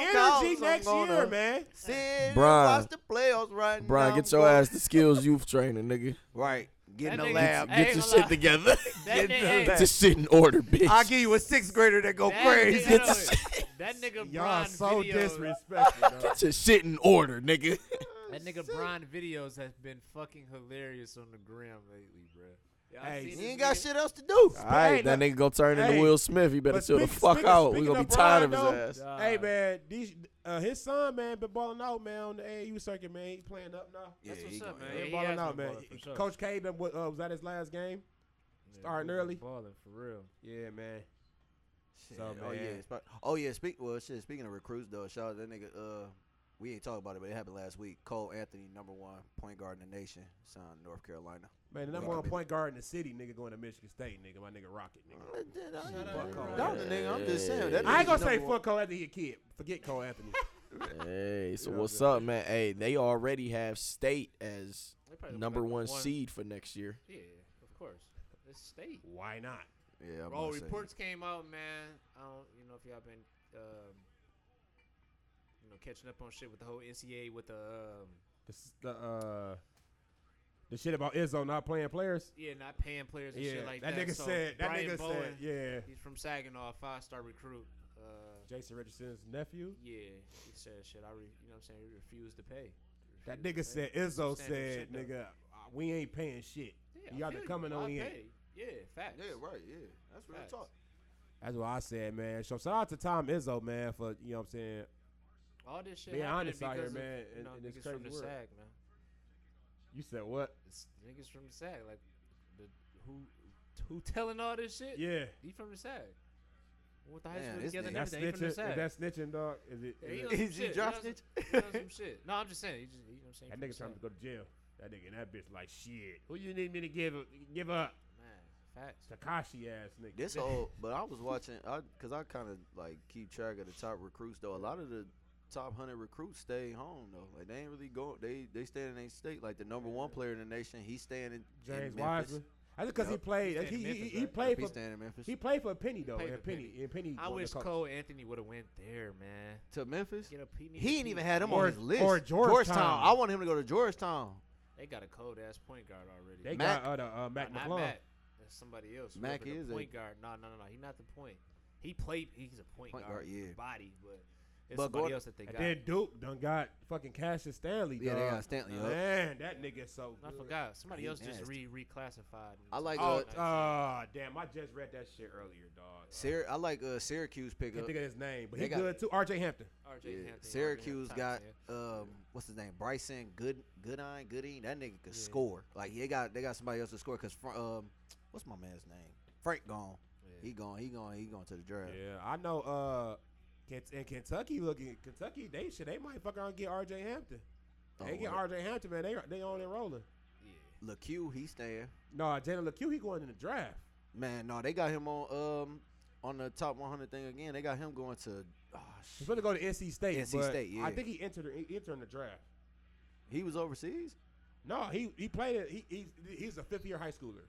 [SPEAKER 2] energy
[SPEAKER 3] I'm
[SPEAKER 2] next
[SPEAKER 3] gonna
[SPEAKER 2] year, man.
[SPEAKER 3] Sit and
[SPEAKER 1] Brian.
[SPEAKER 3] watch the playoffs right now.
[SPEAKER 1] Brian, get your
[SPEAKER 3] boy.
[SPEAKER 1] ass the skills youth training, nigga.
[SPEAKER 3] Right. Get in
[SPEAKER 5] That
[SPEAKER 3] the
[SPEAKER 5] nigga-
[SPEAKER 3] lab.
[SPEAKER 5] Hey,
[SPEAKER 1] Get your
[SPEAKER 5] hold
[SPEAKER 1] shit
[SPEAKER 5] on.
[SPEAKER 1] together.
[SPEAKER 5] That nigga,
[SPEAKER 1] Get
[SPEAKER 5] hey,
[SPEAKER 1] your shit in order, bitch.
[SPEAKER 3] I'll give you a sixth grader that go
[SPEAKER 5] that
[SPEAKER 3] crazy.
[SPEAKER 5] nigga-
[SPEAKER 1] Get
[SPEAKER 5] no,
[SPEAKER 1] the
[SPEAKER 5] That nigga
[SPEAKER 2] Y'all
[SPEAKER 5] Bron
[SPEAKER 2] so
[SPEAKER 5] videos.
[SPEAKER 2] disrespectful. dog.
[SPEAKER 1] Get your shit in order, nigga.
[SPEAKER 5] That nigga Bron videos has been fucking hilarious on the gram lately, bro. Y'all
[SPEAKER 2] Hey,
[SPEAKER 5] seen
[SPEAKER 2] he
[SPEAKER 3] He
[SPEAKER 5] this
[SPEAKER 3] ain't got
[SPEAKER 5] nigga?
[SPEAKER 3] shit else to do.
[SPEAKER 1] All right, that
[SPEAKER 2] look-
[SPEAKER 1] nigga gonna turn into
[SPEAKER 2] hey,
[SPEAKER 1] Will Smith. He better
[SPEAKER 2] but
[SPEAKER 1] chill the
[SPEAKER 2] speak-
[SPEAKER 1] fuck
[SPEAKER 2] speaking-
[SPEAKER 1] out. We
[SPEAKER 2] speaking
[SPEAKER 1] gonna be
[SPEAKER 2] of
[SPEAKER 1] tired of his
[SPEAKER 2] Bron,
[SPEAKER 1] ass.
[SPEAKER 5] though,
[SPEAKER 2] Hey
[SPEAKER 5] Dog.
[SPEAKER 2] man, these, uh, his son man been balling out man on the AAU circuit man. He playing up now.
[SPEAKER 5] That's
[SPEAKER 3] Yeah, he
[SPEAKER 5] what's up,
[SPEAKER 3] gonna-
[SPEAKER 5] man.
[SPEAKER 2] Been
[SPEAKER 5] He
[SPEAKER 2] balling
[SPEAKER 5] has
[SPEAKER 2] out
[SPEAKER 5] been
[SPEAKER 2] man.
[SPEAKER 5] balling, for sure.
[SPEAKER 2] Coach K done, wa- uh, was at his last game.
[SPEAKER 5] Yeah,
[SPEAKER 2] starting
[SPEAKER 5] he been
[SPEAKER 2] early.
[SPEAKER 5] Balling for real.
[SPEAKER 2] Yeah man.
[SPEAKER 3] Shit,
[SPEAKER 2] So,
[SPEAKER 3] oh yeah.
[SPEAKER 2] man.
[SPEAKER 3] it's prob- Oh yeah. Speak. Well, shit. Speaking of recruits, though, shout out that nigga. Uh, We ain't talk about it, but it happened last week. Cole Anthony, number one point guard in the nation, signed North Carolina.
[SPEAKER 2] Man, the number
[SPEAKER 3] Well, I
[SPEAKER 2] one
[SPEAKER 3] mean-
[SPEAKER 2] point guard in the city, nigga, going to Michigan State, nigga. My nigga Rocket, nigga.
[SPEAKER 3] Down the nigga, I'm just saying. That
[SPEAKER 2] I ain't gonna
[SPEAKER 3] nigga's
[SPEAKER 2] say
[SPEAKER 3] number one.
[SPEAKER 2] fuck Cole Anthony, he a kid. Forget Cole Anthony.
[SPEAKER 1] Hey, so what's up, man? Hey, they already have state as
[SPEAKER 5] They probably
[SPEAKER 1] number
[SPEAKER 5] gonna put
[SPEAKER 1] one
[SPEAKER 5] one-
[SPEAKER 1] seed for next year.
[SPEAKER 5] Yeah, of course. It's state.
[SPEAKER 2] Why not?
[SPEAKER 3] Yeah, I'm
[SPEAKER 5] Bro,
[SPEAKER 3] gonna say-
[SPEAKER 5] reports came out, man. I don't, you know, if y'all been, um, you know, catching up on shit with the whole NCAA with the, um,
[SPEAKER 2] The, s- the, uh, the shit about Izzo not playing players.
[SPEAKER 5] yeah, not paying players and shit like that.
[SPEAKER 2] nigga
[SPEAKER 5] So,
[SPEAKER 2] said. That
[SPEAKER 5] Brian
[SPEAKER 2] nigga
[SPEAKER 5] Bowen,
[SPEAKER 2] said. Yeah,
[SPEAKER 5] He's from Saginaw, five-star recruit. Uh,
[SPEAKER 2] Jason Richardson's nephew.
[SPEAKER 5] yeah, he said shit. I, re, you know, what I'm saying he refused to pay.
[SPEAKER 2] That
[SPEAKER 5] Refused
[SPEAKER 2] nigga
[SPEAKER 5] to pay.
[SPEAKER 2] said Izzo
[SPEAKER 5] Stand up
[SPEAKER 2] said,
[SPEAKER 5] shit, though.
[SPEAKER 2] nigga, uh, we ain't paying shit.
[SPEAKER 5] Yeah, I
[SPEAKER 2] Y'all
[SPEAKER 5] feel
[SPEAKER 2] been coming
[SPEAKER 5] I
[SPEAKER 2] on in.
[SPEAKER 5] pay. Yeah, facts.
[SPEAKER 3] Yeah, right. Yeah, that's real
[SPEAKER 5] Facts.
[SPEAKER 3] talk.
[SPEAKER 2] That's what I said, man. So shout out to Tom Izzo, man, for you know what I'm saying.
[SPEAKER 5] All this shit.
[SPEAKER 2] Being
[SPEAKER 5] happening
[SPEAKER 2] honest out here,
[SPEAKER 5] because of,
[SPEAKER 2] man,
[SPEAKER 5] You
[SPEAKER 2] in-
[SPEAKER 5] know,
[SPEAKER 2] in this
[SPEAKER 5] niggas from the
[SPEAKER 2] crazy world.
[SPEAKER 5] Sag, man.
[SPEAKER 2] You said what?
[SPEAKER 5] It's niggas from the Sag, like the who who telling all this shit.
[SPEAKER 2] Yeah,
[SPEAKER 5] He from the Sag. Went to high
[SPEAKER 3] Damn,
[SPEAKER 5] school
[SPEAKER 3] this
[SPEAKER 5] together and
[SPEAKER 3] nigga-
[SPEAKER 2] that's
[SPEAKER 5] everything. He from the
[SPEAKER 2] snitching.
[SPEAKER 5] Sag.
[SPEAKER 2] If that's snitching, dog. Is it?
[SPEAKER 5] Yeah,
[SPEAKER 2] is
[SPEAKER 5] he
[SPEAKER 2] it-
[SPEAKER 5] on some
[SPEAKER 3] Is he
[SPEAKER 5] shit.
[SPEAKER 3] drop
[SPEAKER 5] on some-
[SPEAKER 3] snitch?
[SPEAKER 5] he on some shit. No, I'm just saying. He just, he, you know what I'm saying?
[SPEAKER 2] That
[SPEAKER 5] he from
[SPEAKER 2] nigga
[SPEAKER 5] the
[SPEAKER 2] trying to
[SPEAKER 5] Sag.
[SPEAKER 2] go to jail. That nigga and that bitch like shit. Who you need me to give give up?
[SPEAKER 5] Man, facts.
[SPEAKER 2] Takashi ass nigga.
[SPEAKER 3] This whole, but I was watching, I because I kind of like keep track of the top recruits though. A lot of the top hundred recruits stay home though. Like they ain't really go. They they stay in their state. Like the number one player in the nation, he's staying in
[SPEAKER 2] James
[SPEAKER 3] in Memphis.
[SPEAKER 2] Wiseman. That's because
[SPEAKER 3] Yup.
[SPEAKER 2] he played.
[SPEAKER 5] He's
[SPEAKER 2] He,
[SPEAKER 5] staying in
[SPEAKER 2] he, he,
[SPEAKER 5] Memphis,
[SPEAKER 2] he
[SPEAKER 5] right?
[SPEAKER 2] played
[SPEAKER 3] He's
[SPEAKER 2] for
[SPEAKER 3] staying in Memphis.
[SPEAKER 2] he played for a penny though.
[SPEAKER 5] played
[SPEAKER 2] And
[SPEAKER 5] for
[SPEAKER 2] penny and penny.
[SPEAKER 5] I
[SPEAKER 2] won the
[SPEAKER 5] wish
[SPEAKER 2] cup.
[SPEAKER 5] Cole Anthony would have went there, man.
[SPEAKER 3] to Memphis.
[SPEAKER 5] Get a he need
[SPEAKER 3] He
[SPEAKER 5] a
[SPEAKER 3] ain't
[SPEAKER 5] P-
[SPEAKER 3] even had him
[SPEAKER 2] Or-
[SPEAKER 3] on his list.
[SPEAKER 2] or Georgetown.
[SPEAKER 3] I want him to go to Georgetown.
[SPEAKER 5] They got a cold ass point guard already.
[SPEAKER 2] They
[SPEAKER 3] Mac-
[SPEAKER 2] got uh, the, uh, Mac
[SPEAKER 5] Not
[SPEAKER 2] McClung.
[SPEAKER 5] Mac. That's somebody else.
[SPEAKER 3] Mac
[SPEAKER 5] Whoever the
[SPEAKER 3] is a-
[SPEAKER 5] point guard. No, no, no, no. He's not the point. He played. He's a point,
[SPEAKER 3] Point
[SPEAKER 5] guard.
[SPEAKER 3] guard, yeah.
[SPEAKER 5] Body, but it's
[SPEAKER 3] But
[SPEAKER 5] somebody
[SPEAKER 3] Gordon-
[SPEAKER 5] else that they got.
[SPEAKER 2] And then Duke done got fucking Cassius Stanley.
[SPEAKER 3] Yeah, they
[SPEAKER 2] dog.
[SPEAKER 3] got Stanley, yup.
[SPEAKER 2] Man, that nigga so.
[SPEAKER 5] I
[SPEAKER 2] good.
[SPEAKER 5] forgot. Somebody
[SPEAKER 3] He
[SPEAKER 5] else just
[SPEAKER 3] nasty.
[SPEAKER 5] re reclassified.
[SPEAKER 3] I like
[SPEAKER 2] Oh,
[SPEAKER 3] uh,
[SPEAKER 2] uh, damn! I just read that shit earlier, dog.
[SPEAKER 3] Syr- I like uh, Syracuse
[SPEAKER 2] Can't
[SPEAKER 3] pickup.
[SPEAKER 2] think of his name, but
[SPEAKER 3] They
[SPEAKER 2] he
[SPEAKER 3] got-
[SPEAKER 2] good too. R.J. Hampton.
[SPEAKER 5] RJ
[SPEAKER 3] Yeah.
[SPEAKER 5] Hampton,
[SPEAKER 3] Syracuse
[SPEAKER 5] RJ
[SPEAKER 3] got
[SPEAKER 5] Hampton,
[SPEAKER 3] um, what's his name? Bryson Good Goodine Goodine. That nigga could score. Like they got they got somebody else to score because um, what's my man's name? Frank gone. He gone. He gone. He gone to the draft.
[SPEAKER 2] Yeah, I know. Uh, Ken- and Kentucky looking Kentucky, they shit, they might fuck around and get R.J. Hampton.
[SPEAKER 3] Oh,
[SPEAKER 2] They get
[SPEAKER 3] what?
[SPEAKER 2] R.J. Hampton, man. They they on and rolling.
[SPEAKER 5] yeah.
[SPEAKER 3] LeCue, he staying.
[SPEAKER 2] No, uh, Jalen LeCue, he going in the draft.
[SPEAKER 3] Man, no, they got him on um on the top 100 thing again. They got him going to. Oh,
[SPEAKER 2] He's going to go to NC State.
[SPEAKER 3] NC
[SPEAKER 2] but
[SPEAKER 3] State, yeah.
[SPEAKER 2] I think he entered he entered the draft.
[SPEAKER 3] he was overseas.
[SPEAKER 2] No, he he played it. He, he's he's a fifth year high schooler,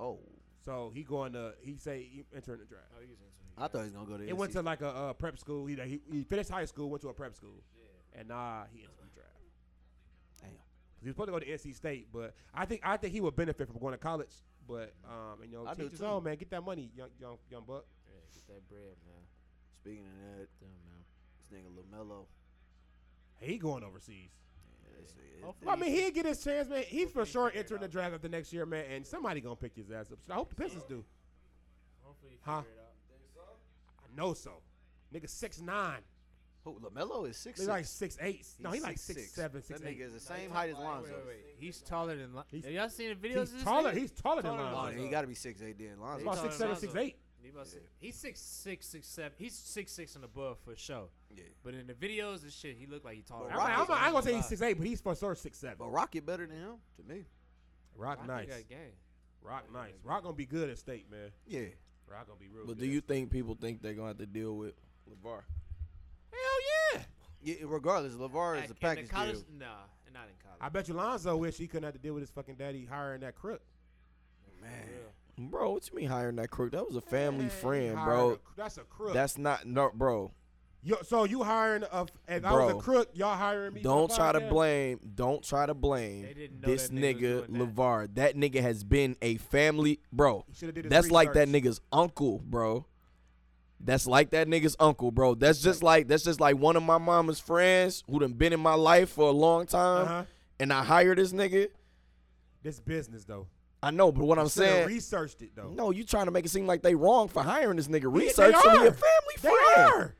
[SPEAKER 3] Oh,
[SPEAKER 2] so he going to he say he entering the draft.
[SPEAKER 5] Oh, he was into it.
[SPEAKER 3] I thought he was gonna go to.
[SPEAKER 2] It went
[SPEAKER 3] NC.
[SPEAKER 2] to like a uh, prep school. He, he he finished high school, went to a prep school, and nah, he entered the draft.
[SPEAKER 3] Damn.
[SPEAKER 2] He was supposed to go to NC State, but I think I think he would benefit from going to college. But um, and, you know,
[SPEAKER 3] I do
[SPEAKER 2] teach his
[SPEAKER 3] too.
[SPEAKER 2] own man, get that money, young young young buck.
[SPEAKER 5] Yeah, get that bread, man.
[SPEAKER 3] Speaking of that,
[SPEAKER 5] Damn, man.
[SPEAKER 3] this nigga Lamelo.
[SPEAKER 2] He going overseas.
[SPEAKER 3] Yeah, it's- it-
[SPEAKER 5] Hopefully-
[SPEAKER 2] Well, I mean, he'll get his chance, man. He for sure entering the draft after next year, man. And somebody gonna pick his ass up. So I hope the Pistons do.
[SPEAKER 5] Hopefully, you figure
[SPEAKER 2] Huh?
[SPEAKER 5] it out.
[SPEAKER 2] I know so. Nigga six nine.
[SPEAKER 3] who Lamelo is six.
[SPEAKER 2] He's like six eight. No, he like
[SPEAKER 3] six
[SPEAKER 2] six seven, six
[SPEAKER 3] that
[SPEAKER 2] eight.
[SPEAKER 3] nigga is the same height as
[SPEAKER 5] Wait,
[SPEAKER 3] Lonzo.
[SPEAKER 5] wait, wait. He's taller than. Lon-
[SPEAKER 2] He's-
[SPEAKER 5] Have y'all seen the videos? of
[SPEAKER 2] He's
[SPEAKER 5] this
[SPEAKER 2] taller.
[SPEAKER 5] nigga?
[SPEAKER 2] He's taller than
[SPEAKER 5] Taller than
[SPEAKER 3] Oh,
[SPEAKER 2] Lonzo.
[SPEAKER 3] he got to be six eight then.
[SPEAKER 2] He's
[SPEAKER 3] Lonzo.
[SPEAKER 2] about
[SPEAKER 5] taller
[SPEAKER 2] six
[SPEAKER 5] than
[SPEAKER 2] seven, six
[SPEAKER 5] Lonzo.
[SPEAKER 2] eight.
[SPEAKER 5] He about six, he's six six six seven. He's six six and above for sure.
[SPEAKER 3] Yeah.
[SPEAKER 5] But in the videos and shit, he looked like he taller.
[SPEAKER 3] But
[SPEAKER 2] I'm,
[SPEAKER 5] than
[SPEAKER 2] not- I'm,
[SPEAKER 3] Rockets-
[SPEAKER 2] not- I ain't gonna say he's
[SPEAKER 5] Lonzo.
[SPEAKER 2] six eight, but he's for sure six
[SPEAKER 3] But
[SPEAKER 2] seven.
[SPEAKER 3] Rocket better than him to me.
[SPEAKER 2] Rock
[SPEAKER 5] Rockets
[SPEAKER 2] nice.
[SPEAKER 5] got game.
[SPEAKER 2] Rock nice. Rock gonna be good at state, man.
[SPEAKER 3] Yeah.
[SPEAKER 2] Rock gonna be real.
[SPEAKER 1] But
[SPEAKER 2] good
[SPEAKER 1] do
[SPEAKER 2] at
[SPEAKER 1] you think people think they're gonna have to deal with Levar?
[SPEAKER 2] Hell yeah.
[SPEAKER 3] yeah regardless, Levar
[SPEAKER 5] At-
[SPEAKER 3] is a
[SPEAKER 5] in the
[SPEAKER 3] package
[SPEAKER 5] college,
[SPEAKER 3] deal.
[SPEAKER 5] Nah, not in college.
[SPEAKER 2] I bet you Lonzo wish he couldn't have to deal with his fucking daddy hiring that crook.
[SPEAKER 3] Man,
[SPEAKER 1] Bro, what you mean hiring that crook? That was a family friend,
[SPEAKER 2] Hiring
[SPEAKER 1] bro.
[SPEAKER 2] a- that's a crook.
[SPEAKER 1] That's not no, bro.
[SPEAKER 2] Yo, so you hiring a? If I was a
[SPEAKER 1] Bro.
[SPEAKER 2] crook, y'all hiring me? for
[SPEAKER 1] Don't
[SPEAKER 2] the
[SPEAKER 1] try to
[SPEAKER 2] podcast?
[SPEAKER 1] blame. Don't try to
[SPEAKER 5] They
[SPEAKER 1] blame
[SPEAKER 5] didn't know
[SPEAKER 1] this
[SPEAKER 5] that nigga
[SPEAKER 1] nigga
[SPEAKER 5] was doing that.
[SPEAKER 1] Levar. That nigga has been a family, bro.
[SPEAKER 2] He shoulda did his
[SPEAKER 1] That's like that
[SPEAKER 2] research.
[SPEAKER 1] nigga's uncle, bro. That's like that nigga's uncle, bro. That's just like that's just like one of my mama's friends who done been in my life for a long time,
[SPEAKER 2] Uh-huh.
[SPEAKER 1] and I hired this nigga.
[SPEAKER 2] This business though.
[SPEAKER 1] I know, but what I'm
[SPEAKER 2] Shoulda
[SPEAKER 1] saying,
[SPEAKER 2] researched it though.
[SPEAKER 1] no, you trying to make it seem like they wrong for hiring this nigga.
[SPEAKER 2] Yeah,
[SPEAKER 1] Research
[SPEAKER 2] they
[SPEAKER 1] for
[SPEAKER 2] are.
[SPEAKER 1] your family
[SPEAKER 2] they
[SPEAKER 1] friend,
[SPEAKER 2] are.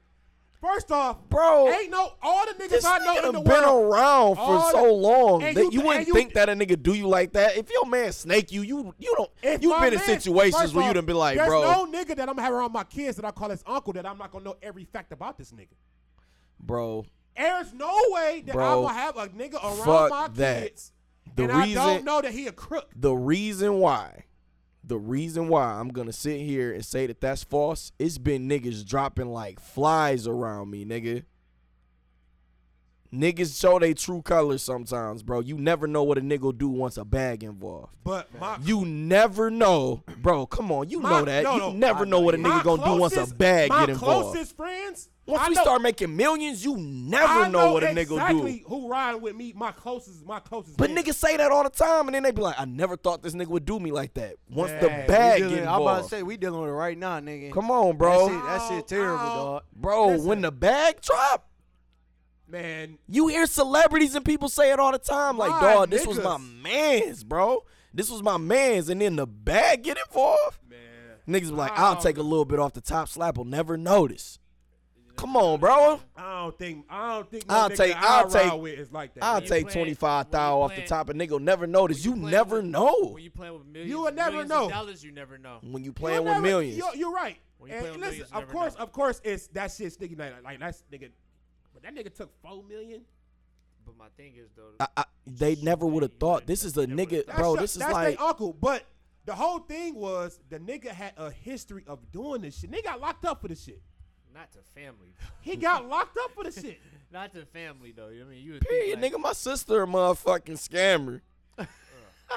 [SPEAKER 2] First off,
[SPEAKER 1] bro.
[SPEAKER 2] ain't no all the niggas
[SPEAKER 1] This
[SPEAKER 2] I know
[SPEAKER 1] nigga
[SPEAKER 2] in the
[SPEAKER 1] done been
[SPEAKER 2] world.
[SPEAKER 1] around for
[SPEAKER 2] all
[SPEAKER 1] so
[SPEAKER 2] the-
[SPEAKER 1] long
[SPEAKER 2] and
[SPEAKER 1] that
[SPEAKER 2] you
[SPEAKER 1] you,
[SPEAKER 2] th-
[SPEAKER 1] wouldn't
[SPEAKER 2] and you-
[SPEAKER 1] think that a nigga do you like that. If your man snake you, you you don't.
[SPEAKER 2] If
[SPEAKER 1] You've
[SPEAKER 2] my
[SPEAKER 1] been in
[SPEAKER 2] man-
[SPEAKER 1] situations
[SPEAKER 2] first
[SPEAKER 1] where
[SPEAKER 2] off,
[SPEAKER 1] you done been like,
[SPEAKER 2] there's
[SPEAKER 1] bro,
[SPEAKER 2] no nigga that I'm having around my kids that I call his uncle that I'm not gonna know every fact about this nigga.
[SPEAKER 1] bro,
[SPEAKER 2] There's no way that
[SPEAKER 1] Bro,
[SPEAKER 2] I'm gonna have a nigga around
[SPEAKER 1] fuck
[SPEAKER 2] my
[SPEAKER 1] that.
[SPEAKER 2] kids.
[SPEAKER 1] The
[SPEAKER 2] and
[SPEAKER 1] reason-
[SPEAKER 2] I don't know that he a crook.
[SPEAKER 1] The reason why, the reason why I'm gonna sit here and say that that's false, it's been niggas dropping like flies around me, nigga. Niggas show they true colors sometimes, bro. You never know what a nigga will do once a bag involved.
[SPEAKER 2] But my
[SPEAKER 1] You never know, bro. Come on, you
[SPEAKER 2] my-
[SPEAKER 1] know that.
[SPEAKER 2] no,
[SPEAKER 1] you
[SPEAKER 2] no,
[SPEAKER 1] never
[SPEAKER 2] I
[SPEAKER 1] know what a
[SPEAKER 2] my
[SPEAKER 1] nigga gonna do once a
[SPEAKER 2] closest-
[SPEAKER 1] bag
[SPEAKER 2] my
[SPEAKER 1] get involved.
[SPEAKER 2] closest friends.
[SPEAKER 1] once
[SPEAKER 2] I
[SPEAKER 1] we
[SPEAKER 2] know,
[SPEAKER 1] start making millions, you never
[SPEAKER 2] I
[SPEAKER 1] know, what a nigga will do.
[SPEAKER 2] exactly who ride with me. My closest, my closest.
[SPEAKER 1] But
[SPEAKER 2] man.
[SPEAKER 1] niggas say that all the time, and then they be like, "I never thought this nigga would do me like that." Once the
[SPEAKER 3] Man, we
[SPEAKER 1] bag
[SPEAKER 3] dealing-
[SPEAKER 1] get
[SPEAKER 3] I'm about to
[SPEAKER 1] involved,
[SPEAKER 3] say we dealing with it right now, nigga.
[SPEAKER 1] come on,
[SPEAKER 3] That shit,
[SPEAKER 1] bro,
[SPEAKER 3] that shit terrible,
[SPEAKER 2] Ow, ow.
[SPEAKER 3] dog.
[SPEAKER 1] bro. When the bag drop,
[SPEAKER 2] man,
[SPEAKER 1] you hear celebrities and people say it all the time, like,
[SPEAKER 2] My
[SPEAKER 1] "Dog, this was my
[SPEAKER 2] niggas."
[SPEAKER 1] man's, bro. This was my man's," and then the bag get involved.
[SPEAKER 2] man.
[SPEAKER 1] Niggas be like, "I'll take a little bit off the top slap, will never notice." Come on, bro.
[SPEAKER 2] I don't think I don't think no
[SPEAKER 1] I'll
[SPEAKER 2] nigga
[SPEAKER 1] take-
[SPEAKER 2] that
[SPEAKER 1] I'll
[SPEAKER 2] I ride
[SPEAKER 1] take-
[SPEAKER 2] with is like that.
[SPEAKER 1] I'll
[SPEAKER 2] man.
[SPEAKER 1] take
[SPEAKER 5] playing-
[SPEAKER 1] twenty five
[SPEAKER 5] when
[SPEAKER 1] thousand
[SPEAKER 5] you
[SPEAKER 1] off the
[SPEAKER 5] playing-
[SPEAKER 1] top, and nigga will never notice. You
[SPEAKER 5] playing
[SPEAKER 1] never
[SPEAKER 5] with-
[SPEAKER 1] know
[SPEAKER 5] When you playing with millions,
[SPEAKER 2] would never
[SPEAKER 5] millions
[SPEAKER 2] know.
[SPEAKER 5] Of dollars, you never know.
[SPEAKER 1] when you
[SPEAKER 2] You'll
[SPEAKER 1] playing with
[SPEAKER 2] never-
[SPEAKER 1] millions.
[SPEAKER 2] You're, you're right.
[SPEAKER 5] When you
[SPEAKER 2] And
[SPEAKER 5] play
[SPEAKER 2] listen,
[SPEAKER 5] with millions, you
[SPEAKER 2] of
[SPEAKER 5] never
[SPEAKER 2] course,
[SPEAKER 5] know.
[SPEAKER 2] of course, it's that shit sneaky night. Like that's nigga, but that nigga took four million.
[SPEAKER 5] But my thing is though,
[SPEAKER 1] I, I, they never would have thought this is a nigga,
[SPEAKER 2] That's
[SPEAKER 1] bro.
[SPEAKER 2] your-
[SPEAKER 1] This is
[SPEAKER 2] that's
[SPEAKER 1] like
[SPEAKER 2] their uncle. But the whole thing was the nigga had a history of doing this shit. Nigga got locked up for this shit.
[SPEAKER 5] not to family.
[SPEAKER 2] He got locked up for the shit.
[SPEAKER 5] not to family though. I mean, you. Would
[SPEAKER 1] period,
[SPEAKER 5] think, like,
[SPEAKER 1] nigga. My sister a motherfucking scammer.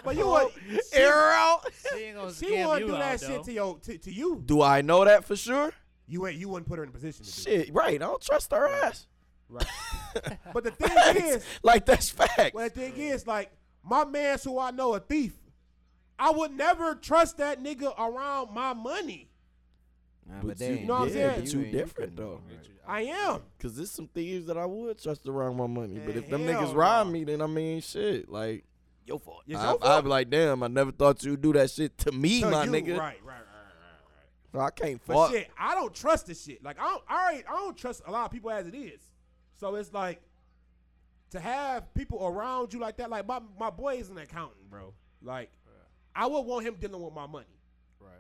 [SPEAKER 2] But you would
[SPEAKER 1] Arrow.
[SPEAKER 5] She ain't gonna
[SPEAKER 2] she
[SPEAKER 5] scam
[SPEAKER 2] wouldn't
[SPEAKER 5] you
[SPEAKER 2] do
[SPEAKER 5] out,
[SPEAKER 2] that
[SPEAKER 5] though.
[SPEAKER 2] shit to your to, to you.
[SPEAKER 1] Do I know that for sure?
[SPEAKER 2] You ain't you wouldn't put her in a position to do. it.
[SPEAKER 1] Shit, right. I don't trust her ass.
[SPEAKER 2] But the thing is,
[SPEAKER 1] like that's fact.
[SPEAKER 2] well, the thing is, like my man's who I know a thief. I would never trust that nigga around my money.
[SPEAKER 3] Nah,
[SPEAKER 1] But
[SPEAKER 3] they
[SPEAKER 1] you-
[SPEAKER 3] ain't
[SPEAKER 2] know what I'm
[SPEAKER 3] good.
[SPEAKER 2] saying?
[SPEAKER 3] You
[SPEAKER 1] But you
[SPEAKER 3] ain't- you
[SPEAKER 1] different,
[SPEAKER 3] couldn't
[SPEAKER 1] though.
[SPEAKER 3] do it.
[SPEAKER 2] I am.
[SPEAKER 1] Cause there's some thieves that I would trust around my money. But if them
[SPEAKER 2] Hell
[SPEAKER 1] niggas
[SPEAKER 2] no.
[SPEAKER 1] rob me, then I mean shit. Like
[SPEAKER 2] Your fault. It's
[SPEAKER 1] I,
[SPEAKER 2] your fault.
[SPEAKER 1] I'd be like, damn, I never thought you'd do that shit to me,
[SPEAKER 2] So
[SPEAKER 1] my
[SPEAKER 2] you-
[SPEAKER 1] nigga.
[SPEAKER 2] Right, right, right, right, right.
[SPEAKER 1] So I can't
[SPEAKER 2] But
[SPEAKER 1] fuck.
[SPEAKER 2] shit, I don't trust this shit. Like I don't, I, already, I don't trust a lot of people as it is. So it's like to have people around you like that. Like my my boy is an accountant, bro. Like I would want him dealing with my money.
[SPEAKER 5] Right.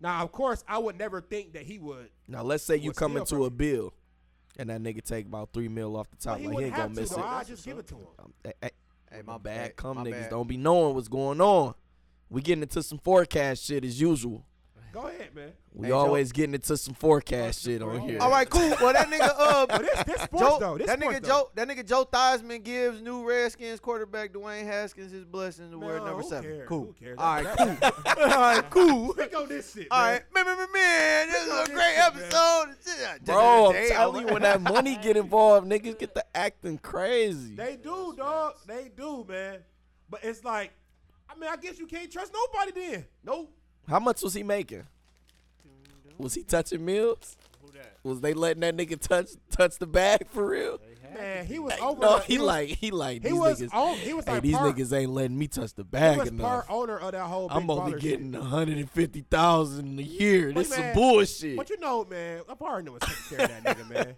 [SPEAKER 2] Now, of course, I would never think that he would.
[SPEAKER 1] Now let's say you
[SPEAKER 2] Would
[SPEAKER 1] come
[SPEAKER 2] steal
[SPEAKER 1] into
[SPEAKER 2] from
[SPEAKER 1] a bill, and that nigga take about three mil off the
[SPEAKER 2] But
[SPEAKER 1] top.
[SPEAKER 2] he
[SPEAKER 1] like he
[SPEAKER 2] wouldn't
[SPEAKER 1] ain't gonna
[SPEAKER 2] have to.
[SPEAKER 1] miss
[SPEAKER 2] Though.
[SPEAKER 1] it.
[SPEAKER 2] I just give it to him.
[SPEAKER 1] Um, hey, hey,
[SPEAKER 3] Hey,
[SPEAKER 1] my
[SPEAKER 3] my
[SPEAKER 1] bad.
[SPEAKER 3] bad.
[SPEAKER 1] Come
[SPEAKER 3] my
[SPEAKER 1] niggas
[SPEAKER 3] bad.
[SPEAKER 1] don't be knowing what's going on. We getting into some forecast shit as usual.
[SPEAKER 2] Go ahead, man.
[SPEAKER 1] We
[SPEAKER 3] Hey, Joe.
[SPEAKER 1] always getting into some forecast shit on here.
[SPEAKER 3] All right, cool. Well, that nigga, uh,
[SPEAKER 2] But this, this sports
[SPEAKER 3] Joe,
[SPEAKER 2] though. This
[SPEAKER 3] that
[SPEAKER 2] sports,
[SPEAKER 3] nigga
[SPEAKER 2] though.
[SPEAKER 3] Joe, that nigga Joe Theismann gives new Redskins quarterback Dwayne Haskins his blessing to wear
[SPEAKER 2] No,
[SPEAKER 3] number
[SPEAKER 2] who
[SPEAKER 3] seven.
[SPEAKER 2] cares?
[SPEAKER 3] Cool.
[SPEAKER 2] Who cares?
[SPEAKER 3] All right, cool. All right, cool.
[SPEAKER 2] Pick on this shit.
[SPEAKER 3] All
[SPEAKER 2] man.
[SPEAKER 3] right, man, man, man, man, this is
[SPEAKER 2] on
[SPEAKER 3] a
[SPEAKER 2] this
[SPEAKER 3] great
[SPEAKER 2] shit, man.
[SPEAKER 3] episode.
[SPEAKER 1] Bro, I'm
[SPEAKER 3] Damn.
[SPEAKER 1] telling you, when that money get involved, niggas get to acting crazy.
[SPEAKER 2] They do, dog. They do, man. But it's like, I mean, I guess you can't trust nobody then. Nope.
[SPEAKER 1] How much was he making? Was he touching meals?
[SPEAKER 5] Who that?
[SPEAKER 1] Was they letting that nigga touch touch the bag for real?
[SPEAKER 2] Man, he was over.
[SPEAKER 1] No,
[SPEAKER 2] the-
[SPEAKER 1] he
[SPEAKER 2] was-
[SPEAKER 1] like he like
[SPEAKER 2] he
[SPEAKER 1] these
[SPEAKER 2] was
[SPEAKER 1] niggas.
[SPEAKER 2] own- he was
[SPEAKER 1] hey,
[SPEAKER 2] like
[SPEAKER 1] these
[SPEAKER 2] part-
[SPEAKER 1] niggas ain't letting me touch the
[SPEAKER 2] He
[SPEAKER 1] bag
[SPEAKER 2] was
[SPEAKER 1] enough.
[SPEAKER 2] part owner of that whole. Big
[SPEAKER 1] I'm only
[SPEAKER 2] baller
[SPEAKER 1] getting
[SPEAKER 2] shit.
[SPEAKER 1] one hundred and fifty thousand a year.
[SPEAKER 2] But
[SPEAKER 1] This some
[SPEAKER 2] man,
[SPEAKER 1] bullshit.
[SPEAKER 2] But you know, man, a partner was taking care of that nigga, man.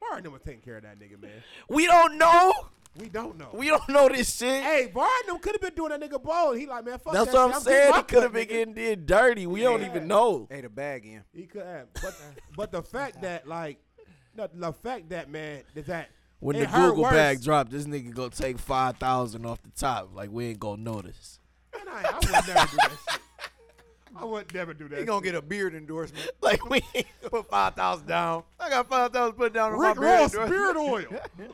[SPEAKER 2] Partner was taking care of that nigga, man.
[SPEAKER 1] we don't know.
[SPEAKER 2] We don't know.
[SPEAKER 1] We don't know this shit.
[SPEAKER 2] hey, Barnum could have been doing that nigga bold. He like, man, fuck
[SPEAKER 1] That's
[SPEAKER 2] that
[SPEAKER 1] what
[SPEAKER 2] shit.
[SPEAKER 1] I'm
[SPEAKER 2] getting
[SPEAKER 1] saying.
[SPEAKER 2] my
[SPEAKER 1] He could have
[SPEAKER 2] cut,
[SPEAKER 1] been
[SPEAKER 2] nigga.
[SPEAKER 1] getting did dirty. We don't even know.
[SPEAKER 3] Hey, the bag in.
[SPEAKER 2] He could have. But, but the fact that, like, the, the fact that, man, that- that
[SPEAKER 1] When
[SPEAKER 2] it
[SPEAKER 1] the
[SPEAKER 2] hurt
[SPEAKER 1] Google
[SPEAKER 2] worse.
[SPEAKER 1] bag dropped, this nigga gonna take five thousand off the top. Like we ain't gonna notice.
[SPEAKER 2] Man, I, I would never do that shit. I would never do that.
[SPEAKER 3] He gonna get a beard endorsement.
[SPEAKER 1] Like we. ain't-
[SPEAKER 3] Put five thousand down. I got five thousand put down on my
[SPEAKER 2] Rick
[SPEAKER 3] beard
[SPEAKER 2] Ross
[SPEAKER 3] endorsement.
[SPEAKER 2] beard oil.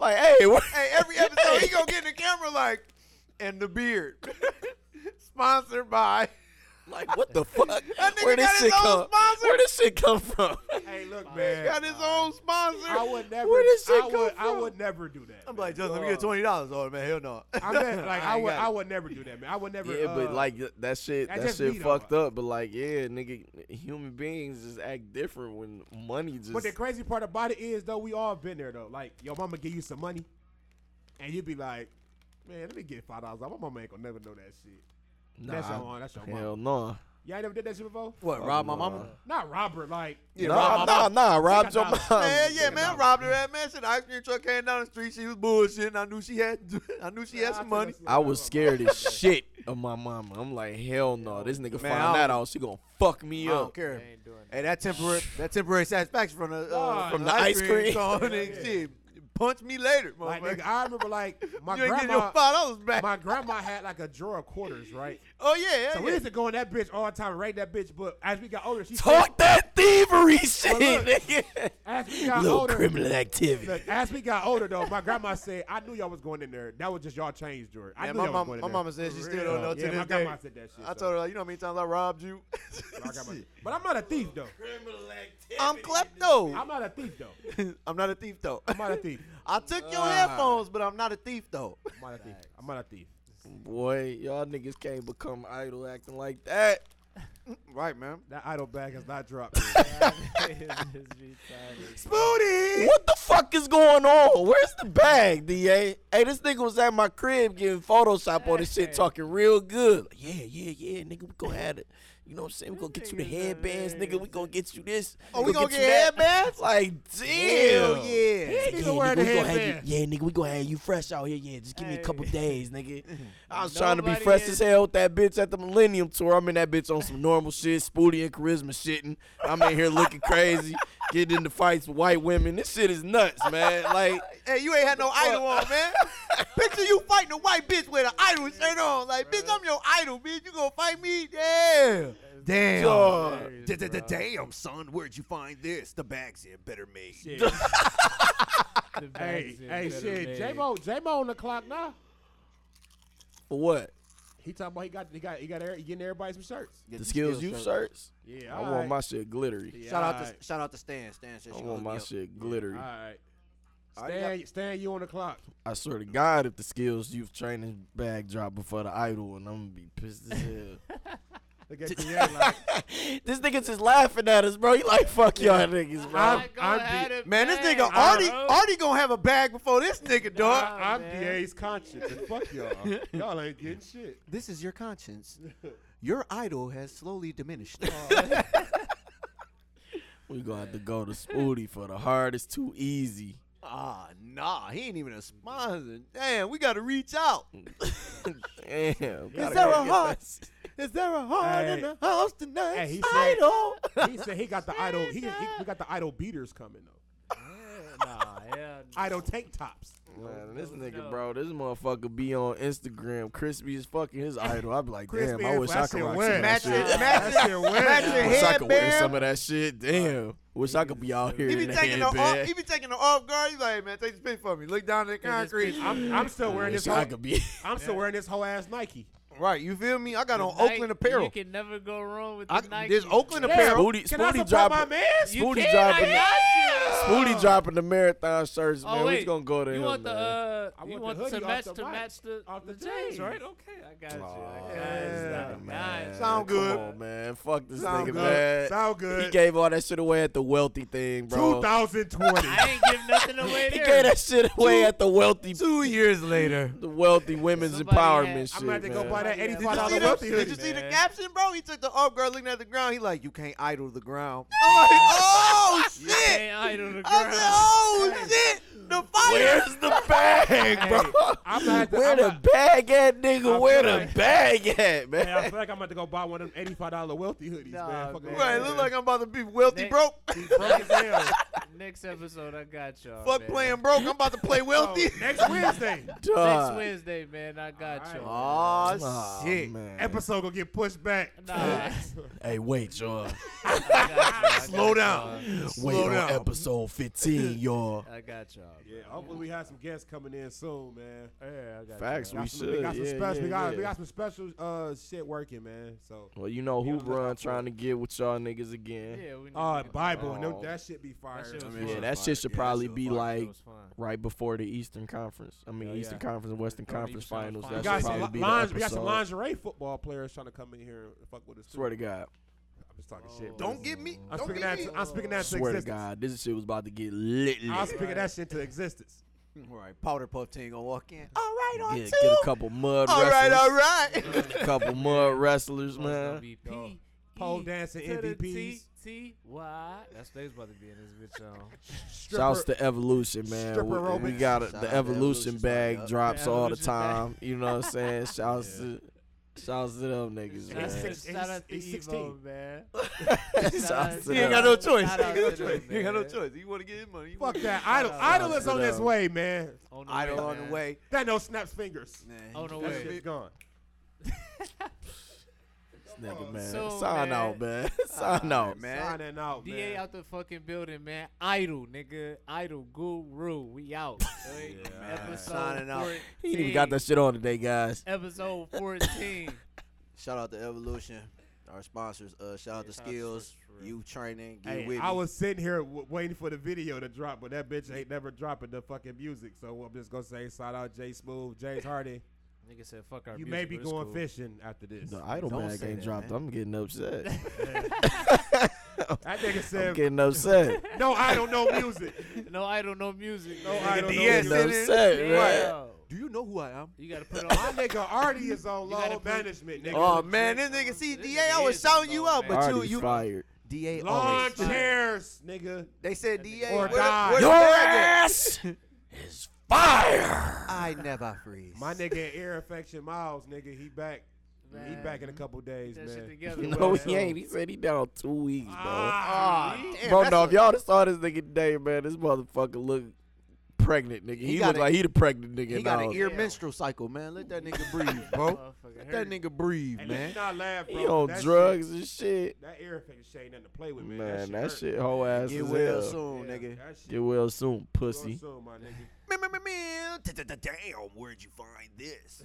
[SPEAKER 1] Like hey, what?
[SPEAKER 3] Hey, every episode he gonna get in the camera like, and the beard. Sponsored by.
[SPEAKER 1] Like what the fuck?
[SPEAKER 3] That
[SPEAKER 1] Where
[SPEAKER 3] nigga
[SPEAKER 1] this
[SPEAKER 3] got his
[SPEAKER 1] shit
[SPEAKER 3] own
[SPEAKER 1] come?
[SPEAKER 3] sponsor.
[SPEAKER 1] Where this shit come from?
[SPEAKER 2] hey, look,
[SPEAKER 3] He
[SPEAKER 2] man.
[SPEAKER 3] got his own sponsor.
[SPEAKER 2] I would never.
[SPEAKER 1] Where this shit
[SPEAKER 2] I would.
[SPEAKER 1] come
[SPEAKER 2] I
[SPEAKER 1] from?
[SPEAKER 2] would never do that.
[SPEAKER 3] I'm like, Justin, let me get twenty dollars. Oh man, hell no.
[SPEAKER 2] I meant, like I,
[SPEAKER 3] ain't
[SPEAKER 2] would.
[SPEAKER 3] got it.
[SPEAKER 2] I would never do that, man. I would never.
[SPEAKER 1] Yeah, but
[SPEAKER 2] uh,
[SPEAKER 1] like th- that shit,
[SPEAKER 2] that
[SPEAKER 1] that
[SPEAKER 2] just
[SPEAKER 1] shit
[SPEAKER 2] beat on
[SPEAKER 1] fucked up. But like, yeah, nigga, human beings just act different when money just.
[SPEAKER 2] But the crazy part about it is, though, we all been there, though. Like, your mama give you some money, and you be like, man, let me get $5 off. My mama ain't gonna never know that shit.
[SPEAKER 1] nah,
[SPEAKER 2] that's your mom, that's your
[SPEAKER 1] hell
[SPEAKER 2] mom.
[SPEAKER 1] no.
[SPEAKER 2] Y'all ain't never did that shit before?
[SPEAKER 3] What, rob my mama?
[SPEAKER 2] Not Robert, like,
[SPEAKER 3] Yeah, rob
[SPEAKER 1] nah,
[SPEAKER 3] my
[SPEAKER 1] nah,
[SPEAKER 3] mama.
[SPEAKER 1] nah, robbed your
[SPEAKER 2] got
[SPEAKER 1] mom.
[SPEAKER 2] dollars.
[SPEAKER 3] Man, yeah,
[SPEAKER 2] Yeah,
[SPEAKER 3] man,
[SPEAKER 2] nah.
[SPEAKER 3] robbed her at man. Shit, the ice cream truck came down the street. She was bullshitting. I knew she had, I knew she had some money.
[SPEAKER 1] I was scared as shit of my mama. I'm like, hell no, this nigga
[SPEAKER 3] Man,
[SPEAKER 1] find
[SPEAKER 3] I
[SPEAKER 1] that
[SPEAKER 3] don't-
[SPEAKER 1] out, she gonna fuck me
[SPEAKER 3] I don't
[SPEAKER 1] up.
[SPEAKER 5] They
[SPEAKER 3] care.
[SPEAKER 5] ain't doing that.
[SPEAKER 3] Hey, that temporary, that temporary satisfaction from the uh,
[SPEAKER 2] Nah,
[SPEAKER 3] from the
[SPEAKER 1] nah.
[SPEAKER 3] ice
[SPEAKER 1] Ice
[SPEAKER 3] cream,
[SPEAKER 1] cream.
[SPEAKER 3] cone and shit, punch me later,
[SPEAKER 2] Like,
[SPEAKER 3] motherfucker.
[SPEAKER 2] nigga, I remember like my
[SPEAKER 3] you ain't getting
[SPEAKER 2] grandma.
[SPEAKER 3] your five dollars back.
[SPEAKER 2] My grandma had like a drawer of quarters, right?
[SPEAKER 3] oh yeah, yeah,
[SPEAKER 2] So
[SPEAKER 3] yeah.
[SPEAKER 2] we used to go in that bitch all the time, rate that bitch. But as we got older, she
[SPEAKER 1] Talk that thievery
[SPEAKER 2] But look,
[SPEAKER 1] shit,
[SPEAKER 2] As we
[SPEAKER 1] nigga.
[SPEAKER 2] got
[SPEAKER 1] Little
[SPEAKER 2] older,
[SPEAKER 1] criminal activity.
[SPEAKER 2] Look, as we got older though, my grandma said, "I knew y'all was going in there. That was just y'all change, George. I
[SPEAKER 3] Man,
[SPEAKER 2] knew
[SPEAKER 3] my
[SPEAKER 2] y'all was
[SPEAKER 3] mom-
[SPEAKER 2] going in
[SPEAKER 3] my
[SPEAKER 2] there."
[SPEAKER 3] mama said she
[SPEAKER 2] For
[SPEAKER 3] still
[SPEAKER 2] real.
[SPEAKER 3] don't know to
[SPEAKER 2] Yeah,
[SPEAKER 3] this
[SPEAKER 2] my grandma
[SPEAKER 3] day.
[SPEAKER 2] said that shit.
[SPEAKER 3] I
[SPEAKER 2] so.
[SPEAKER 3] told her, like, you know how many times I robbed you.
[SPEAKER 2] I got my- but I'm not a thief though.
[SPEAKER 3] I'm klepto.
[SPEAKER 2] I'm not a thief though.
[SPEAKER 3] I'm not a thief though.
[SPEAKER 2] I'm not a thief.
[SPEAKER 3] I took your headphones, but I'm not a thief though.
[SPEAKER 2] I'm not a thief. I'm not a thief.
[SPEAKER 1] Boy, y'all niggas can't become idle acting like that.
[SPEAKER 3] Right, man.
[SPEAKER 2] That idol bag has not dropped.
[SPEAKER 3] Booty.
[SPEAKER 1] What the fuck is going on? Where's the bag, DA? Hey, this nigga was at my crib getting Photoshop on this shit, talking real good. Like, yeah, yeah, yeah, nigga, we gonna have it. You know what I'm saying? We gonna get you the headbands, nigga. We gonna get you this.
[SPEAKER 3] Oh, we gonna
[SPEAKER 1] you that.
[SPEAKER 3] get
[SPEAKER 1] headbands? Like, damn.
[SPEAKER 3] Hell yeah.
[SPEAKER 1] Yeah, nigga, we
[SPEAKER 2] Nigga wearing the
[SPEAKER 1] gonna have
[SPEAKER 2] headband.
[SPEAKER 1] you, yeah, nigga, we gonna have you fresh out here. Yeah, just give me a couple
[SPEAKER 5] Hey.
[SPEAKER 1] days, nigga. I was trying to be
[SPEAKER 5] Nobody
[SPEAKER 1] fresh
[SPEAKER 5] is-
[SPEAKER 1] as hell with that bitch at the Millennium Tour. I'm in that bitch on some normal shit, spooty and charisma shitting. I'm in here looking crazy, getting into fights with white women. This shit is nuts, man. Like,
[SPEAKER 3] Hey, you ain't had no idol on, man. Picture you fighting a white bitch with an idol shirt on. Like, bitch, I'm your idol, bitch. You gonna fight me? Yeah. Damn.
[SPEAKER 1] Dog.
[SPEAKER 3] D- d- d- Damn, son. Where'd you find this? The bag's in better made.
[SPEAKER 2] hey, hey, shit. J Mo, J Mo on the clock now.
[SPEAKER 1] for what?
[SPEAKER 2] He talking about he got he got he got every- he getting everybody some shirts.
[SPEAKER 1] The skills you shirts?
[SPEAKER 2] Yeah,
[SPEAKER 1] I
[SPEAKER 2] all
[SPEAKER 1] want
[SPEAKER 2] right.
[SPEAKER 1] my shit glittery.
[SPEAKER 2] Yeah,
[SPEAKER 3] Shout out
[SPEAKER 2] all
[SPEAKER 3] to
[SPEAKER 2] right.
[SPEAKER 3] shout out to Stan. Stan said
[SPEAKER 1] I
[SPEAKER 3] she
[SPEAKER 1] want
[SPEAKER 3] hooked
[SPEAKER 1] my
[SPEAKER 3] me up.
[SPEAKER 1] shit glittery.
[SPEAKER 2] All right. Stan, Stan, you on the clock.
[SPEAKER 1] I swear to God, if the skills youth training bag drop before the idol, and I'm gonna be pissed as hell.
[SPEAKER 2] Look at Pierre like,
[SPEAKER 1] this nigga's just laughing at us, bro. You like fuck y'all niggas, bro.
[SPEAKER 2] I'm- I'm be-
[SPEAKER 3] Man, this nigga Artie Artie gonna have a bag before this nigga, dog.
[SPEAKER 2] I, I'm
[SPEAKER 5] man.
[SPEAKER 2] DA's conscience. and fuck y'all. y'all ain't getting shit.
[SPEAKER 3] This is your conscience. Your idol has slowly diminished.
[SPEAKER 1] we gonna have to go to Spooty for the hardest too easy.
[SPEAKER 3] ah, nah, he ain't even a sponsor. Damn, we gotta reach out.
[SPEAKER 1] Mm. Damn.
[SPEAKER 3] Is there a heart? Is there a heart
[SPEAKER 2] Hey.
[SPEAKER 3] in the house tonight?
[SPEAKER 2] Hey, he said-
[SPEAKER 3] idol.
[SPEAKER 2] He said he got the idol. He, he we got the idol beaters coming though.
[SPEAKER 5] Nah, yeah.
[SPEAKER 2] Idol tank tops.
[SPEAKER 1] Man, this nigga,
[SPEAKER 5] no.
[SPEAKER 1] bro, this motherfucker be on Instagram crispy as fucking his idol. I be like, damn,
[SPEAKER 2] Crispy
[SPEAKER 1] I
[SPEAKER 2] as
[SPEAKER 1] wish
[SPEAKER 2] fuck.
[SPEAKER 1] I
[SPEAKER 2] That
[SPEAKER 1] could rock
[SPEAKER 2] shit
[SPEAKER 1] some
[SPEAKER 2] wet.
[SPEAKER 1] of that
[SPEAKER 3] Match it,
[SPEAKER 1] shit.
[SPEAKER 3] match it, match your
[SPEAKER 1] I wish I could wear
[SPEAKER 3] headband.
[SPEAKER 1] some of that shit. Damn. Wish I could be out here
[SPEAKER 3] He be
[SPEAKER 1] in the
[SPEAKER 3] taking her off.
[SPEAKER 1] headband.
[SPEAKER 3] He be taking her off guard. He's like, man, take this pic for me. Look down at the
[SPEAKER 5] Take this
[SPEAKER 3] concrete.
[SPEAKER 5] picture.
[SPEAKER 2] I'm, I'm still wearing
[SPEAKER 1] Wish
[SPEAKER 2] this.
[SPEAKER 1] I
[SPEAKER 2] Whole,
[SPEAKER 1] could be.
[SPEAKER 2] I'm still wearing this whole ass Nike.
[SPEAKER 3] Right, you feel me? I got on
[SPEAKER 5] Nike-
[SPEAKER 3] Oakland apparel.
[SPEAKER 5] You can never go wrong with the
[SPEAKER 3] I,
[SPEAKER 5] Nike.
[SPEAKER 3] this Oakland
[SPEAKER 2] Yeah.
[SPEAKER 3] apparel.
[SPEAKER 1] Spooty,
[SPEAKER 2] Can I
[SPEAKER 1] Spooty
[SPEAKER 2] support my
[SPEAKER 1] dropping,
[SPEAKER 2] man?
[SPEAKER 5] You
[SPEAKER 1] Spooty
[SPEAKER 5] can,
[SPEAKER 1] dropping,
[SPEAKER 5] I got you.
[SPEAKER 1] Spooty dropping the marathon shirts, man.
[SPEAKER 5] Oh,
[SPEAKER 1] we
[SPEAKER 5] wait.
[SPEAKER 1] just gonna go to
[SPEAKER 5] you
[SPEAKER 1] him,
[SPEAKER 5] want
[SPEAKER 1] man.
[SPEAKER 5] the uh,
[SPEAKER 2] I
[SPEAKER 5] you
[SPEAKER 2] want the
[SPEAKER 5] want
[SPEAKER 2] hoodie
[SPEAKER 5] to
[SPEAKER 2] off
[SPEAKER 5] match
[SPEAKER 2] the
[SPEAKER 5] to
[SPEAKER 2] mic,
[SPEAKER 5] match the
[SPEAKER 2] off the
[SPEAKER 5] the jeans,
[SPEAKER 2] jeans.
[SPEAKER 5] right? Okay, I got you. I got
[SPEAKER 2] yeah,
[SPEAKER 5] you. Nice.
[SPEAKER 3] Sound
[SPEAKER 1] Come
[SPEAKER 3] good.
[SPEAKER 1] on, man. Fuck this
[SPEAKER 3] Sound
[SPEAKER 1] nigga,
[SPEAKER 3] good.
[SPEAKER 1] man.
[SPEAKER 2] Sound
[SPEAKER 1] He
[SPEAKER 2] good.
[SPEAKER 1] gave all that shit away at the wealthy thing, bro.
[SPEAKER 2] 2020.
[SPEAKER 5] I ain't give nothing away
[SPEAKER 1] He
[SPEAKER 5] there.
[SPEAKER 1] gave that shit away at the wealthy,
[SPEAKER 3] Two years later.
[SPEAKER 1] the wealthy women's
[SPEAKER 5] Somebody
[SPEAKER 1] empowerment
[SPEAKER 5] had-
[SPEAKER 1] shit.
[SPEAKER 2] I'm gonna have to go
[SPEAKER 1] man.
[SPEAKER 2] buy that
[SPEAKER 5] Did you
[SPEAKER 2] eighty-five
[SPEAKER 3] Did you,
[SPEAKER 2] dollar
[SPEAKER 3] see the,
[SPEAKER 2] wealthy
[SPEAKER 3] did you
[SPEAKER 2] hoodie.
[SPEAKER 3] see the
[SPEAKER 5] man.
[SPEAKER 3] caption, bro? He took the off guard looking at the ground. He like, you can't idle the ground. I'm like, oh shit!
[SPEAKER 5] Hey, I ain't on the
[SPEAKER 3] I said,
[SPEAKER 5] ground.
[SPEAKER 3] oh shit! The fire.
[SPEAKER 1] Where's the bag, bro?
[SPEAKER 2] I'm gonna have to.
[SPEAKER 1] Where
[SPEAKER 2] I'm
[SPEAKER 1] the
[SPEAKER 2] gonna-
[SPEAKER 1] bag at, nigga?
[SPEAKER 2] I
[SPEAKER 1] Where
[SPEAKER 2] feel
[SPEAKER 1] the
[SPEAKER 2] like-
[SPEAKER 1] bag at, man?
[SPEAKER 2] Man, I feel like I'm about to go buy one of them eighty-five dollar wealthy hoodies,
[SPEAKER 5] Nah,
[SPEAKER 2] man. Fuck
[SPEAKER 5] man.
[SPEAKER 3] Right, look like I'm about to be wealthy
[SPEAKER 5] Nick-
[SPEAKER 3] broke.
[SPEAKER 2] broke as hell.
[SPEAKER 5] Next episode, I got y'all.
[SPEAKER 3] Fuck
[SPEAKER 5] man. Oh,
[SPEAKER 3] playing broke. I'm about to play wealthy.
[SPEAKER 2] Next Wednesday,
[SPEAKER 5] Next
[SPEAKER 1] Dog.
[SPEAKER 5] Wednesday, man, I got
[SPEAKER 2] Alright.
[SPEAKER 5] y'all.
[SPEAKER 3] Aw,
[SPEAKER 1] Aw,
[SPEAKER 3] shit.
[SPEAKER 1] Oh, man.
[SPEAKER 2] episode gonna get pushed back.
[SPEAKER 5] Nah, I
[SPEAKER 1] Hey, wait, y'all.
[SPEAKER 5] got y'all. I
[SPEAKER 3] Slow
[SPEAKER 5] got
[SPEAKER 3] down.
[SPEAKER 5] y'all.
[SPEAKER 1] Wait
[SPEAKER 3] Slow
[SPEAKER 1] on
[SPEAKER 3] down.
[SPEAKER 1] episode 15, y'all.
[SPEAKER 5] I got y'all.
[SPEAKER 2] Yeah, hopefully we have some guests coming in soon, man.
[SPEAKER 5] Yeah, I got
[SPEAKER 1] Facts,
[SPEAKER 5] y'all.
[SPEAKER 1] we
[SPEAKER 2] Got some-
[SPEAKER 1] should.
[SPEAKER 2] got some
[SPEAKER 1] yeah,
[SPEAKER 2] special.
[SPEAKER 1] yeah,
[SPEAKER 2] we got
[SPEAKER 1] yeah.
[SPEAKER 2] we got some special uh shit working, man. So
[SPEAKER 1] Well, you know who
[SPEAKER 2] Yeah, look
[SPEAKER 1] run
[SPEAKER 2] out for
[SPEAKER 1] trying to
[SPEAKER 2] it.
[SPEAKER 1] get with y'all niggas again.
[SPEAKER 5] Yeah, we need
[SPEAKER 2] uh
[SPEAKER 5] to get-
[SPEAKER 2] Bible,
[SPEAKER 1] Oh.
[SPEAKER 2] no, that shit be fire.
[SPEAKER 5] shit was
[SPEAKER 1] Yeah,
[SPEAKER 5] Yeah,
[SPEAKER 1] that shit should
[SPEAKER 3] yeah, that
[SPEAKER 1] probably
[SPEAKER 3] shit
[SPEAKER 1] be
[SPEAKER 5] Fuck, it
[SPEAKER 1] like
[SPEAKER 5] was fun.
[SPEAKER 1] right before the Eastern Conference. I mean,
[SPEAKER 2] Yeah,
[SPEAKER 1] Eastern
[SPEAKER 2] yeah.
[SPEAKER 1] Conference and Western
[SPEAKER 5] Before the
[SPEAKER 1] Conference
[SPEAKER 5] Eastern
[SPEAKER 1] Finals.
[SPEAKER 5] Finals.
[SPEAKER 2] we
[SPEAKER 1] That
[SPEAKER 2] got
[SPEAKER 1] should
[SPEAKER 2] some
[SPEAKER 1] probably
[SPEAKER 2] li-
[SPEAKER 1] be
[SPEAKER 2] linge,
[SPEAKER 1] the
[SPEAKER 2] we got some
[SPEAKER 1] episode.
[SPEAKER 2] lingerie football players trying to come in here and fuck with us. Too.
[SPEAKER 1] Swear to God.
[SPEAKER 2] I'm just talking shit. bro.
[SPEAKER 3] Don't get me.
[SPEAKER 2] I'm
[SPEAKER 3] Don't
[SPEAKER 2] speaking
[SPEAKER 3] get
[SPEAKER 2] that.
[SPEAKER 3] me.
[SPEAKER 2] To, I'm speaking that to
[SPEAKER 1] Swear to
[SPEAKER 2] existence.
[SPEAKER 1] God, this shit was about to get lit.
[SPEAKER 2] I'm
[SPEAKER 1] lit.
[SPEAKER 2] speaking that shit to existence.
[SPEAKER 3] Right, powder puff team gonna walk in. All right, on
[SPEAKER 1] Get,
[SPEAKER 3] two.
[SPEAKER 1] get a couple mud
[SPEAKER 3] all
[SPEAKER 1] wrestlers.
[SPEAKER 3] right, all right.
[SPEAKER 1] A couple mud wrestlers,
[SPEAKER 5] It's gonna
[SPEAKER 1] man.
[SPEAKER 5] be P.
[SPEAKER 2] Pole
[SPEAKER 5] E
[SPEAKER 2] dancing
[SPEAKER 5] to the
[SPEAKER 2] MVPs.
[SPEAKER 5] T T Y. That's what they was about to be in this bitch on.
[SPEAKER 1] Shouts to Evolution, man.
[SPEAKER 2] stripper
[SPEAKER 1] We- We,
[SPEAKER 2] aerobics.
[SPEAKER 1] got a,
[SPEAKER 3] Shout out
[SPEAKER 1] the
[SPEAKER 3] to
[SPEAKER 1] Evolution
[SPEAKER 3] Evolution,
[SPEAKER 1] bag
[SPEAKER 3] man.
[SPEAKER 1] drops all the
[SPEAKER 5] Evolution bag.
[SPEAKER 1] time. You know what I'm saying? Shouts to Shouts to them niggas,
[SPEAKER 5] Shout out-
[SPEAKER 1] man.
[SPEAKER 2] six-
[SPEAKER 5] Shout out to
[SPEAKER 2] he's
[SPEAKER 5] Evo,
[SPEAKER 2] 16.
[SPEAKER 5] man.
[SPEAKER 1] Shouts to
[SPEAKER 3] He
[SPEAKER 5] He
[SPEAKER 3] ain't
[SPEAKER 1] them.
[SPEAKER 3] got no choice.
[SPEAKER 5] Shout out
[SPEAKER 3] He ain't
[SPEAKER 5] to
[SPEAKER 3] got no choice.
[SPEAKER 5] them,
[SPEAKER 3] He ain't got no
[SPEAKER 5] man.
[SPEAKER 3] choice. He want to get his money. He
[SPEAKER 2] Fuck
[SPEAKER 3] wanna-
[SPEAKER 2] that. Idol,
[SPEAKER 5] Shout out.
[SPEAKER 2] Idol is on its way, man.
[SPEAKER 5] On the
[SPEAKER 3] Idol
[SPEAKER 5] way,
[SPEAKER 3] on the
[SPEAKER 5] man.
[SPEAKER 3] way.
[SPEAKER 2] That no snaps fingers.
[SPEAKER 5] On the
[SPEAKER 2] That
[SPEAKER 5] way.
[SPEAKER 2] shit's gone.
[SPEAKER 1] This nigga, man.
[SPEAKER 5] So,
[SPEAKER 1] Sign
[SPEAKER 5] man.
[SPEAKER 1] out, man. Sign out, man.
[SPEAKER 3] man.
[SPEAKER 2] Signing out, man.
[SPEAKER 5] DA out the fucking building, man. Idol, nigga. Idol, guru. We out. right? Episode
[SPEAKER 3] Signing out.
[SPEAKER 5] 14.
[SPEAKER 1] He ain't even got that shit on today, guys.
[SPEAKER 5] Episode 14.
[SPEAKER 3] Shout out to Evolution, our sponsors. Uh, shout out to Skills, you training, get
[SPEAKER 2] Hey,
[SPEAKER 3] with
[SPEAKER 2] I
[SPEAKER 3] me.
[SPEAKER 2] was sitting here w- waiting for the video to drop, but that bitch ain't never dropping the fucking music. So I'm just gonna say, shout out Jay Smooth, James Hardy.
[SPEAKER 5] nigga said, fuck our
[SPEAKER 2] you
[SPEAKER 5] music,
[SPEAKER 2] may be
[SPEAKER 5] but it's
[SPEAKER 2] going
[SPEAKER 5] cool.
[SPEAKER 2] fishing after this.
[SPEAKER 1] The idol
[SPEAKER 3] Don't
[SPEAKER 1] bag
[SPEAKER 3] say
[SPEAKER 1] ain't
[SPEAKER 3] that,
[SPEAKER 1] dropped.
[SPEAKER 3] man.
[SPEAKER 1] I'm getting upset.
[SPEAKER 2] That nigga
[SPEAKER 1] I'm
[SPEAKER 2] said,
[SPEAKER 1] getting upset.
[SPEAKER 2] "No, I don't know music."
[SPEAKER 5] No idol, no music.
[SPEAKER 2] No
[SPEAKER 5] nigga.
[SPEAKER 2] idol, no
[SPEAKER 1] Getting
[SPEAKER 2] music.
[SPEAKER 1] upset,
[SPEAKER 5] Yeah.
[SPEAKER 1] right?
[SPEAKER 3] Do you know who I am?
[SPEAKER 5] You gotta put
[SPEAKER 2] My
[SPEAKER 5] on.
[SPEAKER 2] nigga Artie is on
[SPEAKER 5] You gotta
[SPEAKER 2] low
[SPEAKER 5] put-
[SPEAKER 2] management, nigga.
[SPEAKER 3] Oh man, this nigga see
[SPEAKER 5] This
[SPEAKER 3] DA.
[SPEAKER 5] nigga
[SPEAKER 3] I was
[SPEAKER 5] is
[SPEAKER 3] shouting
[SPEAKER 5] on
[SPEAKER 3] you
[SPEAKER 5] low,
[SPEAKER 3] out,
[SPEAKER 5] man.
[SPEAKER 3] but you
[SPEAKER 1] Artie's
[SPEAKER 3] you
[SPEAKER 1] fired.
[SPEAKER 3] DA
[SPEAKER 2] Lawn
[SPEAKER 3] always.
[SPEAKER 2] chairs, nigga.
[SPEAKER 3] They said DA
[SPEAKER 2] Or
[SPEAKER 3] where the-
[SPEAKER 2] die.
[SPEAKER 3] where the
[SPEAKER 1] Your
[SPEAKER 3] bag at?
[SPEAKER 1] ass is fire.
[SPEAKER 3] I never freeze.
[SPEAKER 2] My nigga Air Infection Miles, nigga, he back. He
[SPEAKER 5] Man.
[SPEAKER 2] back in a couple days,
[SPEAKER 5] That
[SPEAKER 2] man.
[SPEAKER 5] shit together.
[SPEAKER 1] No,
[SPEAKER 5] man.
[SPEAKER 1] he ain't. He said he down two weeks, bro.
[SPEAKER 2] Ah,
[SPEAKER 3] Damn,
[SPEAKER 1] bro,
[SPEAKER 3] that's
[SPEAKER 1] no,
[SPEAKER 3] a-
[SPEAKER 1] if y'all just saw this nigga today, man, this motherfucker look pregnant, nigga. He,
[SPEAKER 3] got
[SPEAKER 1] look
[SPEAKER 3] a-
[SPEAKER 1] like he the pregnant nigga.
[SPEAKER 3] He got
[SPEAKER 1] now.
[SPEAKER 3] an ear
[SPEAKER 5] Damn.
[SPEAKER 3] menstrual cycle, man. Let that nigga breathe, bro.
[SPEAKER 5] Motherfucker
[SPEAKER 3] Let that
[SPEAKER 5] hurt.
[SPEAKER 3] nigga breathe,
[SPEAKER 2] Hey,
[SPEAKER 3] man.
[SPEAKER 2] let's not laugh, bro.
[SPEAKER 1] He on
[SPEAKER 2] That shit-
[SPEAKER 1] drugs and shit.
[SPEAKER 2] that Air Infection shit ain't nothing to play with, man.
[SPEAKER 1] Man, that shit,
[SPEAKER 2] hurt.
[SPEAKER 1] whole ass
[SPEAKER 3] Get
[SPEAKER 1] is
[SPEAKER 3] well
[SPEAKER 1] hell.
[SPEAKER 3] soon,
[SPEAKER 2] Yeah,
[SPEAKER 3] nigga.
[SPEAKER 2] That shit
[SPEAKER 1] Get well soon,
[SPEAKER 2] going
[SPEAKER 1] pussy.
[SPEAKER 2] soon, my nigga.
[SPEAKER 3] Meow, meow, meow, meow. Da, da, da, Damn, where'd you find this?